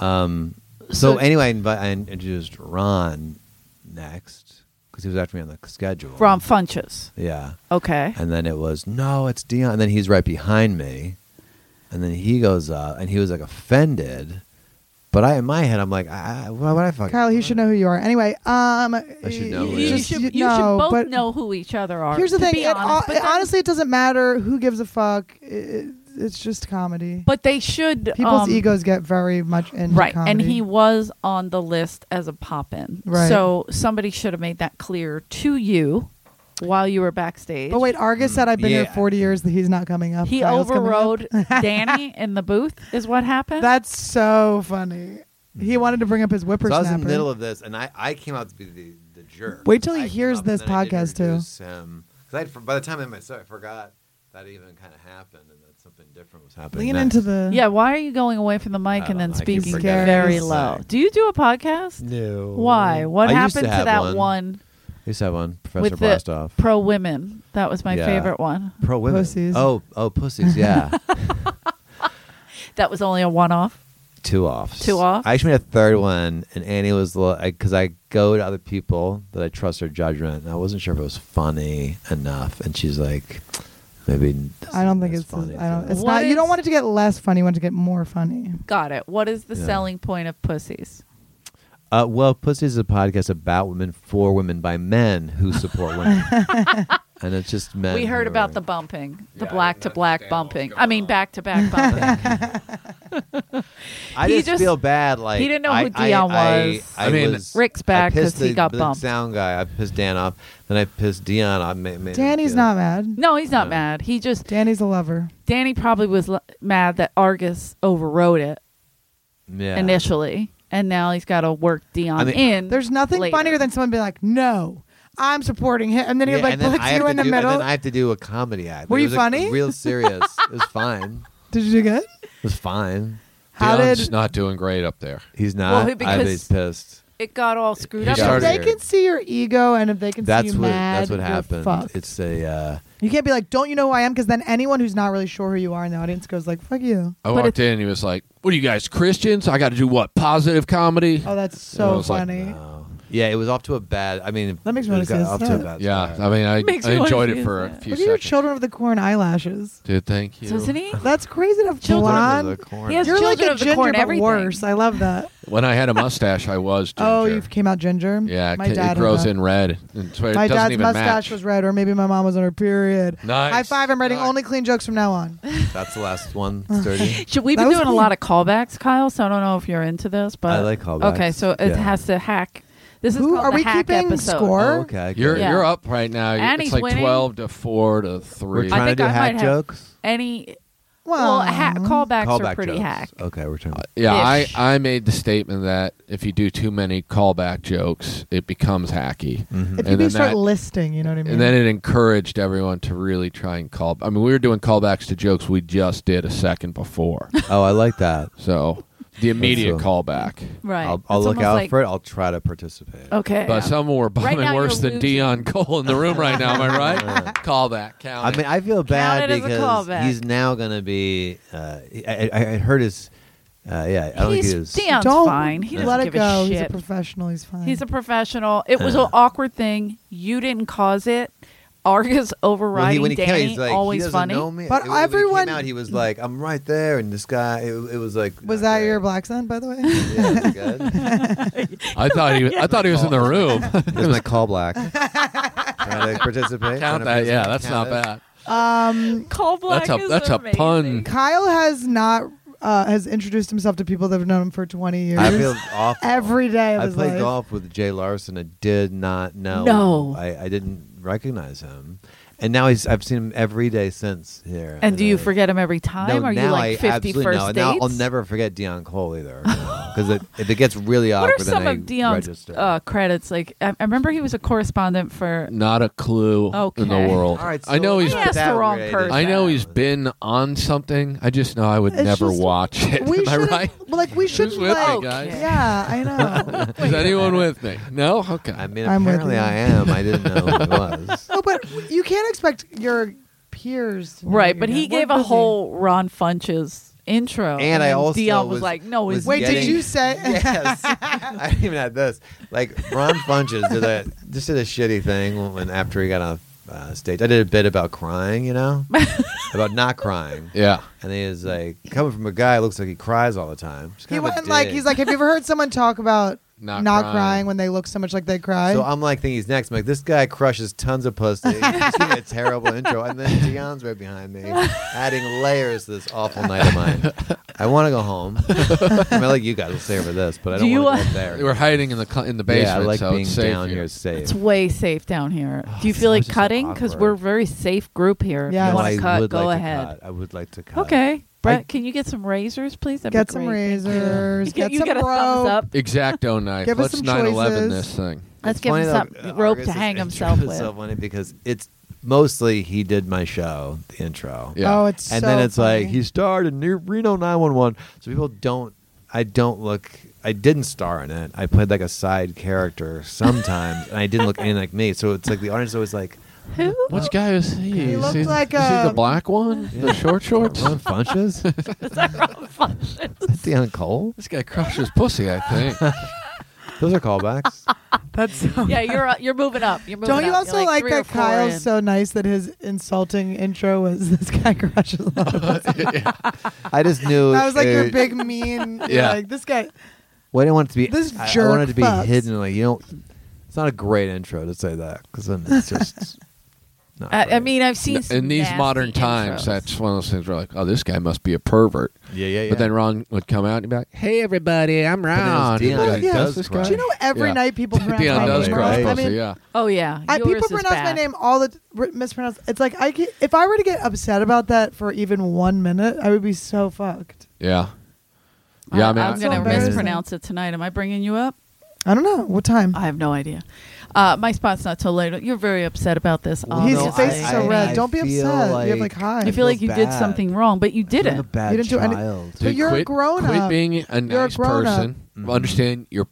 Speaker 5: Um,
Speaker 3: So-
Speaker 5: so, anyway, I, invi- I introduced Ron next because he was after me on the schedule.
Speaker 3: From Funches.
Speaker 5: Yeah.
Speaker 3: Okay.
Speaker 5: And then it was, no, it's Dion. And then he's right behind me. And then he goes up and he was like offended. But I, in my head, I'm like, I, I- why would I fucking.
Speaker 2: Kyle, he should know who you are. Anyway, um,
Speaker 5: I should know
Speaker 3: You,
Speaker 5: who
Speaker 3: you
Speaker 5: he is.
Speaker 2: just-
Speaker 3: should,
Speaker 2: you-
Speaker 3: you
Speaker 2: no,
Speaker 3: should both
Speaker 2: but
Speaker 3: know who each other are.
Speaker 2: Here's the
Speaker 3: to
Speaker 2: thing.
Speaker 3: be
Speaker 2: It,
Speaker 3: honest,
Speaker 2: uh,
Speaker 3: but, then-
Speaker 2: honestly, it doesn't matter who gives a fuck. It- it- it's just comedy.
Speaker 3: but they should.
Speaker 2: People's
Speaker 3: um,
Speaker 2: egos get very much into
Speaker 3: Right. And
Speaker 2: comedy.
Speaker 3: he was on the list as a pop in.
Speaker 2: Right.
Speaker 3: So somebody should have made that clear to you while you were backstage.
Speaker 2: But wait, Argus said I've been here
Speaker 5: Yeah.
Speaker 2: 40 years. That he's not coming up.
Speaker 3: He
Speaker 2: Kyle's coming up. *laughs*
Speaker 3: overrode Danny in the booth, is what happened.
Speaker 2: That's so funny. He wanted to bring up his
Speaker 5: Mm. So I
Speaker 2: whippersnapper.
Speaker 5: was in the middle of this and I, I came out to be the, the jerk.
Speaker 2: Wait till he
Speaker 5: I came
Speaker 2: hears
Speaker 5: up and
Speaker 2: this
Speaker 5: then I did
Speaker 2: podcast, too.
Speaker 5: introduce him. 'Cause I'd for- by the time I myself, I forgot that even kind of happened and that something different was happening.
Speaker 2: Lean
Speaker 5: next.
Speaker 2: into the
Speaker 3: yeah, why are you going away from the mic
Speaker 5: I
Speaker 3: and then
Speaker 5: don't like you
Speaker 3: speaking
Speaker 5: forgetting
Speaker 3: very
Speaker 5: to
Speaker 3: low?
Speaker 5: say.
Speaker 3: Do you do a podcast?
Speaker 5: No.
Speaker 3: Why? What
Speaker 5: I used
Speaker 3: happened to,
Speaker 5: have
Speaker 3: that
Speaker 5: one?
Speaker 3: one,
Speaker 5: I used to have one, Professor
Speaker 3: with the
Speaker 5: Blastoff.
Speaker 3: pro women? That was my
Speaker 5: Yeah.
Speaker 3: favorite one.
Speaker 5: Pro women.
Speaker 2: Pussies.
Speaker 5: Oh, oh,
Speaker 2: *laughs*
Speaker 5: pussies. Yeah.
Speaker 3: That was only a one off.
Speaker 5: two offs.
Speaker 3: Two offs?
Speaker 5: I actually made a third one, and Annie was because I, go to other people that I trust their judgment, and I wasn't sure if it was funny enough. And she's like, maybe. this
Speaker 2: I don't think
Speaker 5: isn't
Speaker 2: it's.
Speaker 5: as funny.
Speaker 2: I don't.
Speaker 5: as
Speaker 2: It's
Speaker 5: it
Speaker 3: What
Speaker 2: not. You don't
Speaker 3: is-
Speaker 2: want it to get less funny. You want it to get more funny.
Speaker 3: Got it. What is the
Speaker 5: Yeah.
Speaker 3: selling point of pussies?
Speaker 5: was." uh, well, Pussies is a podcast about women for women by men who support women, *laughs* and it's just men.
Speaker 3: we heard
Speaker 5: who
Speaker 3: about
Speaker 5: are-
Speaker 3: the bumping, the
Speaker 5: Yeah, I
Speaker 3: black to
Speaker 5: didn't
Speaker 3: black
Speaker 5: understand
Speaker 3: bumping.
Speaker 5: what was
Speaker 3: I mean,
Speaker 5: going on.
Speaker 3: back to
Speaker 5: *laughs*
Speaker 3: back bumping.
Speaker 5: I
Speaker 3: he
Speaker 5: just,
Speaker 3: just-
Speaker 5: feel bad. Like
Speaker 3: he didn't know who
Speaker 5: I-
Speaker 3: Dion
Speaker 5: I,
Speaker 3: was.
Speaker 5: I,
Speaker 1: I mean,
Speaker 5: was-
Speaker 3: Rick's back
Speaker 5: I pissed
Speaker 3: 'cause he
Speaker 5: the-
Speaker 3: got
Speaker 5: the
Speaker 3: bumped.
Speaker 5: Sound guy. I pissed Dan off. Then I pissed Dion. off. ma- ma-
Speaker 2: Danny's
Speaker 5: yeah.
Speaker 2: not mad.
Speaker 3: no, he's not mad. He just
Speaker 2: Danny's a lover.
Speaker 3: Danny probably was l- mad that Argus overrode it
Speaker 5: Yeah.
Speaker 3: initially. and now he's got to work Dion
Speaker 5: I mean,
Speaker 3: in.
Speaker 2: There's nothing
Speaker 3: later.
Speaker 2: funnier than someone being like, "No, I'm supporting him," and then he
Speaker 5: Yeah,
Speaker 2: like
Speaker 5: and then
Speaker 2: puts
Speaker 5: I have
Speaker 2: you
Speaker 5: to
Speaker 2: in the
Speaker 5: do-
Speaker 2: middle.
Speaker 5: And then I have to do a comedy act.
Speaker 2: Were
Speaker 5: It
Speaker 2: you
Speaker 5: was, like,
Speaker 2: funny? *laughs*
Speaker 5: real serious. it was fine.
Speaker 2: Did you do good?
Speaker 5: It was fine.
Speaker 2: How
Speaker 1: Dion's
Speaker 2: did
Speaker 1: not doing great up there.
Speaker 5: He's
Speaker 3: Well,
Speaker 5: not.
Speaker 3: he-
Speaker 5: I bet
Speaker 3: because-
Speaker 5: he's pissed.
Speaker 3: it got all screwed
Speaker 5: He
Speaker 3: up.
Speaker 2: if
Speaker 5: started
Speaker 2: they
Speaker 5: here.
Speaker 2: can see your ego and if they can
Speaker 5: That's
Speaker 2: see you
Speaker 5: what.
Speaker 2: mad,
Speaker 5: that's what
Speaker 2: you're
Speaker 5: happened.
Speaker 2: fucked.
Speaker 5: It's a. Uh,
Speaker 2: You can't be like, "Don't you know who I am?" Because then anyone who's not really sure who you are in the audience goes like, "Fuck you."
Speaker 1: I
Speaker 3: But
Speaker 1: walked
Speaker 3: it's-
Speaker 1: in and he was like, "What are you guys Christians? I got to do what? Positive comedy?"
Speaker 2: Oh, that's
Speaker 1: I
Speaker 2: so
Speaker 1: was like,
Speaker 2: funny.
Speaker 5: no. Yeah, it was off to a bad. I mean,
Speaker 2: That makes me
Speaker 5: it
Speaker 2: wanna
Speaker 5: got
Speaker 2: see
Speaker 5: off
Speaker 2: this.
Speaker 5: to a bad.
Speaker 1: yeah, I
Speaker 5: start.
Speaker 1: mean, I,
Speaker 3: Makes
Speaker 1: I
Speaker 3: me wanna
Speaker 1: enjoyed
Speaker 3: see
Speaker 1: it for a
Speaker 3: that.
Speaker 1: few
Speaker 2: Look at your
Speaker 1: seconds.
Speaker 2: children of the corn eyelashes.
Speaker 1: Dude, thank you.
Speaker 3: Doesn't he?
Speaker 2: That's crazy to have
Speaker 3: Children
Speaker 5: Put him in
Speaker 2: blonde.
Speaker 5: the corner.
Speaker 3: He has
Speaker 2: You're like
Speaker 3: Children
Speaker 2: a
Speaker 3: of the
Speaker 2: ginger,
Speaker 3: corn,
Speaker 2: but
Speaker 3: everything.
Speaker 2: worse. I love that.
Speaker 1: When I had a mustache, I was ginger.
Speaker 2: *laughs* Oh, you came out ginger.
Speaker 1: yeah,
Speaker 2: my
Speaker 1: it,
Speaker 2: dad
Speaker 1: it grows
Speaker 2: had
Speaker 1: in red. And so it
Speaker 2: My
Speaker 1: doesn't
Speaker 2: dad's
Speaker 1: even
Speaker 2: mustache
Speaker 1: match.
Speaker 2: was red, or maybe my mom was on her period.
Speaker 1: Nice.
Speaker 2: High five! I'm writing
Speaker 1: Nice.
Speaker 2: only clean jokes from
Speaker 3: *laughs*
Speaker 2: now on.
Speaker 5: *laughs* That's the last
Speaker 2: *laughs*
Speaker 5: one. Sturdy.
Speaker 3: Should we be
Speaker 2: That was
Speaker 3: doing a
Speaker 2: cool.
Speaker 3: lot of callbacks, Kyle? So I don't know if you're into this, but
Speaker 5: I like callbacks.
Speaker 3: Okay, so it
Speaker 5: Yeah.
Speaker 3: has to hack. This is
Speaker 2: Who
Speaker 3: called
Speaker 2: are
Speaker 3: the
Speaker 2: we
Speaker 3: hack
Speaker 2: keeping
Speaker 3: episode.
Speaker 2: score?
Speaker 5: Oh, okay.
Speaker 1: You're
Speaker 3: Yeah.
Speaker 1: you're up right now.
Speaker 3: And
Speaker 1: it's
Speaker 3: he's
Speaker 1: like
Speaker 3: winning.
Speaker 1: twelve to four to
Speaker 5: We're
Speaker 1: three.
Speaker 5: trying to
Speaker 3: think
Speaker 5: do
Speaker 3: I
Speaker 5: hack
Speaker 3: might have-
Speaker 5: jokes.
Speaker 3: Any well, ha- callbacks are pretty
Speaker 5: jokes.
Speaker 3: hack.
Speaker 5: Okay, we're trying.
Speaker 1: yeah, I,
Speaker 3: Ish.
Speaker 1: I made the statement that if you do too many callback jokes, it becomes hacky.
Speaker 3: Mm-hmm.
Speaker 2: If
Speaker 1: And
Speaker 2: you
Speaker 1: then
Speaker 2: start
Speaker 1: that-
Speaker 2: listing, you know what I mean.
Speaker 1: And then it encouraged everyone to really try and call. I mean, we were doing callbacks to jokes we just did a second before.
Speaker 2: *laughs*
Speaker 5: oh, I like that.
Speaker 1: so the immediate
Speaker 5: That's a-
Speaker 1: callback.
Speaker 3: Right.
Speaker 5: I'll, I'll
Speaker 3: It's
Speaker 5: look
Speaker 3: almost
Speaker 5: out
Speaker 3: like-
Speaker 5: for it. I'll try to participate.
Speaker 3: Okay.
Speaker 1: But some were bumming
Speaker 3: now you're
Speaker 1: worse than
Speaker 3: losing.
Speaker 1: Dion Cole in the room right now. Am I
Speaker 5: *laughs*
Speaker 1: right? callback. Count.
Speaker 5: I mean, I feel bad
Speaker 3: it as a
Speaker 5: because
Speaker 3: callback.
Speaker 5: he's now going to be. Uh, I, I, I heard his. Uh, yeah, I don't think
Speaker 3: he's
Speaker 5: he was.
Speaker 3: Dion's
Speaker 2: Don't
Speaker 3: fine. He doesn't
Speaker 2: let
Speaker 3: give
Speaker 2: it go.
Speaker 3: a
Speaker 2: He's
Speaker 3: shit.
Speaker 2: a professional. He's fine.
Speaker 3: He's a professional. It
Speaker 5: *sighs*
Speaker 3: was an awkward thing. You didn't cause it. Argus *laughs*
Speaker 5: Well, he-
Speaker 3: overriding
Speaker 5: when he came out,
Speaker 3: Danny.
Speaker 5: he's like, he
Speaker 3: always
Speaker 5: doesn't
Speaker 3: funny.
Speaker 5: know me.
Speaker 2: But
Speaker 5: It- when he
Speaker 2: everyone-
Speaker 5: came out, he was like, "I'm right there," and this guy, it, it was like,
Speaker 2: was
Speaker 5: not
Speaker 2: that
Speaker 5: there.
Speaker 2: your black son, by the way?
Speaker 3: *laughs*
Speaker 5: Yeah, it
Speaker 2: *laughs*
Speaker 5: was good.
Speaker 1: I thought
Speaker 5: *laughs*
Speaker 1: he. I thought he was in the room. *laughs*
Speaker 5: There's my call
Speaker 2: *laughs*
Speaker 5: black. Trying to participate. trying
Speaker 1: Count
Speaker 5: to
Speaker 1: that. Yeah,
Speaker 5: participate.
Speaker 1: that's not
Speaker 5: Count it.
Speaker 1: bad.
Speaker 2: um,
Speaker 3: Call black
Speaker 1: That's a
Speaker 3: is
Speaker 1: that's a
Speaker 3: amazing.
Speaker 1: pun.
Speaker 2: Kyle has not uh, has introduced himself to people that have known him for 20 years.
Speaker 5: I feel awful.
Speaker 2: every day of
Speaker 5: I
Speaker 2: his
Speaker 5: played
Speaker 2: life.
Speaker 5: golf with Jay Larson. I did not know.
Speaker 3: No.
Speaker 5: him. I, I didn't recognize him, and now he's. I've seen him every day since here.
Speaker 3: And do
Speaker 5: I-
Speaker 3: you forget him every
Speaker 5: No,
Speaker 3: time? Are you
Speaker 5: now
Speaker 3: like
Speaker 5: I
Speaker 3: 50
Speaker 5: absolutely
Speaker 3: first
Speaker 5: know. And
Speaker 3: dates?
Speaker 5: Now I'll never forget Dion Cole either, because if it gets *laughs* really
Speaker 3: what
Speaker 5: awkward,
Speaker 3: are some
Speaker 5: then I
Speaker 3: of Dion's
Speaker 5: register.
Speaker 3: uh, credits? Like, I, I remember he was a correspondent for.
Speaker 1: Not a clue in the
Speaker 3: Okay.
Speaker 1: world.
Speaker 5: All right,
Speaker 1: I know
Speaker 5: so
Speaker 1: he's.
Speaker 3: I asked the wrong
Speaker 5: That
Speaker 3: person.
Speaker 1: I know he's been on something. I just know I would
Speaker 2: It's
Speaker 1: never
Speaker 2: just-
Speaker 1: watch it. *laughs*
Speaker 2: we
Speaker 1: Am I
Speaker 2: should
Speaker 1: right?
Speaker 2: *laughs* well, like we shouldn't
Speaker 1: with me,
Speaker 2: like
Speaker 1: guys?
Speaker 2: yeah, I
Speaker 1: *laughs*
Speaker 2: know.
Speaker 1: Is anyone with me? No. Okay.
Speaker 5: I mean,
Speaker 2: I'm with
Speaker 5: apparently
Speaker 2: you.
Speaker 5: I am. I didn't know
Speaker 2: *laughs*
Speaker 5: who it was.
Speaker 2: oh, but you can't expect your peers
Speaker 5: Mm-hmm.
Speaker 2: to know
Speaker 3: Right,
Speaker 2: you
Speaker 3: but
Speaker 2: know.
Speaker 3: he
Speaker 2: We're
Speaker 3: gave a
Speaker 2: busy.
Speaker 3: whole Ron Funches intro.
Speaker 5: And I
Speaker 3: then
Speaker 5: also
Speaker 3: Dion was,
Speaker 5: was-
Speaker 3: like, no,
Speaker 5: was
Speaker 3: it's
Speaker 2: Wait, did
Speaker 5: getting-
Speaker 2: you say
Speaker 5: yes. *laughs* I didn't even have this. Like Ron Funches did a just did a shitty thing when, when after he got on uh, stage. I did a bit about crying, you *laughs* know, about not crying.
Speaker 1: yeah.
Speaker 5: And he was like, coming from a guy who looks like he cries all the time.
Speaker 2: *laughs*
Speaker 5: He's
Speaker 2: He
Speaker 5: kind of a
Speaker 2: went like
Speaker 5: dick.
Speaker 2: he's like, have you ever heard someone talk about
Speaker 1: Not
Speaker 2: not,
Speaker 1: crying.
Speaker 2: crying. when they look so much like they cry?
Speaker 5: So I'm like thinking he's next. I'm like, this guy crushes tons
Speaker 3: *laughs*
Speaker 5: of pussy. He's giving a terrible intro. And then Dion's right behind me, adding layers to this awful night of mine. I want to go home. I mean, like you guys will stay for this, but I
Speaker 3: Do
Speaker 5: don't
Speaker 3: you,
Speaker 5: want
Speaker 3: uh,
Speaker 5: to go up there.
Speaker 1: We're hiding in the cl- in the basement,
Speaker 5: yeah, I like
Speaker 1: so
Speaker 5: being
Speaker 1: it's safe
Speaker 5: down here
Speaker 1: here.
Speaker 5: is safe.
Speaker 3: It's way safe down here. Do you feel like
Speaker 5: it's Oh, just so
Speaker 3: cutting? Because
Speaker 5: awkward.
Speaker 3: we're a very safe group here. If
Speaker 2: Yeah,
Speaker 3: you
Speaker 2: No,
Speaker 3: want
Speaker 5: I
Speaker 3: to cut,
Speaker 5: would
Speaker 3: go
Speaker 5: like to
Speaker 3: ahead.
Speaker 5: cut. I would like to cut.
Speaker 3: Okay. Brett,
Speaker 5: I-
Speaker 3: can you get some razors, please? That'd be
Speaker 2: get some
Speaker 3: great.
Speaker 2: razors.
Speaker 3: You
Speaker 2: get
Speaker 3: you
Speaker 2: some
Speaker 3: got a thumbs
Speaker 2: rope.
Speaker 3: up.
Speaker 1: Exacto knife.
Speaker 2: Give us
Speaker 1: Let's
Speaker 2: some
Speaker 1: 9/11
Speaker 2: choices.
Speaker 1: this thing.
Speaker 3: Let's
Speaker 5: It's
Speaker 3: give
Speaker 5: funny
Speaker 3: him
Speaker 5: though,
Speaker 3: some
Speaker 5: uh,
Speaker 3: rope to
Speaker 5: Augustus
Speaker 3: hang
Speaker 5: intro
Speaker 3: himself with.
Speaker 5: himself on it because it's mostly he did my show, the intro.
Speaker 1: Yeah.
Speaker 2: Oh, it's
Speaker 5: and
Speaker 2: so
Speaker 5: then it's
Speaker 2: funny.
Speaker 3: *laughs*
Speaker 5: like he starred in New Reno 911. So people don't. I don't look. I didn't star in it. I played like a side character sometimes, and I didn't look anything like me. So it's like the audience is always like,
Speaker 3: Who?
Speaker 1: Which guy is he?
Speaker 2: He
Speaker 1: is
Speaker 2: looked
Speaker 1: he,
Speaker 2: like
Speaker 1: is he
Speaker 2: a-
Speaker 1: the black one? The short shorts?
Speaker 2: *laughs*
Speaker 5: Ron Funches? is that Dion Cole?
Speaker 1: this guy crushes pussy, I think.
Speaker 5: Those are callbacks.
Speaker 2: that's
Speaker 3: *laughs* yeah, you're uh, you're moving up. You're moving
Speaker 2: Don't you
Speaker 3: up.
Speaker 2: also
Speaker 3: You're
Speaker 2: like,
Speaker 3: three or
Speaker 2: that
Speaker 3: four
Speaker 2: Kyle's
Speaker 3: in.
Speaker 2: so nice that his insulting intro was *laughs* this guy crushes a lot of us."
Speaker 5: I just
Speaker 2: *laughs*
Speaker 5: knew.
Speaker 2: That was like your
Speaker 5: it-
Speaker 2: big mean. you're
Speaker 1: Yeah.
Speaker 2: Like this guy.
Speaker 5: Well, I didn't want it to be.
Speaker 2: This
Speaker 5: I, I
Speaker 2: jerk
Speaker 5: wanted it to be
Speaker 2: fucks.
Speaker 5: hidden. Like you don't. It's not a great intro to say that because then
Speaker 2: *laughs*
Speaker 5: it's just. Not
Speaker 3: I, I
Speaker 5: great.
Speaker 3: mean, I've seen some
Speaker 1: in these
Speaker 3: nasty
Speaker 1: modern times,
Speaker 3: intros.
Speaker 1: that's one of those things where like, oh, this guy must be a pervert.
Speaker 5: Yeah, yeah, yeah.
Speaker 1: But then Ron would come out and be like, "Hey, everybody, I'm
Speaker 5: then it's
Speaker 1: Ron."
Speaker 5: Dion
Speaker 1: You'd be "Does
Speaker 2: who
Speaker 5: does
Speaker 1: this
Speaker 5: cry.
Speaker 1: guy?"
Speaker 2: Do you know every
Speaker 5: Yeah.
Speaker 1: *laughs*
Speaker 2: night people pronounce
Speaker 1: Dion
Speaker 2: my
Speaker 1: does
Speaker 2: name
Speaker 1: cry
Speaker 2: wrong?
Speaker 5: Right.
Speaker 2: I
Speaker 1: pussy.
Speaker 2: mean,
Speaker 1: yeah.
Speaker 3: Oh yeah,
Speaker 2: I,
Speaker 3: Yours
Speaker 2: people
Speaker 3: is
Speaker 2: pronounce my
Speaker 3: bad.
Speaker 2: name all the r- mispronounce. It's like I can, if I were to get upset about that for even one minute, I would be so fucked.
Speaker 1: Yeah. Yeah, I mean,
Speaker 3: am
Speaker 1: I-
Speaker 3: going to
Speaker 2: Embarrassing.
Speaker 3: mispronounce it tonight. Am I bringing you up?
Speaker 2: I don't know what time.
Speaker 3: I have no idea. Uh, my spot's not till later. You're very upset about this.
Speaker 5: Well,
Speaker 2: His
Speaker 5: no,
Speaker 2: face
Speaker 5: I-
Speaker 2: is so red.
Speaker 5: I
Speaker 2: don't be
Speaker 5: feel
Speaker 2: upset. you have
Speaker 5: like-
Speaker 2: like high.
Speaker 3: You feel like you
Speaker 5: feels
Speaker 3: did
Speaker 5: bad.
Speaker 3: something wrong, but you
Speaker 5: I'm a
Speaker 3: didn't.
Speaker 5: bad
Speaker 2: You didn't do any-
Speaker 5: child.
Speaker 2: Dude, you're a
Speaker 1: quit,
Speaker 2: grown
Speaker 1: Quit
Speaker 2: up.
Speaker 1: being a
Speaker 2: You're a
Speaker 1: nice
Speaker 2: grown up.
Speaker 1: person. Understand you're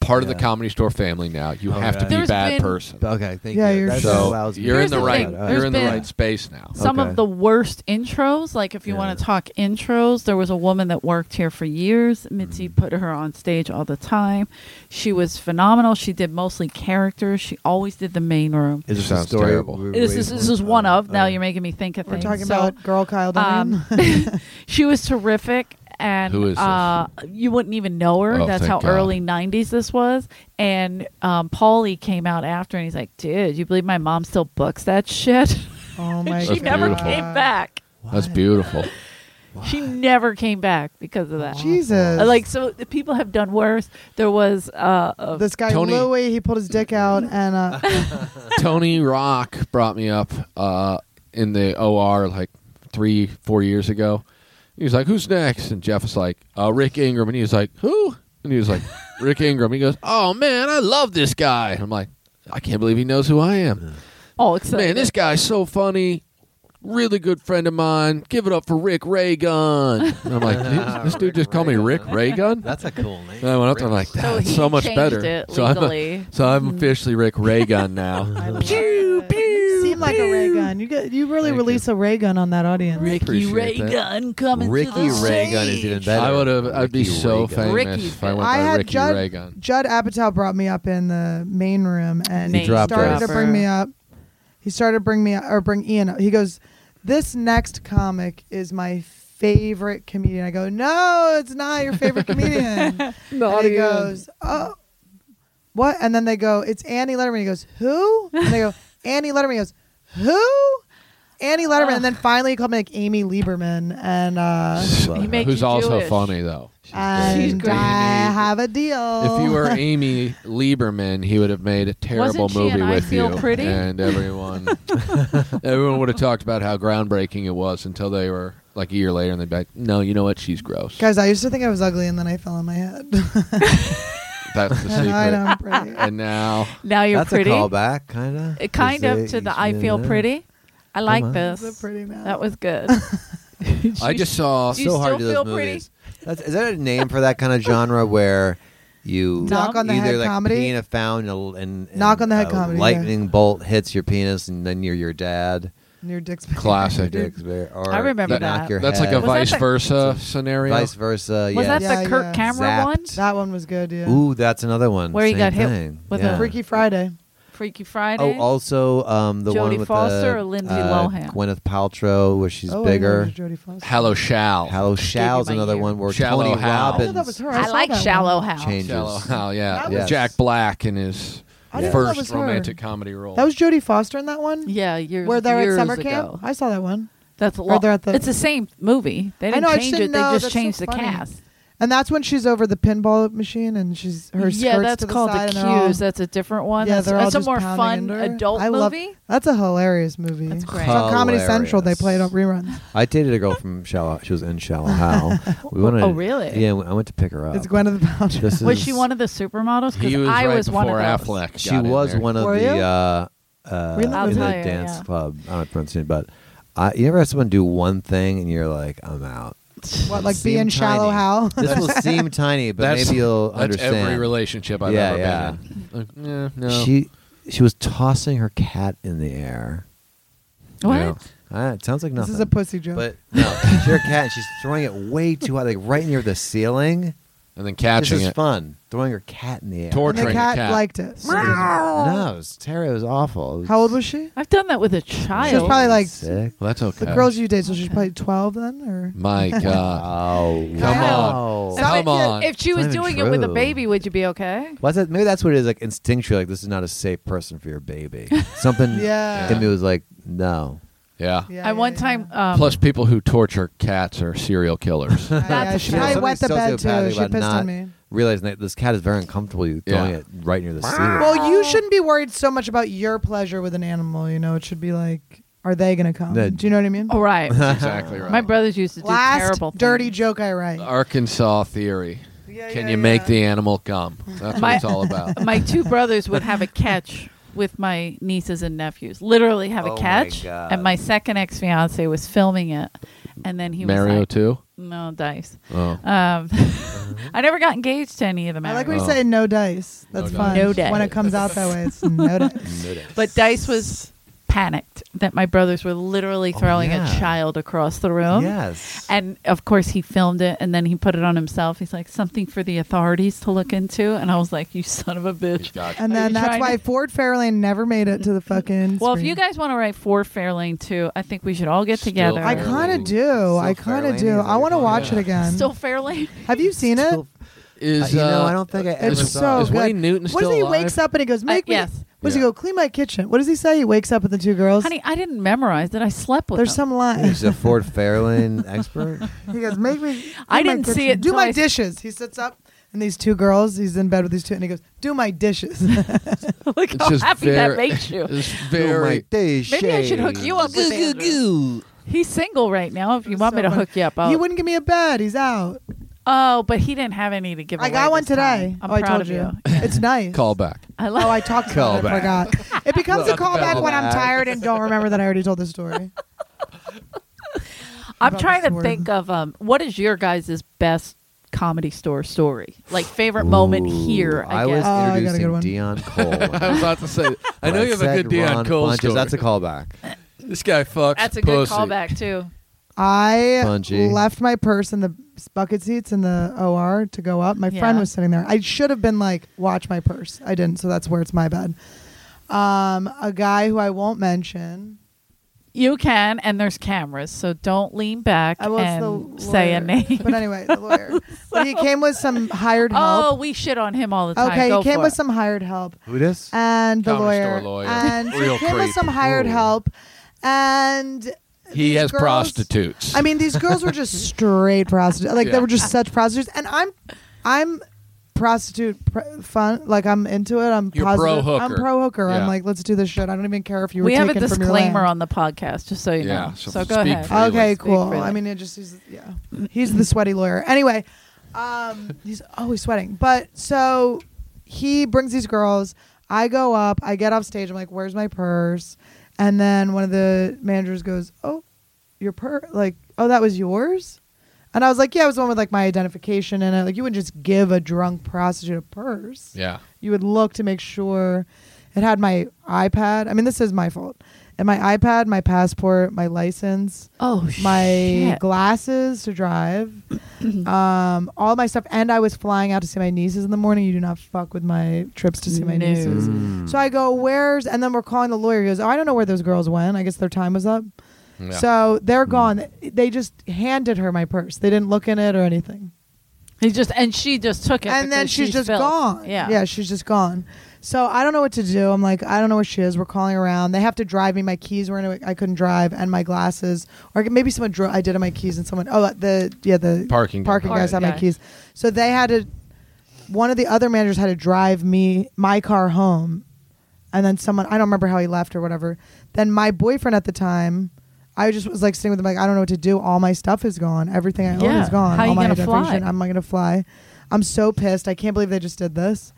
Speaker 1: part of the
Speaker 5: Yeah.
Speaker 1: comedy store family now. You
Speaker 5: Oh,
Speaker 1: have
Speaker 5: yeah.
Speaker 1: to be a
Speaker 3: There's
Speaker 1: bad
Speaker 3: been-
Speaker 1: person.
Speaker 5: Okay, thank
Speaker 2: Yeah,
Speaker 5: you.
Speaker 2: you're
Speaker 5: That
Speaker 2: so-
Speaker 5: allows me
Speaker 1: You're
Speaker 5: to
Speaker 1: in
Speaker 3: Here's
Speaker 1: the,
Speaker 5: figure
Speaker 3: the
Speaker 1: right.
Speaker 3: thing.
Speaker 5: it out.
Speaker 1: You're
Speaker 3: There's
Speaker 1: in the
Speaker 3: been-
Speaker 1: right space now.
Speaker 3: Some
Speaker 5: Okay.
Speaker 3: of the worst intros, like if you
Speaker 5: Yeah.
Speaker 3: want to talk intros, there was a woman that worked here for years. Mitzi put her on stage all the time. She was phenomenal. She did mostly characters. She always did the main room.
Speaker 5: Is this a
Speaker 1: Sounds
Speaker 5: story?
Speaker 1: terrible.
Speaker 5: we're
Speaker 3: This is,
Speaker 5: raising?
Speaker 3: this is one
Speaker 5: Oh,
Speaker 3: of. Now
Speaker 5: okay.
Speaker 3: you're making me think of
Speaker 2: We're
Speaker 3: things.
Speaker 2: talking
Speaker 3: So,
Speaker 2: about girl Kyle Dunn.
Speaker 3: Um, *laughs* she was terrific, and
Speaker 1: Who is this?
Speaker 3: Uh, you wouldn't even know her.
Speaker 1: Oh,
Speaker 3: That's how
Speaker 1: thank God.
Speaker 3: early '90s this was. And um, Paulie came out after, and he's like, "Dude, you believe my mom still books that shit?
Speaker 2: *laughs*
Speaker 3: *laughs*
Speaker 2: oh my
Speaker 3: And she
Speaker 1: That's
Speaker 3: never
Speaker 1: beautiful.
Speaker 3: came back.
Speaker 1: That's beautiful.
Speaker 3: She never came back because of that.
Speaker 2: Jesus.
Speaker 3: Uh, Like so, the people have done worse. There was uh, a,
Speaker 2: this guy
Speaker 1: Tony-
Speaker 2: Louis, he pulled his dick out
Speaker 3: *laughs*
Speaker 2: and uh,
Speaker 1: Tony Rock brought me up uh, in the OR like three, four years ago. He was like, "Who's next?" And Jeff was like, uh, "Rick Ingram." And he was like, "Who?" And he was like, *laughs* "Rick Ingram." He goes, "Oh man, I love this guy." And I'm like, "I can't believe he knows who I am."
Speaker 3: oh, it's
Speaker 1: Man, this guy's so funny. Really good friend of mine. Give it up for Rick Raygun. And I'm
Speaker 3: *laughs*
Speaker 1: like, "Dude, this dude
Speaker 5: Rick
Speaker 1: just called me
Speaker 5: Raygun.
Speaker 1: Rick Raygun.
Speaker 5: *laughs* That's a cool name.
Speaker 1: And I went up there and I'm like,
Speaker 3: so,
Speaker 1: that's
Speaker 3: he
Speaker 1: so, much
Speaker 3: changed
Speaker 1: better.
Speaker 3: It
Speaker 1: so, I'm a- *laughs*
Speaker 3: legally.
Speaker 1: so I'm officially Rick Raygun now.
Speaker 3: *laughs* I love it.
Speaker 2: seemed like a ray gun. You get, you really
Speaker 5: Thank
Speaker 2: release a ray gun on that audience.
Speaker 3: Ricky
Speaker 1: Appreciate that.
Speaker 3: Raygun coming to
Speaker 5: Ricky
Speaker 3: the
Speaker 5: Raygun
Speaker 3: stage.
Speaker 5: is even better.
Speaker 1: I would have. I'd be
Speaker 5: Ricky
Speaker 1: so
Speaker 5: Reagan.
Speaker 1: famous
Speaker 3: Ricky.
Speaker 1: if I went
Speaker 2: I
Speaker 1: by
Speaker 2: had
Speaker 1: Ricky
Speaker 2: Judd
Speaker 1: Reagan.
Speaker 2: Judd Apatow brought me up in the main room and
Speaker 3: Main
Speaker 2: he
Speaker 5: dropped
Speaker 2: started
Speaker 5: us.
Speaker 2: to bring me up. He started to bring me up, or bring Ian up. He goes, "This next comic is my favorite comedian." I go, "No, it's not your favorite comedian." and he goes, "Oh, what?" And then they go, "It's Annie Letterman." He goes, "Who?" And they go, "Annie Letterman." He goes, "Who?" Annie Letterman, and then finally he called me like Amy Lieberman, and uh,
Speaker 3: He make
Speaker 1: Who's
Speaker 3: you
Speaker 1: also
Speaker 3: Jewish.
Speaker 1: funny though.
Speaker 3: She's
Speaker 2: and
Speaker 3: great.
Speaker 2: I have a deal.
Speaker 1: If you
Speaker 2: *laughs*
Speaker 1: were Amy Lieberman, he would have made a terrible
Speaker 3: Wasn't she
Speaker 1: movie
Speaker 3: in I
Speaker 1: with
Speaker 3: Feel
Speaker 1: you,
Speaker 3: Pretty?
Speaker 1: and everyone, everyone would have talked about how groundbreaking it was until they were like a year later, and they'd be like, "No, you know what? She's gross."
Speaker 2: Guys, I used to think I was ugly, and then I fell on my head. *laughs*
Speaker 1: That's the
Speaker 2: and I know
Speaker 1: secret.
Speaker 2: I'm pretty.
Speaker 3: *laughs*
Speaker 1: And now,
Speaker 3: Now you're
Speaker 5: That's
Speaker 3: pretty.
Speaker 5: a callback, kind
Speaker 3: Uh,
Speaker 5: of.
Speaker 3: kind of to the I feel pretty. I like
Speaker 5: on.
Speaker 3: this.
Speaker 2: That's a pretty mouth.
Speaker 3: That was
Speaker 5: *laughs*
Speaker 3: good.
Speaker 1: I just saw.
Speaker 3: Do you
Speaker 5: so hard
Speaker 3: still
Speaker 5: to do
Speaker 3: feel
Speaker 5: those
Speaker 3: pretty?
Speaker 5: movies. That's, is that a name for that kind of genre where you
Speaker 2: *laughs* Knock on the
Speaker 5: either
Speaker 2: head
Speaker 5: like
Speaker 2: comedy?
Speaker 5: peen a fountain and, and and
Speaker 2: Knock on the head
Speaker 5: a
Speaker 2: comedy, yeah.
Speaker 5: Lightning bolt hits your penis and then you're your dad.
Speaker 2: And your dick's big.
Speaker 1: Classic.
Speaker 5: Your dick's bare- or
Speaker 3: I remember
Speaker 5: you knock
Speaker 3: that.
Speaker 5: your
Speaker 1: That's like a
Speaker 5: head.
Speaker 3: Was that
Speaker 1: vice
Speaker 3: the-
Speaker 1: versa scenario.
Speaker 5: vice versa.
Speaker 3: Was
Speaker 5: yes.
Speaker 3: that the
Speaker 2: Yeah,
Speaker 3: Kirk
Speaker 2: yeah.
Speaker 3: Cameron
Speaker 5: Zapped.
Speaker 3: one?
Speaker 2: That one was good. Yeah.
Speaker 5: Ooh, that's another one.
Speaker 3: Where he
Speaker 5: Same
Speaker 3: got hit
Speaker 5: thing.
Speaker 3: with a
Speaker 5: yeah.
Speaker 2: Freaky Friday.
Speaker 3: Freaky Friday.
Speaker 5: Oh, also um, the
Speaker 3: Jodie
Speaker 5: one with
Speaker 3: Foster
Speaker 5: the,
Speaker 3: or Lindsay
Speaker 5: uh,
Speaker 3: Lohan?
Speaker 5: Gwyneth Paltrow, where she's
Speaker 2: oh, I know it
Speaker 5: bigger.
Speaker 2: was Jodie Foster.
Speaker 1: Hello, Shal.
Speaker 5: Hallow Shallow's
Speaker 3: my
Speaker 5: another
Speaker 3: ear.
Speaker 5: one where
Speaker 1: Shallow
Speaker 5: Tony
Speaker 1: Hal. I
Speaker 2: I
Speaker 1: thought
Speaker 5: Robbins.
Speaker 2: thought that was her.
Speaker 3: I
Speaker 2: saw
Speaker 3: like
Speaker 2: that one.
Speaker 3: Shallow House.
Speaker 5: Change.
Speaker 1: Shallow
Speaker 5: Angels.
Speaker 1: Hal, yeah.
Speaker 2: That
Speaker 5: was-
Speaker 1: Jack Black in his
Speaker 2: I
Speaker 5: didn't know that
Speaker 1: first
Speaker 2: was her.
Speaker 1: romantic comedy role.
Speaker 2: That was Jodie Foster in that one.
Speaker 3: Yeah, years
Speaker 2: Where they're
Speaker 3: years
Speaker 2: at summer
Speaker 3: ago.
Speaker 2: camp. I saw that one.
Speaker 3: That's a lot.
Speaker 2: they're at the-
Speaker 3: it's the same movie. They
Speaker 2: I
Speaker 3: didn't
Speaker 2: know, I just
Speaker 3: change it.
Speaker 2: didn't
Speaker 3: They
Speaker 2: know.
Speaker 3: just
Speaker 2: That's
Speaker 3: changed
Speaker 2: so
Speaker 3: the
Speaker 2: funny.
Speaker 3: cast.
Speaker 2: And that's when she's over the pinball machine and she's her
Speaker 3: yeah,
Speaker 2: skirts
Speaker 3: that's
Speaker 2: to the
Speaker 3: called
Speaker 2: side
Speaker 3: the
Speaker 2: and they're all-
Speaker 3: Q's. That's a different one.
Speaker 2: yeah,
Speaker 3: that's
Speaker 2: they're all
Speaker 3: that's a
Speaker 2: just
Speaker 3: more
Speaker 2: pounding
Speaker 3: fun
Speaker 2: into her.
Speaker 3: adult
Speaker 2: I love-
Speaker 3: movie.
Speaker 2: That's a hilarious movie.
Speaker 3: That's great.
Speaker 2: It's on Comedy Central. They played
Speaker 5: Hilarious. *laughs*
Speaker 2: reruns.
Speaker 5: I dated a girl from Shallow. She was in
Speaker 3: *laughs*
Speaker 5: Shallow Hal. We went
Speaker 3: Oh,
Speaker 5: to-
Speaker 3: really?
Speaker 5: Yeah, I went to pick her up.
Speaker 2: It's Gwyneth Paltrow.
Speaker 5: This
Speaker 3: Was
Speaker 5: is-
Speaker 3: she one of the supermodels? 'Cause
Speaker 1: he was
Speaker 3: I
Speaker 1: right
Speaker 3: was
Speaker 1: before
Speaker 3: one of those.
Speaker 1: Affleck.
Speaker 5: She
Speaker 1: got in
Speaker 5: was
Speaker 1: there.
Speaker 5: one of
Speaker 2: Were
Speaker 5: the
Speaker 2: you?
Speaker 5: uh, uh,
Speaker 2: Were you in
Speaker 5: in
Speaker 2: the
Speaker 5: the
Speaker 2: movie?
Speaker 3: I'll tell you,
Speaker 5: dance
Speaker 3: yeah.
Speaker 5: club. I don't pronounce it, but I, you ever have someone do one thing and you're like, I'm out.
Speaker 2: *laughs* What, like
Speaker 5: Seem
Speaker 2: being shallow
Speaker 5: tiny.
Speaker 2: Hal? *laughs*
Speaker 5: This will seem tiny, but
Speaker 1: That's-
Speaker 5: maybe you'll
Speaker 1: That's
Speaker 5: understand.
Speaker 1: every relationship I've
Speaker 5: Yeah,
Speaker 1: ever
Speaker 5: yeah.
Speaker 1: been in. Like, yeah, no.
Speaker 5: She she was tossing her cat in the air.
Speaker 3: What?
Speaker 1: Yeah.
Speaker 5: Uh, it sounds like
Speaker 2: This
Speaker 5: nothing.
Speaker 2: is a pussy joke.
Speaker 5: But no, she's her cat. And she's throwing it way too high, like right near the ceiling.
Speaker 1: and then
Speaker 5: This
Speaker 1: catching
Speaker 5: is
Speaker 1: it.
Speaker 5: fun. Throwing her cat in the air.
Speaker 1: Torture.
Speaker 2: and the
Speaker 1: Torturing a
Speaker 2: cat,
Speaker 1: cat.
Speaker 2: liked it.
Speaker 5: No, it was terrible. It was awful. It was
Speaker 2: How old was she?
Speaker 3: I've done that with a child.
Speaker 2: She was probably
Speaker 1: *laughs*
Speaker 2: like
Speaker 5: sick.
Speaker 1: Well, that's okay.
Speaker 2: the girls you date, so she's probably twelve then, or
Speaker 5: *laughs*
Speaker 1: My God.
Speaker 5: Oh,
Speaker 1: Come
Speaker 5: wow.
Speaker 1: on.
Speaker 3: I mean,
Speaker 1: Come on.
Speaker 3: If she was
Speaker 5: Oh. It's not even
Speaker 3: doing it with a
Speaker 5: true.
Speaker 3: baby, would you be okay?
Speaker 5: Well, that's, maybe that's what it is. Like instinctually, like this is not a safe person for
Speaker 2: *laughs*
Speaker 5: your baby. Something
Speaker 2: yeah.
Speaker 5: in me was like, no.
Speaker 1: yeah.
Speaker 2: Yeah,
Speaker 3: I one
Speaker 2: yeah,
Speaker 3: time.
Speaker 2: yeah.
Speaker 3: Um,
Speaker 1: Plus, people who torture cats are serial
Speaker 5: *laughs*
Speaker 1: killers.
Speaker 2: Yeah,
Speaker 3: That's
Speaker 2: yeah,
Speaker 3: a
Speaker 2: she
Speaker 3: fact.
Speaker 2: probably wet the
Speaker 5: Something
Speaker 2: bed
Speaker 5: sociopathic
Speaker 2: too. She
Speaker 5: about
Speaker 2: pissed
Speaker 5: not-
Speaker 2: on me.
Speaker 5: Realizing that this cat is very uncomfortable. You throwing
Speaker 1: Yeah.
Speaker 5: it right near the ceiling.
Speaker 2: Well, you shouldn't be worried so much about your pleasure with an animal. You know, it should be like are they going to come?
Speaker 5: The-
Speaker 2: Do you know what I mean?
Speaker 3: All
Speaker 5: *laughs*
Speaker 3: right.
Speaker 1: exactly *laughs* right.
Speaker 3: My brothers used to Oh, do
Speaker 2: Last
Speaker 3: terrible
Speaker 2: dirty
Speaker 3: things.
Speaker 2: joke I write.
Speaker 1: Arkansas theory.
Speaker 2: Yeah,
Speaker 1: Can
Speaker 2: yeah,
Speaker 1: you make
Speaker 2: yeah.
Speaker 1: the animal come? That's what
Speaker 3: My-
Speaker 1: it's all about.
Speaker 3: my two brothers would have a catch with my nieces and nephews. Literally have
Speaker 5: Oh
Speaker 3: a
Speaker 5: my
Speaker 3: catch.
Speaker 5: God.
Speaker 3: and my second ex fiance was filming it, and then *laughs* he was
Speaker 1: Mario
Speaker 3: like,
Speaker 1: too.
Speaker 3: "No dice."
Speaker 1: Oh.
Speaker 3: Um, *laughs* I never got engaged to any of them.
Speaker 2: I like
Speaker 3: Marios.
Speaker 2: when you
Speaker 1: Oh.
Speaker 2: say no dice. That's
Speaker 1: No
Speaker 2: fun.
Speaker 1: dice.
Speaker 3: No dice.
Speaker 2: When it comes out that way, it's no dice.
Speaker 3: But Dice was panicked that my brothers were literally throwing
Speaker 5: Oh, yeah.
Speaker 3: a child across the room.
Speaker 5: Yes.
Speaker 3: And of course, he filmed it and then he put it on himself. He's like, something for the authorities to look into. And I was like, you son of a bitch.
Speaker 2: And then
Speaker 3: you
Speaker 2: that's
Speaker 3: trying
Speaker 2: why
Speaker 3: to-
Speaker 2: Ford Fairlane never made it to the fucking.
Speaker 3: Well, if
Speaker 2: screen.
Speaker 3: you guys want to write for Fairlane too, I think we should all get
Speaker 1: Still
Speaker 3: together.
Speaker 2: I kind of do. I kind
Speaker 5: Fairlane
Speaker 2: of
Speaker 5: is
Speaker 2: do.
Speaker 5: what
Speaker 2: I
Speaker 5: we
Speaker 2: want to
Speaker 5: call it.
Speaker 2: watch it
Speaker 1: Yeah.
Speaker 3: *laughs*
Speaker 2: again.
Speaker 3: Still Fairlane?
Speaker 2: Have you seen it?
Speaker 5: Still-
Speaker 1: Is
Speaker 5: Uh, you know,
Speaker 1: uh,
Speaker 5: I don't think I ever
Speaker 2: It's
Speaker 5: saw
Speaker 2: so
Speaker 1: Is
Speaker 2: good.
Speaker 1: Wayne Newton
Speaker 2: what
Speaker 1: still
Speaker 2: does he
Speaker 1: alive?
Speaker 2: wakes up and he goes, "Make me."
Speaker 3: yes.
Speaker 2: What does he
Speaker 1: Yeah.
Speaker 2: go? Clean my kitchen. What does he say? He wakes up with the two girls.
Speaker 3: Honey, I didn't memorize it. I slept with
Speaker 2: There's
Speaker 3: them.
Speaker 2: some line.
Speaker 5: He's a Ford Fairlane expert.
Speaker 2: *laughs* He goes, "Make me." do
Speaker 3: I
Speaker 2: my
Speaker 3: didn't see
Speaker 2: kitchen.
Speaker 3: it
Speaker 2: Do
Speaker 3: till
Speaker 2: my
Speaker 3: I-
Speaker 2: dishes. He sits up. And these two girls, he's in bed with these two, and he goes, "Do my dishes."
Speaker 3: *laughs* Look
Speaker 1: It's
Speaker 3: how
Speaker 1: just
Speaker 3: happy
Speaker 1: very,
Speaker 3: that
Speaker 1: *laughs*
Speaker 3: makes you.
Speaker 1: It's
Speaker 5: Oh
Speaker 1: *laughs*
Speaker 5: my
Speaker 1: very.
Speaker 5: days,
Speaker 3: Maybe I should hook
Speaker 5: shades.
Speaker 3: you up with Andrew. He's single right now. If you want me to hook you up, I'll-
Speaker 2: *laughs* He wouldn't give me a bed. He's out.
Speaker 3: Oh, but he didn't have any to give.
Speaker 2: I
Speaker 3: away
Speaker 2: got one
Speaker 3: this time.
Speaker 2: today.
Speaker 3: I'm
Speaker 2: oh, I
Speaker 3: proud
Speaker 2: told
Speaker 3: of
Speaker 2: you.
Speaker 3: you.
Speaker 2: *laughs* It's nice.
Speaker 1: Call
Speaker 3: *laughs*
Speaker 1: back.
Speaker 3: I
Speaker 2: Oh,
Speaker 3: love.
Speaker 2: I talked about it. I forgot. It becomes a callback when I'm
Speaker 5: Callback.
Speaker 2: tired and don't remember that I already told the story.
Speaker 3: I'm
Speaker 2: about
Speaker 3: trying
Speaker 2: this
Speaker 3: to
Speaker 2: word.
Speaker 3: think of um, what is your guys' best comedy store story? Like favorite moment here. I,
Speaker 5: I was
Speaker 3: guess.
Speaker 2: Oh, I got a good
Speaker 5: introducing
Speaker 2: one.
Speaker 5: Dion *laughs* Cole.
Speaker 1: I was about to say. I know you have a good Dion Cole story.
Speaker 5: That's a callback.
Speaker 1: This guy fucks.
Speaker 3: That's a good
Speaker 1: pussy.
Speaker 3: callback too.
Speaker 2: I
Speaker 5: Spongy.
Speaker 2: left my purse in the bucket seats in the OR to go up. My friend
Speaker 3: Yeah.
Speaker 2: was sitting there. I should have been like, watch my purse. I didn't, so that's where it's my bad. Um, a guy who I won't mention.
Speaker 3: You can, and there's cameras, so don't lean back
Speaker 2: I was the lawyer,
Speaker 3: and say a name.
Speaker 2: *laughs* But anyway, the lawyer. But he came with some hired
Speaker 3: *laughs* Oh,
Speaker 2: help.
Speaker 3: we shit on him all the time.
Speaker 2: okay,
Speaker 3: Go
Speaker 2: he came
Speaker 3: for
Speaker 2: with
Speaker 3: it.
Speaker 2: some hired help.
Speaker 5: Who this?
Speaker 3: Uh,
Speaker 2: and the
Speaker 1: Comedy
Speaker 2: lawyer,
Speaker 1: store lawyer.
Speaker 2: and
Speaker 1: Real
Speaker 2: he came with
Speaker 1: creep.
Speaker 2: some hired
Speaker 5: Ooh.
Speaker 2: help and
Speaker 1: He
Speaker 2: these
Speaker 1: has
Speaker 2: girls-
Speaker 1: prostitutes.
Speaker 2: i mean these girls were just straight prostitutes like
Speaker 1: Yeah.
Speaker 2: they were just such prostitutes and i'm i'm prostitute pr- fun like i'm into it i'm
Speaker 1: You're
Speaker 2: positive i'm
Speaker 1: pro-hooker.
Speaker 2: pro hooker
Speaker 1: Yeah.
Speaker 2: i'm like let's do this shit i don't even care if you were
Speaker 3: We have a
Speaker 2: taken from your land.
Speaker 3: disclaimer on the podcast, just so you
Speaker 1: Yeah,
Speaker 3: know.
Speaker 1: so
Speaker 3: So, go
Speaker 1: speak
Speaker 3: ahead.
Speaker 1: freely.
Speaker 2: okay
Speaker 3: Speak
Speaker 2: cool
Speaker 3: freely.
Speaker 2: i mean it just is yeah he's the sweaty lawyer anyway um he's always sweating but so he brings these girls i go up i get off stage i'm like where's my purse and then one of the managers goes oh your purse like oh that was yours and i was like yeah it was the one with like my identification in it like you wouldn't just give a drunk prostitute a purse
Speaker 1: yeah.
Speaker 2: you would look to make sure it had my ipad i mean this is my fault and my ipad my passport my license
Speaker 3: oh
Speaker 2: my
Speaker 3: shit.
Speaker 2: glasses
Speaker 3: *clears throat*
Speaker 2: to drive, um, all my stuff, and I was flying out to see my nieces in the morning. You do not fuck with my trips to see my
Speaker 3: No.
Speaker 2: nieces. So I go, "Where's?" And then we're calling the lawyer. He goes, "Oh, I don't know where those girls went. I guess their time was up."
Speaker 1: Yeah.
Speaker 2: So they're gone. They just handed her my purse. They didn't look in it or anything.
Speaker 3: He just and she just took it,
Speaker 2: and then
Speaker 3: because
Speaker 2: she's, just
Speaker 3: filth.
Speaker 2: gone.
Speaker 3: Yeah,
Speaker 2: yeah, she's just gone. So I don't know what to do. I'm like, I don't know where she is. We're calling around. They have to drive me. My keys were in. it. I couldn't drive, and my glasses, or maybe someone drove. I did have my keys, and someone. Oh, the yeah, the
Speaker 1: Parking guy.
Speaker 2: parking guys had
Speaker 3: Parking
Speaker 2: my
Speaker 3: guy.
Speaker 2: keys. So they had to. One of the other managers had to drive me my car home, and then someone I don't remember how he left or whatever. Then my boyfriend at the time. I just was like sitting with him, like I don't know what to do. All my stuff is gone. Everything I own
Speaker 3: Yeah.
Speaker 2: is gone.
Speaker 3: How
Speaker 2: All
Speaker 3: you
Speaker 2: my
Speaker 3: gonna fly?
Speaker 2: identification. I'm not gonna fly. I'm so pissed. I can't believe they just did this.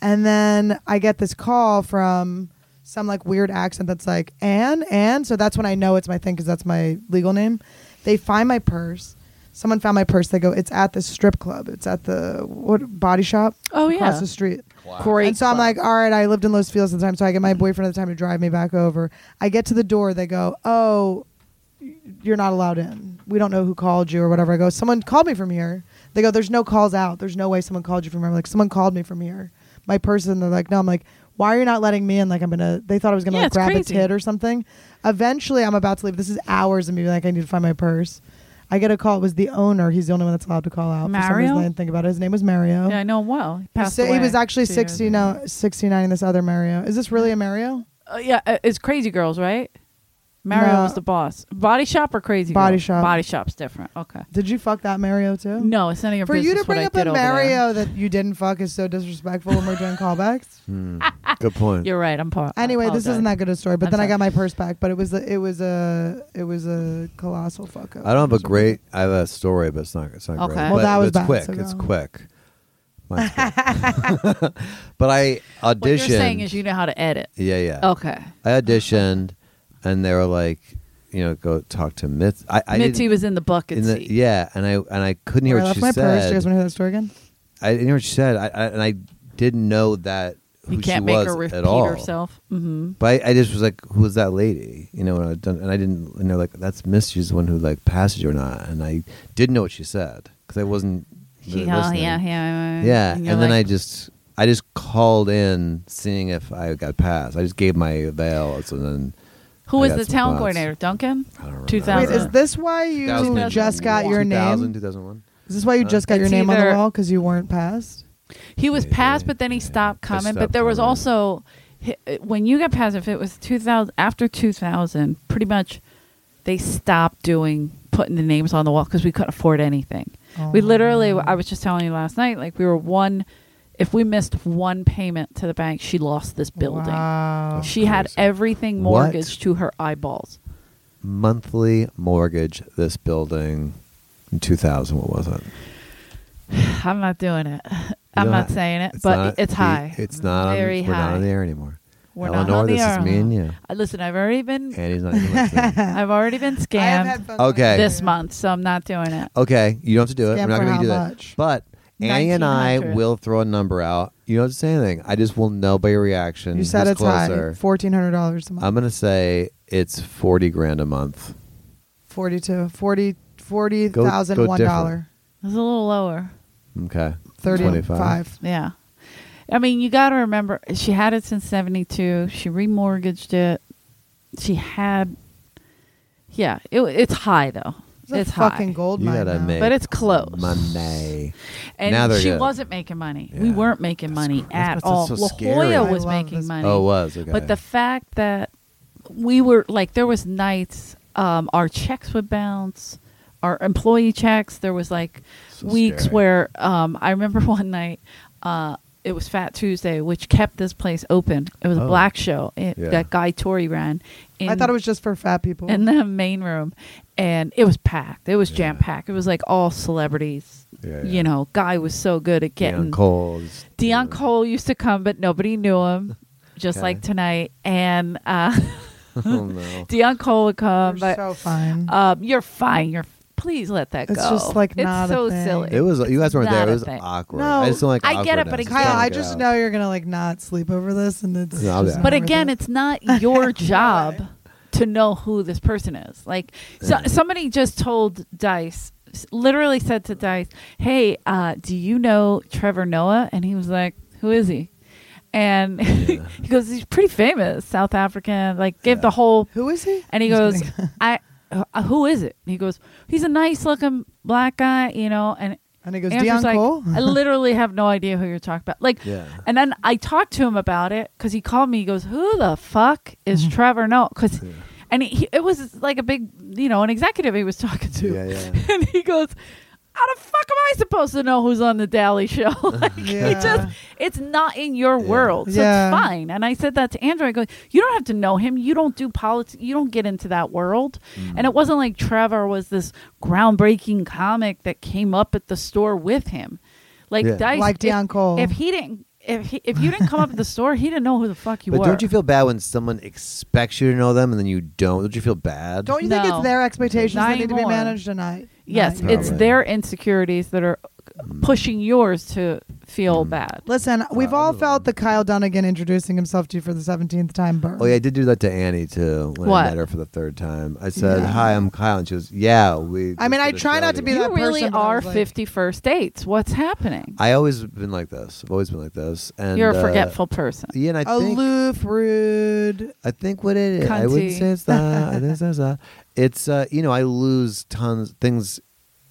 Speaker 2: And then I get this call from some like weird accent that's like Anne, Anne. So that's when I know it's my thing because that's my legal name. They find my purse. Someone found my purse. They go, it's at the strip club. It's at the what body shop.
Speaker 3: Oh, yeah.
Speaker 2: across the street.
Speaker 3: great.
Speaker 2: And so I'm like, all right, I lived in Los Feliz at the time, so I get my boyfriend at the time to drive me back over. I get to the door, they go, oh, you're not allowed in. We don't know who called you or whatever. I go, someone called me from here. They go, there's no calls out. There's no way someone called you from here. I'm like, someone called me from here. My person, they're like, no. I'm like, why are you not letting me in? Like, I'm gonna. They thought I was gonna
Speaker 3: Yeah,
Speaker 2: like,
Speaker 3: it's
Speaker 2: grab
Speaker 3: crazy.
Speaker 2: a tit or something. Eventually, I'm about to leave. This is hours of me being like, I need to find my purse. I get a call. It was the owner. He's the only one that's allowed to call out. For some
Speaker 3: Mario?
Speaker 2: reason, I didn't think about it. His name was Mario.
Speaker 3: yeah, I know him well. He,
Speaker 2: He,
Speaker 3: passed
Speaker 2: said he
Speaker 3: away
Speaker 2: was actually
Speaker 3: two years ago.
Speaker 2: 60 now, 69 in this other Mario. Is this really a Mario?
Speaker 3: Uh, yeah, uh, it's Crazy Girls, right? Mario
Speaker 2: No.
Speaker 3: was the boss. Body shop or crazy?
Speaker 2: Body
Speaker 3: Girl?
Speaker 2: Shop.
Speaker 3: Body shop's different. Okay.
Speaker 2: Did you fuck that Mario too?
Speaker 3: No, it's none of your
Speaker 2: For
Speaker 3: business.
Speaker 2: you to
Speaker 3: what
Speaker 2: bring
Speaker 3: I
Speaker 2: up
Speaker 3: did
Speaker 2: a
Speaker 3: over there.
Speaker 2: Mario that you didn't fuck is so disrespectful when we're doing
Speaker 3: *laughs*
Speaker 2: callbacks.
Speaker 3: Mm,
Speaker 5: Good point.
Speaker 3: You're right. I'm part.
Speaker 2: Anyway, this isn't that good a story, but
Speaker 3: I'm
Speaker 2: then I
Speaker 3: sorry.
Speaker 2: got my purse back. But it was a, it was a it was a colossal fuck up.
Speaker 5: I don't have a great. I have a story, but it's not. It's not
Speaker 3: Okay.
Speaker 5: great.
Speaker 3: Well,
Speaker 5: but,
Speaker 2: that was
Speaker 5: but
Speaker 2: bad,
Speaker 5: it's quick.
Speaker 2: so
Speaker 5: it's
Speaker 2: go.
Speaker 3: *laughs*
Speaker 5: quick. Mine's quick. *laughs* but I auditioned.
Speaker 3: What you're saying is you know how to edit.
Speaker 5: yeah, yeah.
Speaker 3: Okay.
Speaker 5: I auditioned, and they were like, you know, go talk to Mitzi. I, I
Speaker 3: Mitzi
Speaker 5: didn't-
Speaker 3: was in the bucket
Speaker 5: in the,
Speaker 3: seat.
Speaker 5: yeah, and I and I couldn't hear
Speaker 2: Where I
Speaker 5: what
Speaker 2: left
Speaker 5: she
Speaker 2: my purse. Do you
Speaker 5: said.
Speaker 2: guys want to hear that story again?
Speaker 5: I didn't hear what she said, I, I, and I didn't know that who
Speaker 3: You can't
Speaker 5: she
Speaker 3: make
Speaker 5: was
Speaker 3: her repeat
Speaker 5: at all.
Speaker 3: herself. Mm-hmm.
Speaker 5: But I, I just was like, "Who was that lady?" You know, and I done, and I didn't. And they're like, "That's Miss. She's the one who like passed you or not." And I didn't know what she said because I wasn't.
Speaker 3: She,
Speaker 5: really
Speaker 3: oh,
Speaker 5: listening.
Speaker 3: yeah, yeah, yeah.
Speaker 5: Yeah, and,
Speaker 3: you're
Speaker 5: then I
Speaker 3: like,
Speaker 5: just I just called in seeing if I got passed. I just gave my avails, and then
Speaker 3: Who
Speaker 5: I
Speaker 3: was
Speaker 5: got
Speaker 3: the
Speaker 5: some
Speaker 3: town
Speaker 5: thoughts.
Speaker 3: coordinator? Duncan.
Speaker 5: I don't remember.
Speaker 3: Two
Speaker 2: Wait,
Speaker 3: thousand.
Speaker 2: is this why you
Speaker 5: 2001.
Speaker 2: just got your
Speaker 5: 2000,
Speaker 2: name?
Speaker 5: 2001.
Speaker 2: Is this why you just got your
Speaker 3: It's
Speaker 2: name on the
Speaker 3: either-
Speaker 2: wall because you weren't passed?
Speaker 3: He was passed, but then he stopped coming. but
Speaker 5: stopped
Speaker 3: there was
Speaker 5: coming.
Speaker 3: also hi- uh, when you got passed, if it was two thousand after two thousand, pretty much they stopped doing putting the names on the wall because we couldn't afford anything.
Speaker 2: Oh,
Speaker 3: We literally, I was just telling you last night, like we were one. If we missed one payment to the bank, she lost this building.
Speaker 2: Wow.
Speaker 3: She had everything
Speaker 5: What?
Speaker 3: mortgaged to her eyeballs. *sighs*
Speaker 5: Monthly mortgage this building in 2000. What was it?
Speaker 3: I'm not doing it. *laughs* I'm
Speaker 5: know,
Speaker 3: not saying it,
Speaker 5: It's
Speaker 3: but
Speaker 5: not-
Speaker 3: it's
Speaker 5: the-
Speaker 3: high.
Speaker 5: It's not
Speaker 3: Very
Speaker 5: on, We're not
Speaker 3: high.
Speaker 5: on the air anymore.
Speaker 3: We're
Speaker 5: Eleanor,
Speaker 3: not on the
Speaker 5: this
Speaker 3: air.
Speaker 5: is me and you.
Speaker 3: Uh, Listen, I've already been
Speaker 5: And he's not
Speaker 3: *laughs*
Speaker 5: even listening.
Speaker 3: I've already been
Speaker 2: I have
Speaker 3: scammed
Speaker 2: headphones on.
Speaker 5: Okay.
Speaker 3: this month, so I'm not doing it.
Speaker 5: Okay, you don't have to do it.
Speaker 2: Scam
Speaker 5: We're not
Speaker 2: for
Speaker 5: going to make
Speaker 2: how
Speaker 5: you do that.
Speaker 2: much?
Speaker 5: But Annie and I
Speaker 3: 1900.
Speaker 5: will throw a number out. You don't have to say anything. I just will know by your reaction.
Speaker 2: You said
Speaker 5: who's
Speaker 2: it's
Speaker 5: closer.
Speaker 2: high. Fourteen hundred dollars a month.
Speaker 5: I'm going to say it's 40 grand a month.
Speaker 2: Forty-two. Forty. Forty thousand one dollar.
Speaker 3: It's a little lower.
Speaker 5: Okay.
Speaker 2: Thirty-five.
Speaker 3: Yeah. I mean, you got to remember, she had it since 72. She remortgaged it. She had, yeah, it, it's high, though. It's,
Speaker 2: It's a
Speaker 3: high.
Speaker 2: fucking gold
Speaker 5: You
Speaker 2: mine.
Speaker 5: gotta
Speaker 2: now.
Speaker 5: make
Speaker 3: But it's close.
Speaker 5: Money.
Speaker 3: And
Speaker 5: Now they're
Speaker 3: she
Speaker 5: good.
Speaker 3: wasn't making money. We
Speaker 5: Yeah.
Speaker 3: weren't making money at
Speaker 5: that's
Speaker 3: all.
Speaker 5: so
Speaker 3: La
Speaker 5: scary.
Speaker 3: Jolla
Speaker 2: I
Speaker 3: was
Speaker 2: love
Speaker 3: making
Speaker 2: this
Speaker 3: money.
Speaker 5: Oh, it was. Okay.
Speaker 3: But the fact that we were like, there was nights um, our checks would bounce, our employee checks. There was like
Speaker 5: So
Speaker 3: weeks
Speaker 5: scary.
Speaker 3: where um, I remember *laughs* one night uh, it was Fat Tuesday, which kept this place open. It was a
Speaker 5: Oh.
Speaker 3: black show it,
Speaker 5: Yeah.
Speaker 3: that Guy Tory ran.
Speaker 2: I
Speaker 3: in-
Speaker 2: thought it was just for fat people.
Speaker 3: in the main room, and it was packed. It was jam packed. It was like all celebrities.
Speaker 5: Yeah, yeah.
Speaker 3: You know, Guy was so good at getting
Speaker 5: Dion Cole. is- *laughs*
Speaker 3: Dion Cole used to come, but nobody knew him, just
Speaker 5: Okay.
Speaker 3: like tonight. And uh, *laughs*
Speaker 5: oh, no.
Speaker 3: Dion Cole would come,
Speaker 2: You're
Speaker 3: uh, but
Speaker 2: so fine.
Speaker 3: um, you're fine. You're please let that
Speaker 2: It's
Speaker 3: go.
Speaker 2: just, like,
Speaker 3: it's
Speaker 2: not a
Speaker 3: so
Speaker 2: thing.
Speaker 3: silly.
Speaker 5: It was. You guys weren't
Speaker 3: Not
Speaker 5: there.
Speaker 3: a
Speaker 5: It was
Speaker 3: thing.
Speaker 5: awkward.
Speaker 2: No.
Speaker 5: I just don't like.
Speaker 3: I get it, but
Speaker 5: awkwardness.
Speaker 3: it-
Speaker 5: don't
Speaker 2: Kyle,
Speaker 5: like
Speaker 2: I
Speaker 5: it
Speaker 2: just
Speaker 5: out.
Speaker 2: know you're gonna like not sleep over this, and it's.
Speaker 5: No, I'll be
Speaker 2: just
Speaker 5: all
Speaker 3: but
Speaker 2: not worth
Speaker 3: again,
Speaker 2: it.
Speaker 3: it's
Speaker 2: *laughs*
Speaker 3: not your job to know who this person is. Like, so, somebody just told Dice, s- literally said to Dice, "Hey, uh, do you know Trevor Noah?" And he was like, "Who is he?" And *laughs* he goes, "He's pretty famous, South African." Like, give the whole
Speaker 2: Who is he? *laughs*
Speaker 3: and he
Speaker 2: I'm
Speaker 3: goes,
Speaker 2: just kidding.
Speaker 3: "I." Uh, who is it? And he goes, he's a nice looking black guy, you know. And
Speaker 2: and he goes,
Speaker 3: and I was
Speaker 2: Dion
Speaker 3: like,
Speaker 2: Cole. *laughs*
Speaker 3: I literally have no idea who you're talking about. Like,
Speaker 5: Yeah.
Speaker 3: and then I talked to him about it because he called me. He goes, "Who the fuck is
Speaker 2: Mm-hmm.
Speaker 3: Trevor No?" Because, and he, it was like a big, you know, an executive he was talking to.
Speaker 5: Yeah, yeah.
Speaker 3: *laughs* And he goes, "How the fuck am I supposed to know who's on the Daily
Speaker 5: *laughs*
Speaker 3: Show?" like, *laughs* he
Speaker 2: Yeah.
Speaker 3: just, it's not in your world, so
Speaker 2: Yeah.
Speaker 3: it's fine. And I said that to Andrew. I go, "You don't have to know him. You don't do politics. You don't get into that world." And
Speaker 5: Mm.
Speaker 3: it wasn't like Trevor was this groundbreaking comic that came up at the store with him. Like
Speaker 5: Yeah.
Speaker 3: Dice,
Speaker 2: Like
Speaker 3: if-
Speaker 2: Deion Cole.
Speaker 3: If he didn't, if he, if you didn't come up at the store, he didn't know who the fuck you
Speaker 5: But
Speaker 3: were.
Speaker 5: don't you feel bad when someone expects you to know them and then you don't? Don't you feel bad?
Speaker 2: Don't you think
Speaker 3: No.
Speaker 2: it's their expectations
Speaker 3: Not
Speaker 2: that need to be
Speaker 3: anymore.
Speaker 2: managed tonight?
Speaker 3: yes, it's
Speaker 2: Not yours.
Speaker 5: Probably. Mm.
Speaker 3: their insecurities that are pushing yours to feel bad.
Speaker 2: Listen, we've all felt the Kyle Dunnigan introducing himself to you for the seventeenth time burn.
Speaker 5: Oh yeah, I did do that to Annie too when
Speaker 3: What?
Speaker 5: I met her for the third time. I said, "Hi, I'm Kyle," and she was, "Yeah, we."
Speaker 2: I mean,
Speaker 5: just
Speaker 2: I
Speaker 5: did a
Speaker 2: try
Speaker 5: show
Speaker 2: not to be
Speaker 5: together."
Speaker 3: You
Speaker 2: that
Speaker 3: really
Speaker 2: person, but I
Speaker 3: are
Speaker 2: was like-
Speaker 3: fifty first dates. What's happening?
Speaker 5: I always been like this. I've always been like this. And
Speaker 3: You're a
Speaker 5: uh,
Speaker 3: forgetful person.
Speaker 5: Yeah, and I think
Speaker 2: *laughs* Aloof, rude.
Speaker 5: I think what it is. I wouldn't
Speaker 3: Cunty.
Speaker 5: say it's that. I think it's that. It's uh, you know, I lose tons things.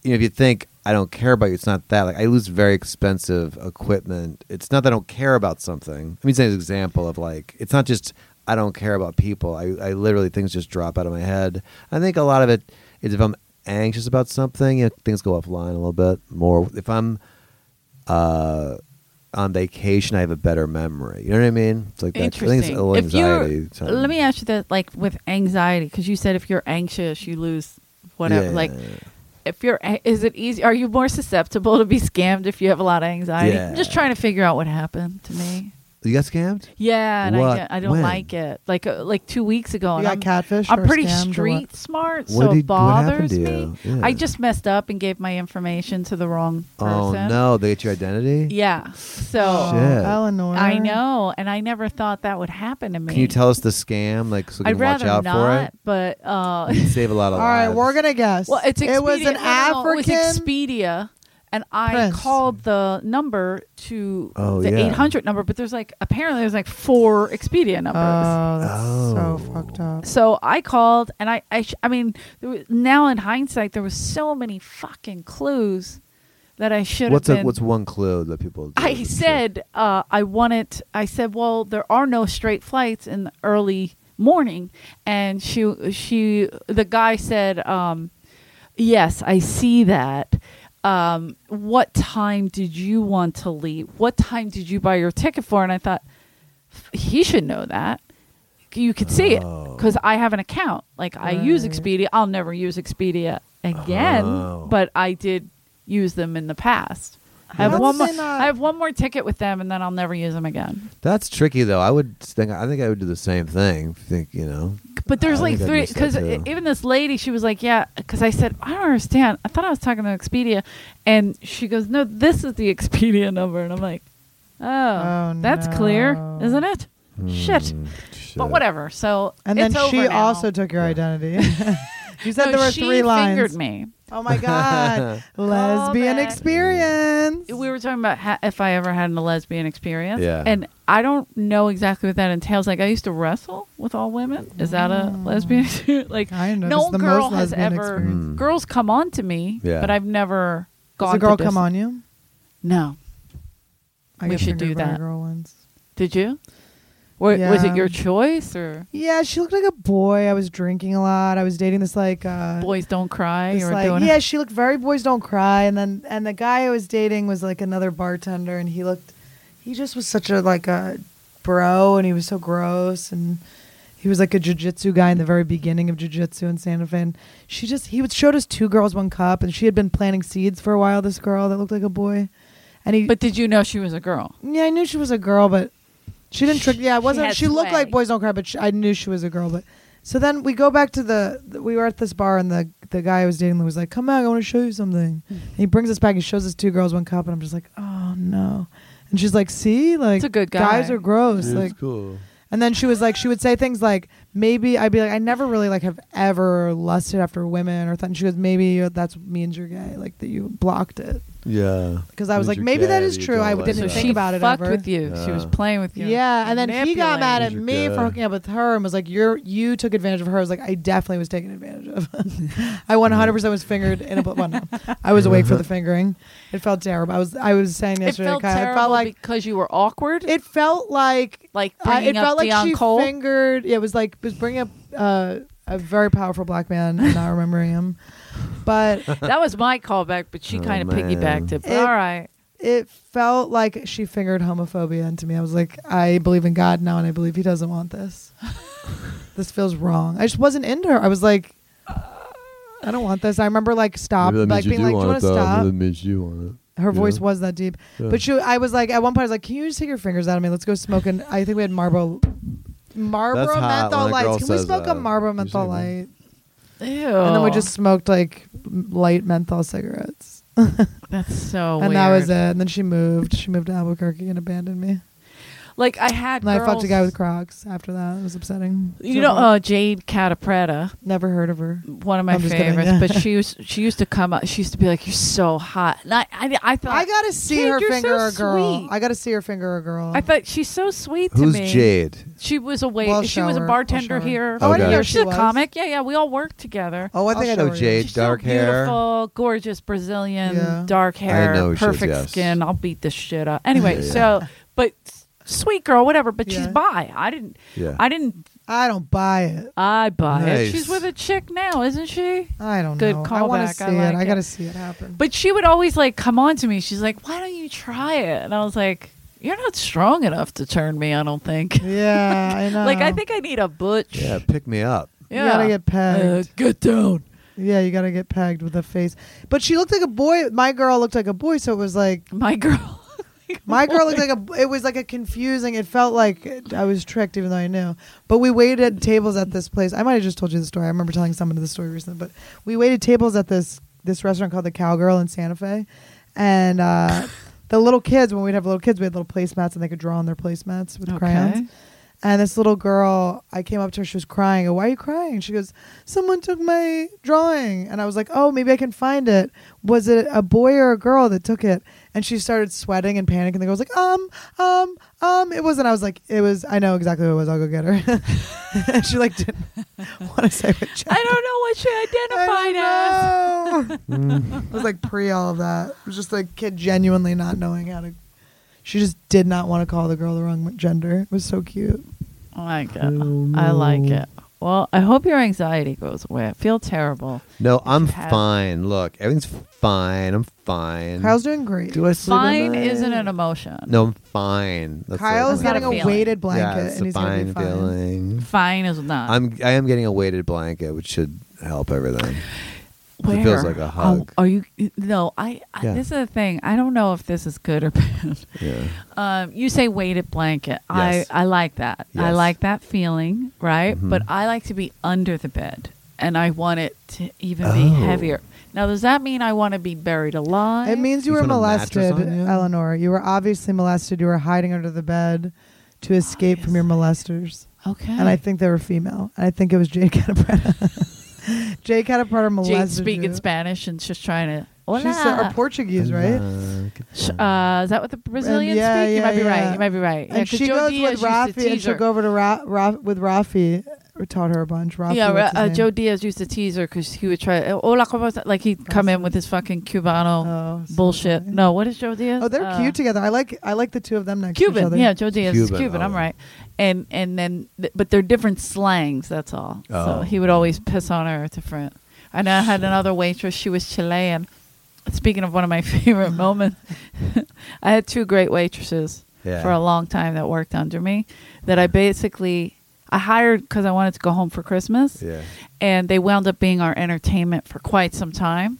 Speaker 5: You know, if you think I don't care about you, it's not that. Like I lose very expensive equipment. It's not that I don't care about something. I mean, it's an example of like it's not just I don't care about people. I, I literally things just drop out of my head. I think a lot of it is if I'm anxious about something, you know, things go offline a little bit more. If I'm uh, on vacation, I have a better memory. You know what I mean? It's like that. I think it's a little
Speaker 3: if you're-
Speaker 5: anxiety. something.
Speaker 3: let me ask you that, like with anxiety, because you said if you're anxious, you lose whatever.
Speaker 5: Yeah,
Speaker 3: like,
Speaker 5: yeah, yeah.
Speaker 3: if you're, a- is it easy? Are you more susceptible to be scammed if you have a lot of anxiety? I'm just
Speaker 5: Yeah.
Speaker 3: trying to figure out what happened to me.
Speaker 5: You got scammed?
Speaker 3: Yeah, and I,
Speaker 5: What?
Speaker 3: get- I don't
Speaker 5: When?
Speaker 3: like it. Like, uh, like two weeks ago,
Speaker 2: You
Speaker 3: and
Speaker 2: got
Speaker 3: I'm,
Speaker 2: catfished
Speaker 3: I'm
Speaker 2: or
Speaker 3: pretty
Speaker 2: scammed or what?
Speaker 3: street smart,
Speaker 5: What
Speaker 3: so
Speaker 5: did-
Speaker 3: it
Speaker 5: what happened
Speaker 3: bothers
Speaker 5: to
Speaker 3: me.
Speaker 5: you? Yeah.
Speaker 3: I just messed up and gave my information to the wrong
Speaker 5: Oh
Speaker 3: person.
Speaker 5: no, they get your identity.
Speaker 3: Yeah. So
Speaker 2: Oh,
Speaker 5: Shit.
Speaker 2: Eleanor.
Speaker 3: I know, and I never thought that would happen to me.
Speaker 5: Can you tell us the scam? Like, so we
Speaker 3: I'd
Speaker 5: can watch
Speaker 3: rather
Speaker 5: out for
Speaker 3: not,
Speaker 5: it.
Speaker 3: but uh,
Speaker 5: *laughs* You'd save a lot
Speaker 2: *laughs*
Speaker 5: of
Speaker 2: All right,
Speaker 5: lives.
Speaker 2: we're gonna guess.
Speaker 3: well, it's Expedia.
Speaker 2: it was
Speaker 3: no,
Speaker 2: an
Speaker 3: no,
Speaker 2: African.
Speaker 3: It was Expedia, and I
Speaker 2: Prince.
Speaker 3: called the number to
Speaker 5: Oh,
Speaker 3: the
Speaker 5: yeah.
Speaker 3: eight hundred number, but there's like apparently there's like four Expedia numbers.
Speaker 5: Uh.
Speaker 2: Oh, that's
Speaker 5: Oh.
Speaker 2: so fucked up.
Speaker 3: so I called, and I, I, sh- I mean, there was, now in hindsight, there was so many fucking clues that I should have
Speaker 5: What's
Speaker 3: been.
Speaker 5: a, what's one clue that people?
Speaker 3: I said uh, I wanted. I said, well, there are no straight flights in the early morning, and she she the guy said, um, yes, I see that. Um, what time did you want to leave? What time did you buy your ticket for? And I thought he should know that. You could see it because I have an account. Like I use
Speaker 2: Right.
Speaker 3: Expedia. I'll never use Expedia again,
Speaker 5: Oh.
Speaker 3: but I did use them in the past. I
Speaker 2: How
Speaker 3: have
Speaker 2: did
Speaker 3: one
Speaker 2: they
Speaker 3: more.
Speaker 2: not-
Speaker 3: I have one more ticket with them, and then I'll never use them again.
Speaker 5: That's tricky though. I would think. I think I would do the same thing. Think you know.
Speaker 3: But there's
Speaker 5: I
Speaker 3: like
Speaker 5: think I
Speaker 3: three.
Speaker 5: missed that
Speaker 3: Because
Speaker 5: too.
Speaker 3: even this lady, she was like, "Yeah," because I said, "I don't understand." I thought I was talking to Expedia, and she goes, "No, this is the Expedia number," and I'm like, "Oh,
Speaker 2: Oh,
Speaker 3: that's clear,
Speaker 2: no.
Speaker 3: isn't it?" Shit. But whatever. So
Speaker 2: And
Speaker 3: it's
Speaker 2: then
Speaker 3: over
Speaker 2: she
Speaker 3: now.
Speaker 2: also took your *laughs* identity. you said
Speaker 3: No,
Speaker 2: there were
Speaker 3: she
Speaker 2: three
Speaker 3: Fingered
Speaker 2: lines.
Speaker 3: me.
Speaker 2: Oh my *laughs* god, lesbian
Speaker 3: back.
Speaker 2: experience.
Speaker 3: we were talking about ha- if I ever had a lesbian experience.
Speaker 5: Yeah.
Speaker 3: And I don't know exactly what that entails. Like I used to wrestle with all women. Is that a lesbian? *laughs* experience? like
Speaker 2: Mm. Kind of.
Speaker 3: no
Speaker 2: It's the
Speaker 3: girl
Speaker 2: most
Speaker 3: has ever.
Speaker 2: lesbian Hmm.
Speaker 5: experience. Mm.
Speaker 3: Girls come on to me,
Speaker 5: Yeah.
Speaker 3: but I've never gone.
Speaker 2: Does a girl
Speaker 3: the
Speaker 2: come
Speaker 3: distance.
Speaker 2: on you?
Speaker 3: No.
Speaker 2: I
Speaker 3: We
Speaker 2: got
Speaker 3: should do
Speaker 2: fingered by a
Speaker 3: that.
Speaker 2: Girl once.
Speaker 3: Did you? Wa- Was
Speaker 2: Yeah.
Speaker 3: it your choice or
Speaker 2: Yeah, she looked like a boy. I was drinking a lot. I was dating this like uh,
Speaker 3: boys don't cry
Speaker 2: It's
Speaker 3: or
Speaker 2: like,
Speaker 3: doing?
Speaker 2: yeah, she looked very boys don't cry, and then and the guy I was dating was like another bartender, and he looked, he just was such a like a bro, and he was so gross, and he was like a jujitsu guy in the very beginning of jujitsu in Santa Fe. And she just he would showed us two girls one cup, and she had been planting seeds for a while. This girl that looked like a boy, and he
Speaker 3: *laughs* But did you know she was a girl?
Speaker 2: yeah, I knew she was a girl, but she didn't trick. Yeah, it wasn't.
Speaker 3: had
Speaker 2: She, looked like
Speaker 3: swag.
Speaker 2: Boys Don't Cry, but she, I knew she was a girl. But so then we go back to the. the- We were at this bar, and the the guy I was dating was like, "Come back, I want to show you something."
Speaker 3: Hmm.
Speaker 2: And he brings us back. He shows us two girls, one cup, and I'm just like, "Oh no." And she's like, "See, like
Speaker 3: It's a good guy.
Speaker 2: guys are gross." like,
Speaker 5: cool.
Speaker 2: and then she was like, she would say things like, maybe I'd be like, I never really like have ever lusted after women or thought. And she goes, maybe that's means you're gay, like that you blocked it.
Speaker 5: Yeah.
Speaker 2: Because I was
Speaker 5: Means
Speaker 2: like,
Speaker 5: you're
Speaker 2: maybe that
Speaker 5: gay,
Speaker 2: is
Speaker 5: you
Speaker 2: true.
Speaker 5: don't
Speaker 2: I
Speaker 5: like
Speaker 2: didn't
Speaker 5: that.
Speaker 2: think
Speaker 3: she
Speaker 2: about it
Speaker 3: fucked
Speaker 2: ever.
Speaker 3: with you. she was
Speaker 5: Yeah.
Speaker 3: playing with you.
Speaker 2: Yeah, and then he got mad at
Speaker 5: Manipulating.
Speaker 2: me for
Speaker 5: Yeah.
Speaker 2: hooking up with her and was like, "You're you took advantage of her." I was like, "I definitely was taken advantage of. *laughs* I 100 percent was fingered in a bl- well, no, I was awake for the fingering. It felt terrible. I was I was saying
Speaker 3: It
Speaker 2: yesterday,
Speaker 3: felt
Speaker 2: Kyle,
Speaker 3: terrible
Speaker 2: it felt like
Speaker 3: because you were awkward.
Speaker 2: it felt like
Speaker 3: like
Speaker 2: I,
Speaker 3: bringing
Speaker 2: it felt
Speaker 3: up
Speaker 2: like
Speaker 3: Dion
Speaker 2: she
Speaker 3: Cole.
Speaker 2: fingered. Yeah, it was like it was bringing up uh, a very powerful black man and not remembering him, but
Speaker 3: that was my callback, but she
Speaker 5: Oh,
Speaker 3: kind of
Speaker 5: man.
Speaker 3: piggybacked it. But
Speaker 2: It-
Speaker 3: all right.
Speaker 2: it felt like she fingered homophobia into me. I was like, I believe in God now, and I believe He doesn't want
Speaker 5: *laughs*
Speaker 2: this. this feels wrong. I just wasn't into her. I was like, I don't want this. I remember like stop,
Speaker 5: Maybe that
Speaker 2: like
Speaker 5: means you
Speaker 2: being
Speaker 5: do
Speaker 2: like, do you
Speaker 5: want
Speaker 2: want
Speaker 5: it
Speaker 2: to
Speaker 5: though. Maybe
Speaker 2: stop?
Speaker 5: that means you want it.
Speaker 2: Her
Speaker 5: Yeah.
Speaker 2: voice was that deep,
Speaker 5: Yeah.
Speaker 2: but she, I was like, at one point, I was like, can you just take your fingers out of me? Let's go smoke. And I think we had Marlboro,
Speaker 5: That's
Speaker 2: Marlboro
Speaker 5: hot
Speaker 2: menthol
Speaker 5: when a girl
Speaker 2: lights. Can we
Speaker 5: says
Speaker 2: smoke a
Speaker 5: that.
Speaker 2: Marlboro
Speaker 5: You
Speaker 2: menthol
Speaker 5: see me?
Speaker 2: light?
Speaker 3: Ew.
Speaker 2: And then we just smoked like m- light menthol cigarettes,
Speaker 3: That's so
Speaker 2: and
Speaker 3: Oh, weird.
Speaker 2: that was it. And then she moved. She moved to Albuquerque and abandoned me.
Speaker 3: Like I had
Speaker 2: And I
Speaker 3: girls-
Speaker 2: fucked a guy with Crocs after that. It was upsetting.
Speaker 3: You know, uh, Jade Catapretta,
Speaker 2: never heard of her.
Speaker 3: one of my
Speaker 2: I'm just kidding,
Speaker 3: favorites,
Speaker 2: yeah.
Speaker 3: but she was she used to come up. She used to be like, "You're so hot," and I I, I thought
Speaker 2: I gotta see
Speaker 3: Jade,
Speaker 2: her
Speaker 3: you're
Speaker 2: finger
Speaker 3: so
Speaker 2: a girl.
Speaker 3: sweet.
Speaker 2: I gotta see her finger a girl.
Speaker 3: I thought she's so sweet to
Speaker 5: Who's
Speaker 3: me.
Speaker 5: Jade?
Speaker 3: She was a wait.
Speaker 2: Well, I'll
Speaker 3: she was
Speaker 2: show
Speaker 3: a
Speaker 2: her.
Speaker 3: bartender
Speaker 2: I'll show her.
Speaker 3: here.
Speaker 5: Oh, I didn't Okay. know
Speaker 3: she's
Speaker 2: she
Speaker 3: a
Speaker 2: was.
Speaker 3: comic. Yeah, yeah. We all worked together.
Speaker 5: Oh, I
Speaker 2: I'll
Speaker 5: think I
Speaker 2: show
Speaker 5: know
Speaker 2: her.
Speaker 5: Jade.
Speaker 3: She's
Speaker 5: dark
Speaker 3: so
Speaker 5: hair.
Speaker 3: beautiful, gorgeous Brazilian,
Speaker 2: Yeah.
Speaker 3: dark hair,
Speaker 5: know she is,
Speaker 3: perfect
Speaker 5: yes.
Speaker 3: skin. I'll beat the shit up. Anyway, so but sweet girl, whatever. But she's
Speaker 2: Yeah.
Speaker 3: bi. I didn't.
Speaker 9: Yeah.
Speaker 3: I didn't.
Speaker 2: I don't buy it.
Speaker 3: I buy it.
Speaker 9: Nice.
Speaker 3: She's with a chick now, isn't she?
Speaker 2: I don't
Speaker 3: Good
Speaker 2: know. I want to
Speaker 3: callback.
Speaker 2: see
Speaker 3: I
Speaker 2: it.
Speaker 3: like
Speaker 2: I
Speaker 3: it.
Speaker 2: got to see it happen.
Speaker 3: But she would always like come on to me. She's like, "Why don't you try it?" And I was like, "You're not strong enough to turn me. I don't think.
Speaker 2: *laughs* yeah, I know.
Speaker 3: *laughs* like I think I need a butch.
Speaker 9: Yeah, pick me up.
Speaker 2: you gotta get
Speaker 3: Uh,
Speaker 2: pegged.
Speaker 3: get down.
Speaker 2: yeah, you gotta get pegged with a face. But she looked like a boy. My girl looked like a boy, so it was like
Speaker 3: My girl. *laughs*
Speaker 2: My girl looked like a. It was like a confusing. It felt like I was tricked, even though I knew. But we waited at tables at this place. I might have just told you the story. I remember telling somebody the story recently. But we waited tables at this this restaurant called the Cowgirl in Santa Fe, and uh, the little kids. When we'd have little kids, we had little placemats, and they could draw on their placemats with crayons. And this little girl, I came up to her. She was crying. I go, Why are you crying? She goes, Someone took my drawing. And I was like, Oh, maybe I can find it. Was it a boy or a girl that took it? And she started sweating and panicking. The girl was like, Um, um, um. It wasn't. I was like, It was. I know exactly who it was. I'll go get her. *laughs* and she like didn't *laughs* want to say what.
Speaker 3: I don't know what she identified as.
Speaker 2: as. it was like pre all of that. It was just like kid genuinely not knowing how to. She just did not want to call the girl the wrong gender. It was so cute.
Speaker 3: I like it. I like it. Well, I hope your anxiety goes away. I feel terrible.
Speaker 9: No, I'm
Speaker 3: you have-
Speaker 9: fine. Look, everything's fine. I'm fine.
Speaker 2: Kyle's doing great.
Speaker 9: Do I sleep at
Speaker 3: Fine
Speaker 9: night?
Speaker 3: isn't an emotion.
Speaker 9: No, I'm fine. That's
Speaker 2: Kyle's
Speaker 9: like,
Speaker 3: Not a
Speaker 2: getting a,
Speaker 3: feeling.
Speaker 2: weighted
Speaker 9: yeah,
Speaker 2: blanket
Speaker 9: it's
Speaker 2: and
Speaker 9: a
Speaker 2: he's gonna be
Speaker 9: fine
Speaker 2: fine.
Speaker 9: feeling.
Speaker 3: Fine is not.
Speaker 9: I'm I am getting a weighted blanket, which should help everything.
Speaker 3: Where?
Speaker 9: It feels like a hug.
Speaker 3: Oh, are you? No, I, I.
Speaker 9: Yeah.
Speaker 3: This is the thing. I don't know if this is good or *laughs* bad.
Speaker 9: Yeah.
Speaker 3: Um, you say weighted blanket.
Speaker 9: Yes.
Speaker 3: I, I like that. I
Speaker 9: Yes. Mm-hmm.
Speaker 3: like that feeling, right? But I like to be under the bed and I want it to even be
Speaker 9: Oh.
Speaker 3: heavier. Now, does that mean I want to be buried alive?
Speaker 2: It means you,
Speaker 9: You
Speaker 2: were
Speaker 9: put a mattress
Speaker 2: molested,
Speaker 9: on you?
Speaker 2: Eleanor. You were obviously molested. You were hiding under the bed to escape from your molesters.
Speaker 3: Okay.
Speaker 2: And I think they were female. And I think it was *laughs* Jay Catapretta. Jay Catapretta molested
Speaker 3: Jade's
Speaker 2: you.
Speaker 3: speaking Spanish and she's trying to. Hola.
Speaker 2: She's uh, or Portuguese, right?
Speaker 3: Sh- uh, is that what the Brazilians
Speaker 2: yeah,
Speaker 3: speak? you
Speaker 2: yeah,
Speaker 3: might be
Speaker 2: yeah.
Speaker 3: right. You might be right. Yeah,
Speaker 2: and
Speaker 3: 'cause
Speaker 2: she
Speaker 3: Joe
Speaker 2: goes
Speaker 3: Diaz
Speaker 2: with
Speaker 3: used to
Speaker 2: Rafi and
Speaker 3: tease
Speaker 2: she'll
Speaker 3: her.
Speaker 2: go over to Ra- Ra- with Rafi. We taught her a bunch. Rafi,
Speaker 3: yeah,
Speaker 2: what's his
Speaker 3: uh,
Speaker 2: name?
Speaker 3: Joe Diaz used to tease her because he would try. Hola, como está? Like he'd come in with his fucking Cubano
Speaker 2: Oh, so
Speaker 3: bullshit.
Speaker 2: funny.
Speaker 3: No, what is Joe Diaz?
Speaker 2: Oh, they're
Speaker 3: Uh,
Speaker 2: cute together. I like I like the two of them next to each
Speaker 3: Cuban,
Speaker 2: other.
Speaker 3: yeah, Joe Diaz is
Speaker 9: Cuban,
Speaker 3: Cuban. I'm
Speaker 9: oh.
Speaker 3: right, and and then th- but they're different slangs. That's all. So
Speaker 9: Oh.
Speaker 3: he would always piss on her at the front. And I had another waitress. She was Chilean. Speaking of one of my *laughs*
Speaker 2: Uh-huh.
Speaker 3: favorite moments, I had two great waitresses
Speaker 9: Yeah.
Speaker 3: for a long time that worked under me. That I basically I hired because I wanted to go home for Christmas
Speaker 9: Yeah.
Speaker 3: and they wound up being our entertainment for quite some time.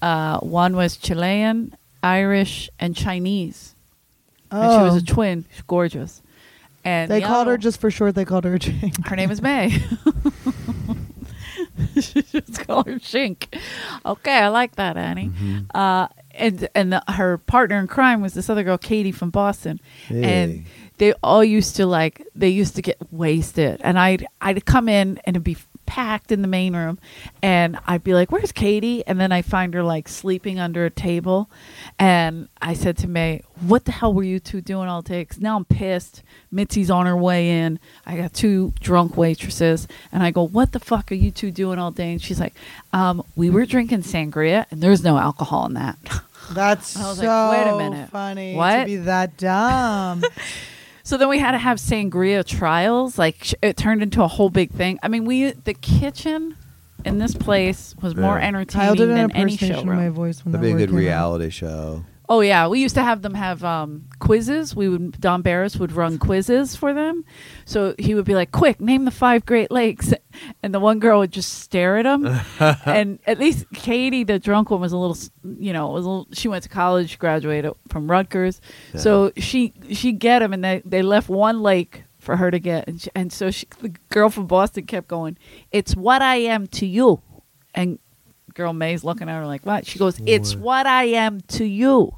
Speaker 3: Uh, one was Chilean, Irish, and Chinese. And she was
Speaker 2: Oh.
Speaker 3: a twin. She's gorgeous. And
Speaker 2: They
Speaker 3: the
Speaker 2: called
Speaker 3: other-
Speaker 2: her just for short. They called
Speaker 3: *laughs*
Speaker 2: her Jane.
Speaker 3: Her name is May. she just called her Shink. Okay, I like that, Annie.
Speaker 2: Mm-hmm.
Speaker 3: Uh, and and the, her partner in crime was this other girl, Katie from Boston,
Speaker 9: Hey.
Speaker 3: and they all used to like they used to get wasted, and I'd I'd come in and it'd be packed in the main room, and I'd be like, "Where's Katie?" And then I find her like sleeping under a table, and I said to May, "What the hell were you two doing all day?" 'Cause now I'm pissed. Mitzi's on her way in. I got two drunk waitresses, and I go, "What the fuck are you two doing all day?" And she's like, um, "We were drinking sangria, and there's no alcohol in that."
Speaker 2: *laughs*
Speaker 3: *laughs*
Speaker 2: That's
Speaker 3: I was
Speaker 2: so
Speaker 3: like, wait a minute.
Speaker 2: funny
Speaker 3: What?
Speaker 2: to be
Speaker 3: *laughs*
Speaker 2: that dumb.
Speaker 3: So then we had to have sangria trials. Like sh- it turned into a whole big thing. I mean, we the kitchen in this place was more
Speaker 2: Kyle
Speaker 3: entertaining
Speaker 2: did an
Speaker 3: than any
Speaker 2: impersonation of my
Speaker 3: showroom.
Speaker 2: voice when
Speaker 9: That'd
Speaker 2: that
Speaker 9: be a
Speaker 2: word
Speaker 9: good
Speaker 2: came out.
Speaker 9: reality
Speaker 3: *laughs*
Speaker 9: show.
Speaker 3: Oh yeah, we used to have them have um, quizzes. We would Don Barris would run quizzes for them. So he would be like, "Quick, name the five Great Lakes," *laughs* and the one girl would just stare at him. and at least Katie, the drunk one, was a little, s- you know, was a little, she went to college, graduated from Rutgers, so she she get him, and they they left one lake for her to get, and, she, and so she, the girl from Boston kept going, "It's what I am to you," and girl May's looking at her like, "What?" She goes, "It's what I am to you."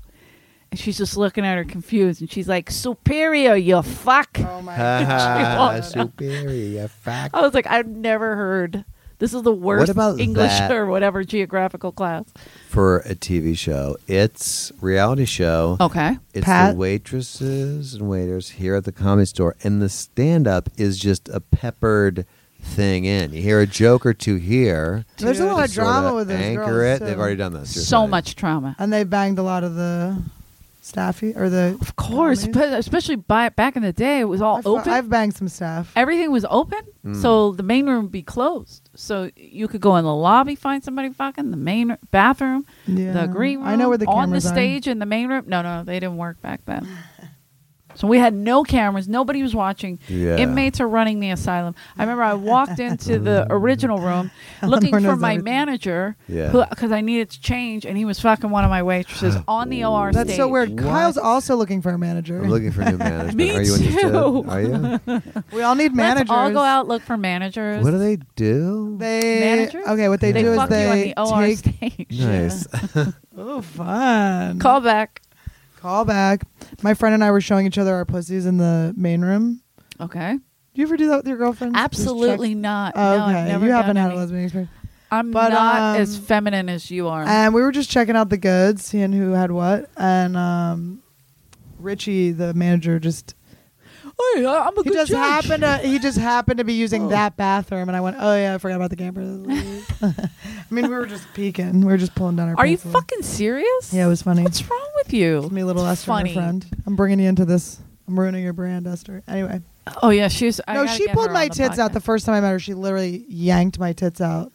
Speaker 3: And she's just looking at her confused, and she's like, "Superior, you fuck!"
Speaker 2: *laughs* *laughs* Oh my
Speaker 9: Ah,
Speaker 5: *laughs*
Speaker 3: God.
Speaker 2: *laughs*
Speaker 9: superior fact.
Speaker 3: I was like, "I've never heard. This is the worst
Speaker 9: about
Speaker 3: English
Speaker 9: that?
Speaker 3: or whatever geographical class."
Speaker 9: For a TV show, it's reality show.
Speaker 3: Okay.
Speaker 9: It's
Speaker 2: Pat?
Speaker 9: the waitresses and waiters here at the comedy store, and the stand up is just a peppered thing in. You hear a joke or two here.
Speaker 2: There's a
Speaker 9: to
Speaker 2: lot of
Speaker 9: sorta
Speaker 2: drama with those
Speaker 9: anchor
Speaker 2: girls.
Speaker 9: it. They've
Speaker 2: too.
Speaker 9: already done this.
Speaker 3: So much trauma.
Speaker 2: And they banged a lot of the staffy or the?
Speaker 3: Of course,
Speaker 2: Comedy?
Speaker 3: but especially by, back in the day, it was all
Speaker 2: I've,
Speaker 3: open.
Speaker 2: I've banged some staff.
Speaker 3: Everything was open, so the main room would be closed. So you could go in the lobby, find somebody fucking the main r- bathroom,
Speaker 2: Yeah.
Speaker 3: the green room.
Speaker 2: I know where the
Speaker 3: on the
Speaker 2: cameras are.
Speaker 3: stage in the main room. No, no, they didn't work back then. *laughs* So we had no cameras. Nobody was watching.
Speaker 5: Yeah.
Speaker 3: Inmates are running the asylum. I remember I walked into
Speaker 5: *laughs*
Speaker 3: the original room looking
Speaker 2: *laughs* Eleanor
Speaker 3: for
Speaker 2: knows
Speaker 3: my
Speaker 2: everything.
Speaker 3: manager
Speaker 5: Yeah.
Speaker 3: because I needed to change, and he was fucking one of my
Speaker 5: *gasps*
Speaker 3: waitresses on the OR stage.
Speaker 2: That's so weird. Kyle's also looking for a manager.
Speaker 5: I'm looking for new
Speaker 3: *laughs*
Speaker 5: management.
Speaker 3: Me
Speaker 5: Are you interested?
Speaker 3: too.
Speaker 5: Are you?
Speaker 2: We all need managers.
Speaker 3: Let's all go out look for managers.
Speaker 5: What do they do?
Speaker 2: They
Speaker 3: Managers?
Speaker 2: okay. What they,
Speaker 3: They
Speaker 2: do is
Speaker 3: fuck
Speaker 2: they
Speaker 3: you on the OR
Speaker 2: take
Speaker 3: stage.
Speaker 5: Nice.
Speaker 2: oh fun
Speaker 3: Call back.
Speaker 2: call back. My friend and I were showing each other our pussies in the main room.
Speaker 3: Okay.
Speaker 2: Do you ever do that with your girlfriend?
Speaker 3: Absolutely not.
Speaker 2: Okay,
Speaker 3: No, I've never
Speaker 2: you haven't
Speaker 3: done
Speaker 2: had
Speaker 3: any.
Speaker 2: a lesbian experience.
Speaker 3: I'm
Speaker 2: But,
Speaker 3: not
Speaker 2: um,
Speaker 3: as feminine as you are.
Speaker 2: And we were just checking out the goods, seeing who had what, and um, Richie, the manager, just
Speaker 3: Hey, I- I'm a Oh,
Speaker 2: he
Speaker 3: good
Speaker 2: just
Speaker 3: judge. Oh.
Speaker 2: happened to he just happened to be using that bathroom, and I went, oh yeah, I forgot about
Speaker 3: *laughs*
Speaker 2: the camper. I mean, we were just peeking, we were just pulling down our.
Speaker 3: Are you
Speaker 2: pants a little.
Speaker 3: fucking serious?
Speaker 2: Yeah, it was funny.
Speaker 3: What's wrong with you?
Speaker 2: me, little
Speaker 3: It's
Speaker 2: Esther, my
Speaker 3: funny.
Speaker 2: friend. I'm bringing you into this. I'm ruining your brand, Esther. Anyway,
Speaker 3: Oh yeah, she's. I
Speaker 2: no,
Speaker 3: gotta
Speaker 2: she
Speaker 3: get
Speaker 2: pulled
Speaker 3: her
Speaker 2: my
Speaker 3: on the
Speaker 2: tits out the
Speaker 3: podcast.
Speaker 2: first time I met her. She literally yanked my tits out.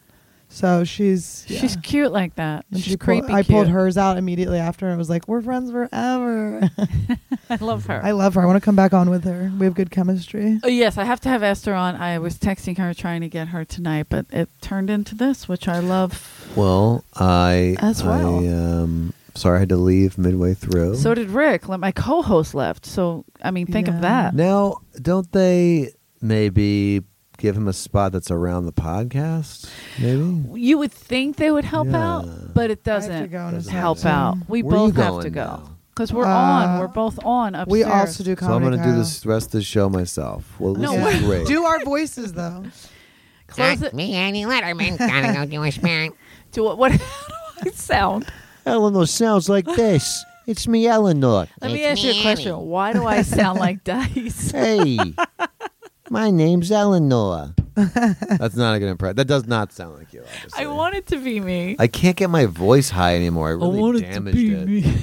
Speaker 2: So she's yeah.
Speaker 3: She's cute like that.
Speaker 2: And
Speaker 3: she's
Speaker 2: she pulled-
Speaker 3: creepy.
Speaker 2: I pulled
Speaker 3: cute.
Speaker 2: hers out immediately after and was like, "We're friends forever."
Speaker 3: *laughs* I love her.
Speaker 2: I love her. I want to come back on with her. We have good chemistry.
Speaker 3: Oh, yes, I have to have Esther on. I was texting her trying to get her tonight, but it turned into this, which I love.
Speaker 5: Well, I
Speaker 3: As well.
Speaker 5: I, um, sorry, I had to leave midway through.
Speaker 3: So did Rick. Like my co-host left. So I mean, think
Speaker 2: Yeah.
Speaker 3: of that.
Speaker 5: now, don't they maybe give him a spot that's around the podcast? Maybe.
Speaker 3: You would think they would help
Speaker 5: Yeah.
Speaker 3: out, but it
Speaker 2: I have to
Speaker 3: doesn't
Speaker 2: go and
Speaker 3: help
Speaker 2: soon.
Speaker 3: out. We
Speaker 5: Where
Speaker 3: both
Speaker 5: you
Speaker 3: have to
Speaker 5: going
Speaker 3: go
Speaker 5: now?
Speaker 3: because we're
Speaker 2: Uh,
Speaker 3: on. We're both on upstairs.
Speaker 2: We also do
Speaker 5: So I'm
Speaker 2: comedy.
Speaker 5: going to do
Speaker 2: Kyle.
Speaker 5: this rest of the show myself. Well, this
Speaker 3: No,
Speaker 5: is
Speaker 3: we're-
Speaker 5: great.
Speaker 2: Do our voices though.
Speaker 3: close it.
Speaker 10: me, Annie Letterman. Gotta go do a spin.
Speaker 3: *laughs* Do what? What? how do I sound?
Speaker 9: Eleanor sounds like this. It's me, Eleanor.
Speaker 3: Let me ask
Speaker 10: It's
Speaker 3: you a
Speaker 10: me,
Speaker 3: question.
Speaker 10: Annie.
Speaker 3: Why do I sound
Speaker 10: *laughs*
Speaker 3: like dice?
Speaker 9: Hey, my name's Eleanor.
Speaker 5: That's not a good impression. That does not sound like you. Obviously.
Speaker 3: I want it to be me.
Speaker 5: I can't get my voice high anymore. I really damaged it.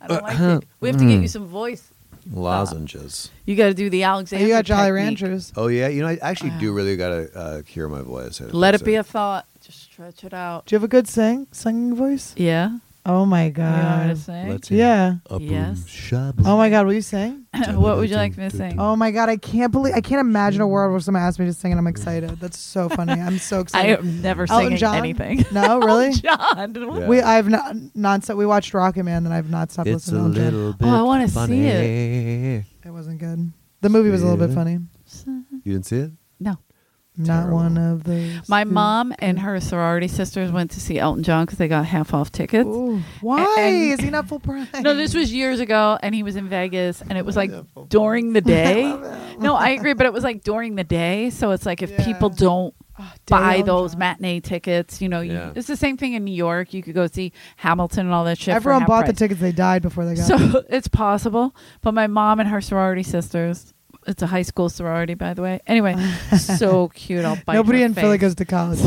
Speaker 3: I
Speaker 2: uh,
Speaker 3: don't like it. We have to
Speaker 2: hmm.
Speaker 3: get you some voice.
Speaker 5: Lozenges.
Speaker 3: You got to do the Alexander.
Speaker 2: Oh, you got Jolly
Speaker 3: technique.
Speaker 2: Ranchers.
Speaker 5: Oh yeah, you know I actually do really gotta uh, cure my voice. I
Speaker 3: Let it
Speaker 5: think
Speaker 3: be a
Speaker 5: so.
Speaker 3: thought. Just stretch it out.
Speaker 2: Do you have a good sing singing voice?
Speaker 3: Yeah.
Speaker 2: Oh my
Speaker 3: You know what I'm
Speaker 2: god.
Speaker 3: saying? *laughs*
Speaker 5: Let's hear
Speaker 2: Yeah.
Speaker 5: a boom
Speaker 3: Yes.
Speaker 5: shaboom.
Speaker 2: Oh my god, will you sing?
Speaker 3: what would you like me to sing?
Speaker 2: Oh my god, I can't believe I can't imagine a world where someone asked me to sing and I'm excited. That's so funny. I'm
Speaker 3: *laughs*
Speaker 2: so
Speaker 3: I
Speaker 2: excited.
Speaker 3: am never
Speaker 2: Elton
Speaker 3: singing
Speaker 2: John? *laughs*
Speaker 3: anything. *laughs*
Speaker 2: No, really?
Speaker 3: John.
Speaker 2: *laughs*
Speaker 5: Yeah.
Speaker 2: We I've not nonstop. We watched Rocket Man, and I've not stopped
Speaker 5: It's a
Speaker 2: listening. to Elton John.
Speaker 5: little bit.
Speaker 3: Oh, I wanna see
Speaker 5: funny.
Speaker 2: It wasn't good. The movie was a little bit
Speaker 5: Yeah.
Speaker 2: funny.
Speaker 5: You didn't see it?
Speaker 3: No.
Speaker 2: Not
Speaker 5: Terrible.
Speaker 2: one of those.
Speaker 3: My
Speaker 2: who-
Speaker 3: mom and her sorority sisters went to see Elton John because they got half off tickets.
Speaker 2: Ooh, why
Speaker 3: and-
Speaker 2: is he not full price?
Speaker 3: No, this was years ago, and he was in Vegas, and it was like during the day. no, I agree, but it was like during the day. So it's like if
Speaker 2: Yeah.
Speaker 3: people don't
Speaker 2: Dale
Speaker 3: buy those
Speaker 2: Oh, John.
Speaker 3: matinee tickets, you know, you-
Speaker 5: Yeah.
Speaker 3: it's the same thing in New York. You could go see Hamilton and all that shit. for
Speaker 2: Everyone
Speaker 3: half
Speaker 2: bought the
Speaker 3: price.
Speaker 2: tickets. They died before they got. them.
Speaker 3: So it's possible. But my mom and her sorority sisters, it's a high school sorority, by the way.
Speaker 2: *laughs*
Speaker 3: Anyway, so cute. I'll *laughs* bite
Speaker 2: Nobody
Speaker 3: your
Speaker 2: in Philly
Speaker 3: face.
Speaker 2: goes to college.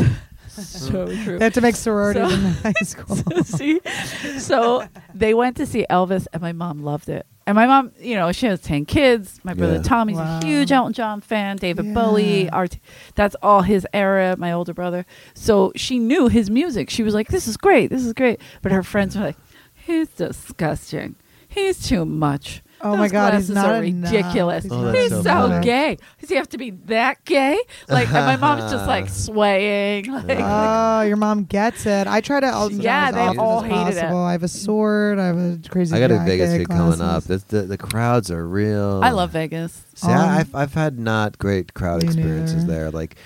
Speaker 3: So true.
Speaker 2: they have to make sororities
Speaker 3: So-
Speaker 2: in
Speaker 3: *laughs*
Speaker 2: high school.
Speaker 3: see, so they went to see Elvis, and my mom loved it. And my mom, you know, she has ten kids. My brother
Speaker 5: Yeah.
Speaker 3: Tommy's
Speaker 2: Wow.
Speaker 3: a huge Elton John fan. David
Speaker 2: Yeah.
Speaker 3: Bowie, art. That's all his era. My older brother. So she knew his music. She was like, "This is great. This is great." But her friends were like, "He's disgusting. He's too much."
Speaker 2: Oh
Speaker 3: Those
Speaker 2: my God, he's
Speaker 3: glasses
Speaker 2: not
Speaker 3: are
Speaker 2: enough.
Speaker 3: ridiculous.
Speaker 2: He's
Speaker 5: Oh,
Speaker 2: not
Speaker 5: that's
Speaker 3: he's
Speaker 5: so
Speaker 3: so,
Speaker 5: funny.
Speaker 3: gay. Does he have to be that gay? Like, and my mom's just
Speaker 5: *laughs*
Speaker 3: like swaying. Like,
Speaker 2: Oh, your mom gets it. I try to. Elton John
Speaker 3: Yeah,
Speaker 2: as
Speaker 3: they
Speaker 2: often
Speaker 3: all
Speaker 2: as
Speaker 3: hated it.
Speaker 2: possible. I have a sword. I have a crazy.
Speaker 5: I got a
Speaker 2: jacket,
Speaker 5: Vegas gig
Speaker 2: glasses.
Speaker 5: coming up. This, the, the crowds are real.
Speaker 3: I love Vegas.
Speaker 5: See, I-
Speaker 2: Um,
Speaker 5: I've, I've had not great crowd
Speaker 2: me
Speaker 5: experiences
Speaker 2: neither.
Speaker 5: there. Like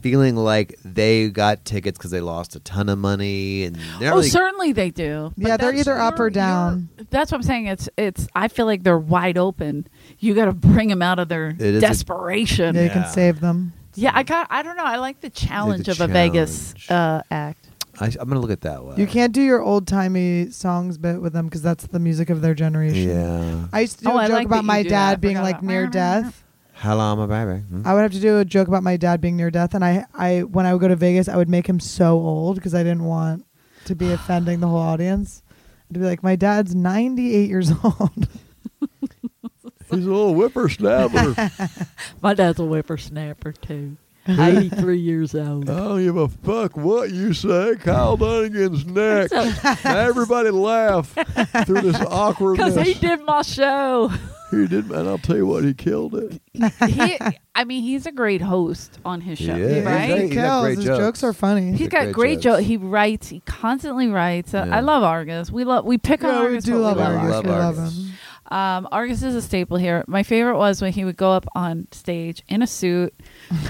Speaker 5: feeling like they got tickets because they lost a ton of money and they're
Speaker 3: oh,
Speaker 5: really-
Speaker 3: certainly they do. But
Speaker 2: Yeah, they're
Speaker 3: that's-
Speaker 2: either up or
Speaker 3: you're-
Speaker 2: down.
Speaker 3: you're- That's what I'm saying. It's it's. I feel like they're wide open. You got to bring them out of their
Speaker 5: is a-
Speaker 3: desperation.
Speaker 2: Yeah, you
Speaker 3: yeah.
Speaker 2: can
Speaker 5: Yeah.
Speaker 2: save them.
Speaker 3: I got. I don't know. I like the challenge of a
Speaker 5: challenge.
Speaker 3: Vegas uh, act.
Speaker 5: I, I'm gonna look at that one.
Speaker 2: You can't do your old timey songs bit with them because that's the music of their generation.
Speaker 5: Yeah.
Speaker 2: I used to do
Speaker 3: Oh,
Speaker 2: a
Speaker 3: I
Speaker 2: joke
Speaker 3: like that
Speaker 2: about
Speaker 3: you
Speaker 2: my
Speaker 3: do
Speaker 2: dad
Speaker 3: that. I
Speaker 2: being
Speaker 3: forgot
Speaker 2: like
Speaker 3: about-
Speaker 2: near death.
Speaker 5: Hello, my baby. Hmm?
Speaker 2: I would have to do a joke about my dad being near death, and I, I when I would go to Vegas, I would make him so old because I didn't want to be offending the whole audience. to be like, my dad's 98 years *laughs* old.
Speaker 6: He's a
Speaker 2: *laughs*
Speaker 6: little whippersnapper.
Speaker 11: My dad's a whippersnapper too. Eighty-three years old.
Speaker 6: I don't give a fuck what you say. Kyle Dunnigan's next. Now everybody laugh through
Speaker 3: *laughs*
Speaker 6: this awkwardness.
Speaker 11: Because he did my
Speaker 2: *laughs*
Speaker 11: show.
Speaker 6: He did, and I'll tell you what, he killed it.
Speaker 3: he, I mean, he's a great host on his show,
Speaker 5: Yeah,
Speaker 3: right?
Speaker 5: great-
Speaker 2: He
Speaker 5: he's got
Speaker 2: kills.
Speaker 5: great
Speaker 2: His
Speaker 5: jokes.
Speaker 2: jokes. are funny. *laughs*
Speaker 3: He's
Speaker 5: a
Speaker 3: got
Speaker 5: great
Speaker 3: great,
Speaker 5: jokes.
Speaker 3: joke. He writes. He constantly writes. Uh,
Speaker 5: Yeah.
Speaker 3: I love Argus. We love. We pick on
Speaker 2: Yeah, we
Speaker 3: Argus.
Speaker 2: do
Speaker 3: but
Speaker 2: love
Speaker 5: we
Speaker 2: Argus.
Speaker 5: love
Speaker 2: we love
Speaker 5: Argus.
Speaker 2: him.
Speaker 3: Um, Argus is a staple here. My favorite was when he would go up on stage in a suit,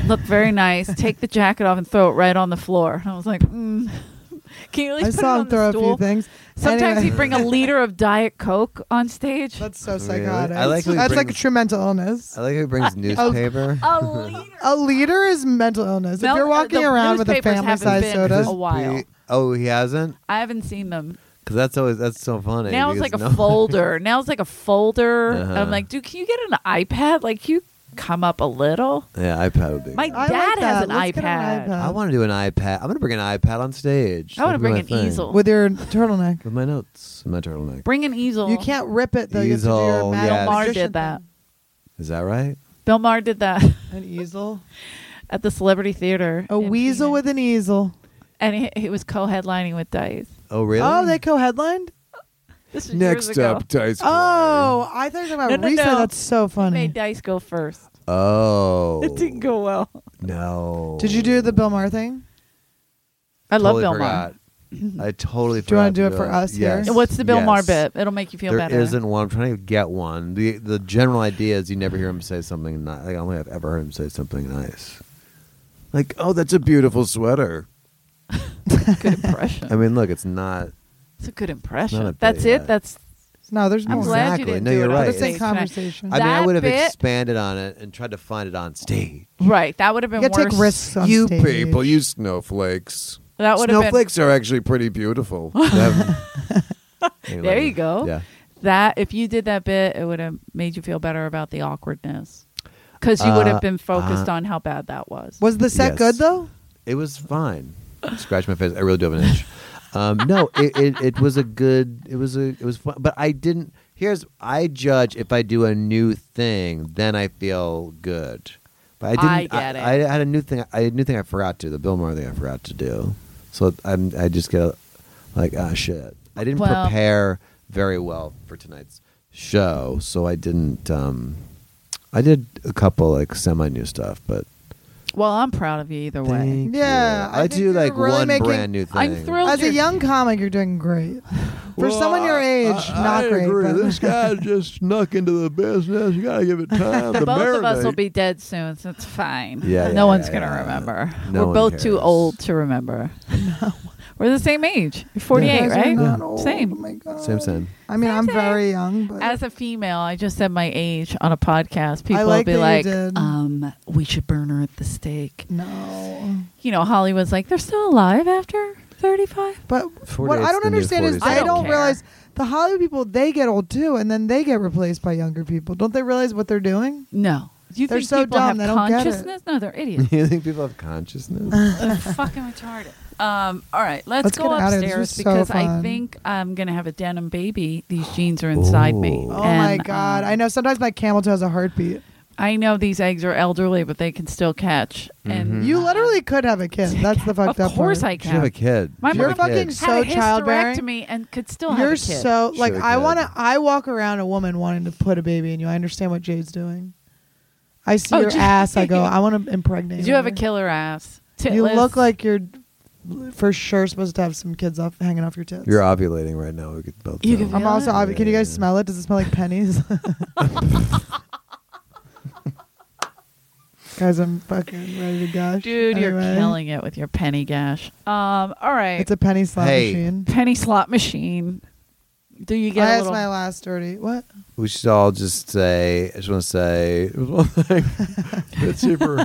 Speaker 3: look
Speaker 2: *laughs*
Speaker 3: very nice, take the jacket off and throw it right on the floor. And I was like, mm. can you at least
Speaker 2: I
Speaker 3: put
Speaker 2: saw
Speaker 3: it
Speaker 2: him
Speaker 3: on
Speaker 2: throw
Speaker 3: the
Speaker 2: a
Speaker 3: stool?
Speaker 2: few things.
Speaker 3: Sometimes
Speaker 2: Anyway.
Speaker 3: he'd
Speaker 2: *laughs*
Speaker 3: bring a liter of Diet Coke on stage.
Speaker 2: That's so
Speaker 5: Really?
Speaker 2: psychotic.
Speaker 5: I like how he
Speaker 2: That's like a
Speaker 5: brings-
Speaker 2: true mental illness.
Speaker 5: I like how he brings newspaper.
Speaker 2: *laughs*
Speaker 3: a liter.
Speaker 2: A leader is mental illness.
Speaker 3: Mel- uh,
Speaker 2: if you're walking
Speaker 3: the
Speaker 2: around with a
Speaker 3: newspapers
Speaker 2: family
Speaker 3: haven't
Speaker 2: size
Speaker 3: been
Speaker 2: soda,
Speaker 3: A while.
Speaker 5: He- oh, he hasn't.
Speaker 3: I haven't seen them.
Speaker 5: Because that's always that's so funny.
Speaker 3: Now it's like
Speaker 5: because
Speaker 3: a
Speaker 5: no- *laughs*
Speaker 3: folder. Now it's like a folder.
Speaker 5: Uh-huh.
Speaker 3: And I'm like, dude, can you get an iPad? Like, you come up a little.
Speaker 5: Yeah, iPad would be.
Speaker 3: My
Speaker 5: good.
Speaker 2: I
Speaker 3: dad has
Speaker 2: like that.
Speaker 3: an
Speaker 2: Let's get
Speaker 3: iPad.
Speaker 2: an iPad.
Speaker 5: I want to do an iPad. I'm gonna bring an iPad on stage.
Speaker 3: I wanna
Speaker 5: That'd be
Speaker 3: bring
Speaker 5: my
Speaker 3: an
Speaker 5: thing.
Speaker 3: easel.
Speaker 2: with your turtleneck.
Speaker 5: with my notes, and my turtleneck.
Speaker 3: Bring an easel.
Speaker 2: You can't rip it though. you have to do your
Speaker 5: Easel, yes.
Speaker 2: magic
Speaker 3: Bill Maher
Speaker 2: magician
Speaker 3: did that.
Speaker 5: Is that right?
Speaker 3: Bill Maher did that *laughs*
Speaker 2: thing. An easel.
Speaker 3: at the Celebrity Theater.
Speaker 2: A
Speaker 3: in
Speaker 2: weasel
Speaker 3: Phoenix.
Speaker 2: with an easel.
Speaker 3: and he, he was co-headlining with Dice.
Speaker 5: Oh, really?
Speaker 2: Oh, they co-headlined.
Speaker 3: This was years
Speaker 5: Next
Speaker 3: ago.
Speaker 5: up, Dice.
Speaker 2: Oh, I thought you were talking about
Speaker 3: No, no,
Speaker 2: Risa.
Speaker 3: no.
Speaker 2: That's so
Speaker 3: He
Speaker 2: funny.
Speaker 3: made Dice go first.
Speaker 5: Warren. Oh,
Speaker 3: It didn't go well.
Speaker 5: No.
Speaker 2: Did you do the Bill Maher thing?
Speaker 3: I love
Speaker 5: Totally
Speaker 3: Bill Maher.
Speaker 5: forgot. I totally.
Speaker 2: Do you wanna
Speaker 5: forgot
Speaker 2: do it
Speaker 5: to
Speaker 2: for us here?
Speaker 5: Yes.
Speaker 3: And What's the Bill
Speaker 5: yes.
Speaker 3: Maher bit? It'll make you feel
Speaker 5: There
Speaker 3: better.
Speaker 5: not one. I'm trying to get one. the The general idea is you never hear him say something. Ni- like I only have ever heard him say something nice. Like, oh, that's a beautiful sweater.
Speaker 3: good
Speaker 5: *laughs*
Speaker 3: impression.
Speaker 5: I mean, look, it's not.
Speaker 3: it's a good impression.
Speaker 5: not a
Speaker 3: That's
Speaker 5: bit,
Speaker 3: it.
Speaker 5: yeah.
Speaker 3: That's
Speaker 2: No, there's
Speaker 3: I'm
Speaker 2: more.
Speaker 3: glad
Speaker 5: Exactly.
Speaker 3: you didn't
Speaker 5: No,
Speaker 3: do
Speaker 5: you're
Speaker 3: it. on
Speaker 5: right.
Speaker 2: But
Speaker 3: the
Speaker 2: it's in
Speaker 3: stage.
Speaker 2: conversation.
Speaker 5: I mean, I
Speaker 3: That
Speaker 5: would have
Speaker 3: bit-
Speaker 5: expanded on it and tried to find it on stage.
Speaker 3: Right. That would have been
Speaker 2: you gotta
Speaker 3: worse.
Speaker 2: take risks on stage.
Speaker 5: you snowflakes.
Speaker 3: That would have been
Speaker 5: are actually pretty
Speaker 3: *laughs*
Speaker 5: beautiful. there
Speaker 3: There you go.
Speaker 5: Yeah.
Speaker 3: that. If you did that bit, it would have made you feel better about the awkwardness because you would
Speaker 5: Uh,
Speaker 3: have been focused
Speaker 5: uh,
Speaker 3: on how bad that was.
Speaker 2: Was the set
Speaker 5: Yes.
Speaker 2: good though?
Speaker 5: It was fine. Scratch my face. I really do have an itch. Um, no, it, it, it was a good. It was a. It was fun. But I didn't. Here's I judge if I do a new thing, then I feel good. But I
Speaker 3: I
Speaker 5: didn't.
Speaker 3: get
Speaker 5: I,
Speaker 3: it.
Speaker 5: I had a new thing. I had a new thing I forgot to. The Bill Maher thing I forgot to do. So I'm. I just get like ah shit. I didn't
Speaker 3: Well-
Speaker 5: prepare very well for tonight's show, so I didn't. Um, I did a couple like semi new stuff, but
Speaker 3: well, I'm proud of you either way.
Speaker 5: Thank
Speaker 2: Yeah,
Speaker 5: you.
Speaker 2: I
Speaker 5: I,
Speaker 2: think
Speaker 5: do
Speaker 2: you're
Speaker 5: like
Speaker 2: really
Speaker 5: one
Speaker 2: making-
Speaker 5: brand new thing.
Speaker 3: I'm thrilled.
Speaker 2: As a
Speaker 3: you're-
Speaker 2: young comic, you're doing great. For
Speaker 6: Well,
Speaker 2: someone your
Speaker 6: I-
Speaker 2: age,
Speaker 6: I,
Speaker 2: not
Speaker 6: I
Speaker 2: great.
Speaker 6: agree.
Speaker 2: but- *laughs*
Speaker 6: This guy just snuck into the business. You got to give it time. to
Speaker 3: Both of us will
Speaker 6: marinate.
Speaker 3: be dead soon, so it's fine.
Speaker 5: Yeah, yeah,
Speaker 3: no one's
Speaker 5: yeah,
Speaker 3: gonna
Speaker 5: yeah.
Speaker 3: remember.
Speaker 5: No
Speaker 3: We're
Speaker 5: one
Speaker 3: both
Speaker 5: cares.
Speaker 3: too old to
Speaker 2: *laughs*
Speaker 3: remember. *laughs* No. We're the same age. You're 48,
Speaker 2: You guys are
Speaker 3: right?
Speaker 2: not old.
Speaker 3: Same.
Speaker 2: Oh my God.
Speaker 5: Same, same.
Speaker 2: I mean, I'm
Speaker 3: same.
Speaker 2: very young, but
Speaker 3: As a female, I just said my age on a podcast. People
Speaker 2: like
Speaker 3: will be
Speaker 2: that
Speaker 3: like,
Speaker 2: you did.
Speaker 3: um, we should burn her at the stake.
Speaker 2: no.
Speaker 3: You know, Hollywood's like, they're still alive after 35.
Speaker 2: But
Speaker 5: 40
Speaker 2: what
Speaker 5: is
Speaker 2: I don't
Speaker 5: the new
Speaker 2: understand is
Speaker 5: 40s.
Speaker 2: they
Speaker 3: I
Speaker 2: don't,
Speaker 3: don't care.
Speaker 2: realize the Hollywood people they get old too, and then they get replaced by younger people. Don't they realize what they're doing?
Speaker 3: No. You
Speaker 2: They're
Speaker 3: think
Speaker 2: so
Speaker 3: people have
Speaker 2: dumb, they don't get it.
Speaker 3: consciousness? No, they're idiots.
Speaker 5: *laughs* you think people have consciousness?
Speaker 3: *laughs* they're fucking retarded. Um, all right, let's,
Speaker 2: Let's
Speaker 3: go
Speaker 2: get out of here. This
Speaker 3: upstairs
Speaker 2: was so
Speaker 3: because I
Speaker 2: fun.
Speaker 3: think I'm going to have a denim baby. These jeans are inside me.
Speaker 5: Ooh.
Speaker 2: Oh
Speaker 3: And,
Speaker 2: my god!
Speaker 3: um,
Speaker 2: I know sometimes my camel toe has a heartbeat.
Speaker 3: I know these eggs are elderly, but they can still catch. And
Speaker 2: You literally could have
Speaker 3: *laughs*
Speaker 2: a kid. That's the fucked up
Speaker 3: Of course,
Speaker 2: part.
Speaker 3: I
Speaker 5: Mm-hmm. You should have a
Speaker 3: can.
Speaker 5: kid.
Speaker 3: My
Speaker 5: You should
Speaker 2: You're
Speaker 5: have
Speaker 3: mom
Speaker 5: a
Speaker 2: fucking
Speaker 5: kid.
Speaker 2: so
Speaker 3: had a
Speaker 2: childbearing.
Speaker 3: hysterectomy and could still have
Speaker 2: You're
Speaker 3: a kid.
Speaker 2: so
Speaker 5: Should
Speaker 2: like
Speaker 5: have a
Speaker 2: I
Speaker 5: kid.
Speaker 2: want to. I walk around a woman wanting to put a baby in you. I understand what Jade's doing. I see
Speaker 3: Oh,
Speaker 2: your
Speaker 3: Jade.
Speaker 2: ass. I go.
Speaker 3: *laughs*
Speaker 2: I want to impregnate.
Speaker 3: Did you have a
Speaker 2: her."
Speaker 3: killer ass?
Speaker 2: You
Speaker 3: Titless.
Speaker 2: look like you're for sure supposed to have some kids off hanging off your tits.
Speaker 5: You're ovulating right now. We could both.
Speaker 3: You
Speaker 5: tell.
Speaker 3: could
Speaker 2: I'm also.
Speaker 5: Really?
Speaker 2: Can you guys smell it? Does it smell like pennies? *laughs* guys, I'm fucking ready to gush.
Speaker 3: dude. You're
Speaker 2: Anyway,
Speaker 3: killing it with your penny gash. Um. All right.
Speaker 2: It's a penny slot
Speaker 5: Hey.
Speaker 2: machine.
Speaker 3: penny slot machine. Do you get a
Speaker 2: I asked
Speaker 3: little?
Speaker 2: my last dirty. What?
Speaker 5: We should all just say. I just want to say.
Speaker 6: Betsy
Speaker 3: *laughs*
Speaker 6: for-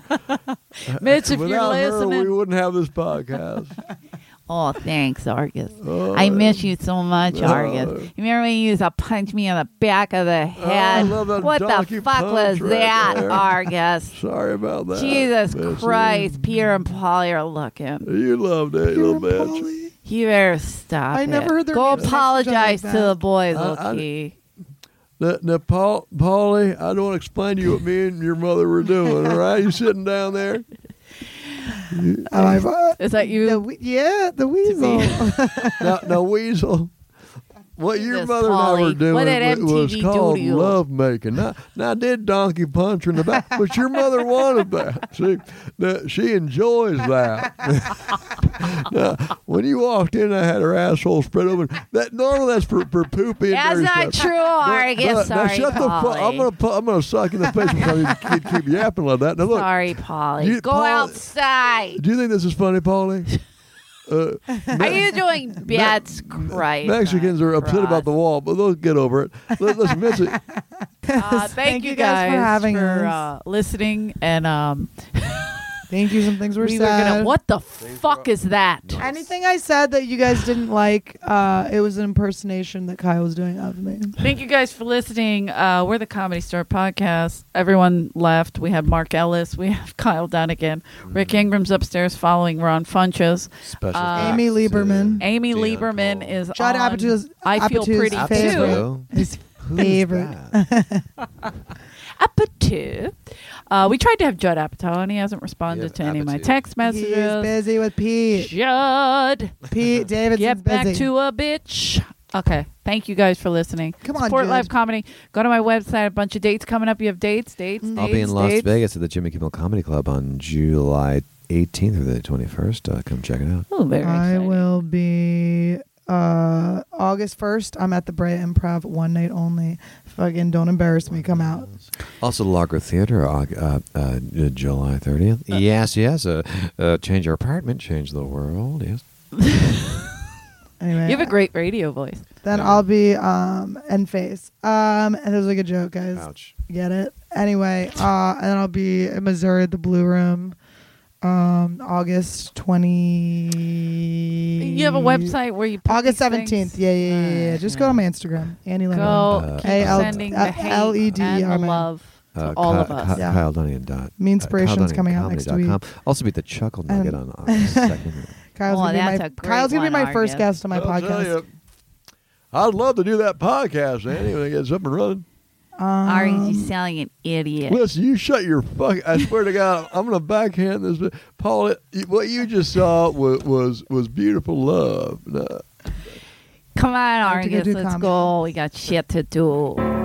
Speaker 3: Mitch, if you're
Speaker 6: without her, we
Speaker 3: listening.
Speaker 6: wouldn't have this podcast.
Speaker 3: *laughs* Oh, thanks, Argus.
Speaker 6: Oh,
Speaker 3: I miss you so much,
Speaker 6: Oh.
Speaker 3: Argus. You remember when you used to punch me on the back of the head?
Speaker 6: love that
Speaker 3: what
Speaker 6: donkey
Speaker 3: the fuck
Speaker 6: punch
Speaker 3: was
Speaker 6: right
Speaker 3: that,
Speaker 6: there. *laughs*
Speaker 3: Argus?
Speaker 6: Sorry about that.
Speaker 3: Jesus
Speaker 6: Betsy. Uh,
Speaker 3: Christ, Peter and Polly are looking.
Speaker 6: You loved it, little bitch.
Speaker 3: You better stop.
Speaker 2: I
Speaker 3: it.
Speaker 2: never heard their
Speaker 3: Go
Speaker 2: names next to each other
Speaker 3: apologize
Speaker 2: like
Speaker 3: to
Speaker 2: that.
Speaker 3: the boy,
Speaker 6: Uh, I-
Speaker 3: Loki.
Speaker 6: Now, now Paul, Paulie, I don't want to explain to you what me and your mother were doing. All right, you sitting down there?
Speaker 2: Oh, I've, uh,
Speaker 3: Is that you?
Speaker 2: the we- yeah,
Speaker 3: *laughs*
Speaker 2: the weasel.
Speaker 6: *laughs* Now, now Weasel, what your
Speaker 3: Jesus,
Speaker 6: mother and I were
Speaker 3: Paulie.
Speaker 6: doing
Speaker 3: What did
Speaker 6: wa- was
Speaker 3: MTV do
Speaker 6: called
Speaker 3: to you?
Speaker 6: love making. Now, now, I did donkey punch her in the back, but
Speaker 3: *laughs*
Speaker 6: your mother wanted that. See, now, she
Speaker 3: *laughs*
Speaker 6: enjoys that. Now, when you walked in, I had her asshole spread open. That normally that's for, for poopy. and
Speaker 3: That's
Speaker 6: dirty
Speaker 3: not
Speaker 6: stuff.
Speaker 3: true,
Speaker 6: Now-
Speaker 3: Argus.
Speaker 6: now
Speaker 3: Sorry,
Speaker 6: shut the fuck. I'm gonna
Speaker 3: Polly.
Speaker 6: pu- I'm gonna suck in the face because you keep, keep yapping like that. Now look,
Speaker 3: Sorry, Polly.
Speaker 6: You-
Speaker 3: Go
Speaker 6: Polly-
Speaker 3: outside.
Speaker 6: do you think this is
Speaker 3: *laughs*
Speaker 6: funny, Paulie? Uh,
Speaker 3: Are you doing
Speaker 6: *laughs*
Speaker 3: bats right?
Speaker 6: Mexicans are upset about the wall, but they'll get over it.
Speaker 2: *laughs*
Speaker 6: Let, let's miss it. *laughs*
Speaker 3: Uh, thank,
Speaker 2: Thank
Speaker 3: you
Speaker 2: you guys
Speaker 3: guys,
Speaker 2: for having
Speaker 3: for,
Speaker 2: us.
Speaker 3: Uh, listening and um,
Speaker 2: Thank you. Some things were
Speaker 3: we were
Speaker 2: said.
Speaker 3: gonna. What the fuck is that?
Speaker 2: Anything I said that you guys didn't like, uh, it was an impersonation that Kyle was doing of me.
Speaker 3: Thank you guys for listening. Uh, we're the Comedy Store Podcast. Everyone left. We have Mark Ellis. We have *laughs* Kyle Donigan. Rick Ingram's upstairs following Ron Funches.
Speaker 5: Special
Speaker 3: Uh,
Speaker 5: thanks
Speaker 2: Amy
Speaker 5: to
Speaker 2: Lieberman.
Speaker 3: Amy
Speaker 5: Dan
Speaker 3: Lieberman
Speaker 5: Cole.
Speaker 3: is
Speaker 2: Judd
Speaker 3: on.
Speaker 2: Apatow's-
Speaker 3: I feel
Speaker 2: Apatow's
Speaker 3: pretty
Speaker 2: favorite.
Speaker 3: too.
Speaker 5: Apatow.
Speaker 2: His
Speaker 5: Who's
Speaker 2: favorite.
Speaker 3: *laughs*
Speaker 5: that?
Speaker 3: Apatow. Uh, we tried to have Judd Apatow, and he hasn't responded
Speaker 5: have
Speaker 3: to any of my
Speaker 5: Apatow.
Speaker 3: text
Speaker 2: He's
Speaker 3: messages.
Speaker 2: busy with Pete.
Speaker 3: Judd,
Speaker 2: Pete Davidson's
Speaker 3: get back
Speaker 2: busy.
Speaker 3: to a bitch. Okay. Thank you guys for listening.
Speaker 2: Come on,
Speaker 3: Support
Speaker 2: Judd.
Speaker 3: Live Comedy. Go to my website. A bunch of dates coming up. You have dates, dates,
Speaker 2: Mm.
Speaker 3: dates.
Speaker 5: I'll be in Las
Speaker 3: dates.
Speaker 5: Vegas at the Jimmy Kimmel Comedy Club on July 18th or the 21st. Uh, come check it out.
Speaker 3: Oh, very
Speaker 2: I
Speaker 3: exciting.
Speaker 2: will be uh, August 1st. I'm at the Brea Improv one night only. Fucking don't embarrass me. Come out.
Speaker 5: Also, Lager Theater, uh, uh, uh, July 30th. yes, yes. Uh, uh, change your apartment, change the world. Yes.
Speaker 2: Anyway.
Speaker 3: You have a great radio voice.
Speaker 2: Then I'll be um and face. Um and that was like a joke, guys.
Speaker 5: Ouch.
Speaker 2: Get it? Anyway, uh and then I'll be in Missouri at the Blue Room um August twenty
Speaker 3: You have a website where you put
Speaker 2: August
Speaker 3: these things?
Speaker 2: seventeenth. Yeah, yeah, yeah, yeah. Just go to my Instagram. Annie
Speaker 3: Go
Speaker 2: Lennon.
Speaker 3: keep
Speaker 2: A-L-
Speaker 3: sending the hate
Speaker 2: L-E-D-E-R,
Speaker 3: and the
Speaker 2: man.
Speaker 3: love to
Speaker 5: Uh,
Speaker 3: all
Speaker 5: Ky-
Speaker 3: of us.
Speaker 5: Ky-
Speaker 2: Yeah.
Speaker 5: Kyle Dunnigan dot.
Speaker 2: Me Inspiration's
Speaker 5: Kyle Dunnigan
Speaker 2: coming out next
Speaker 5: comedy dot com.
Speaker 2: week.
Speaker 5: Also, be at the Chuckle Nugget
Speaker 2: Um,
Speaker 5: on August
Speaker 2: *laughs*
Speaker 5: 2nd.
Speaker 2: Kyle's
Speaker 3: Oh,
Speaker 2: gonna be
Speaker 3: that's
Speaker 2: my
Speaker 3: a great
Speaker 2: Kyle's gonna be
Speaker 3: one,
Speaker 2: my first
Speaker 3: Argus.
Speaker 2: guest on my
Speaker 6: I'll tell
Speaker 2: podcast.
Speaker 6: you, I'd love to do that podcast, Andy, when it gets up and running.
Speaker 2: Um,
Speaker 3: Are you selling an idiot?
Speaker 6: Listen, you shut your fuck. I swear to God, I'm gonna backhand this. Paul, what you just saw was was, was beautiful love. No.
Speaker 3: Come on,
Speaker 2: I have to go
Speaker 3: Argus,
Speaker 2: do
Speaker 3: let's
Speaker 2: comedy.
Speaker 3: go. We got shit to do.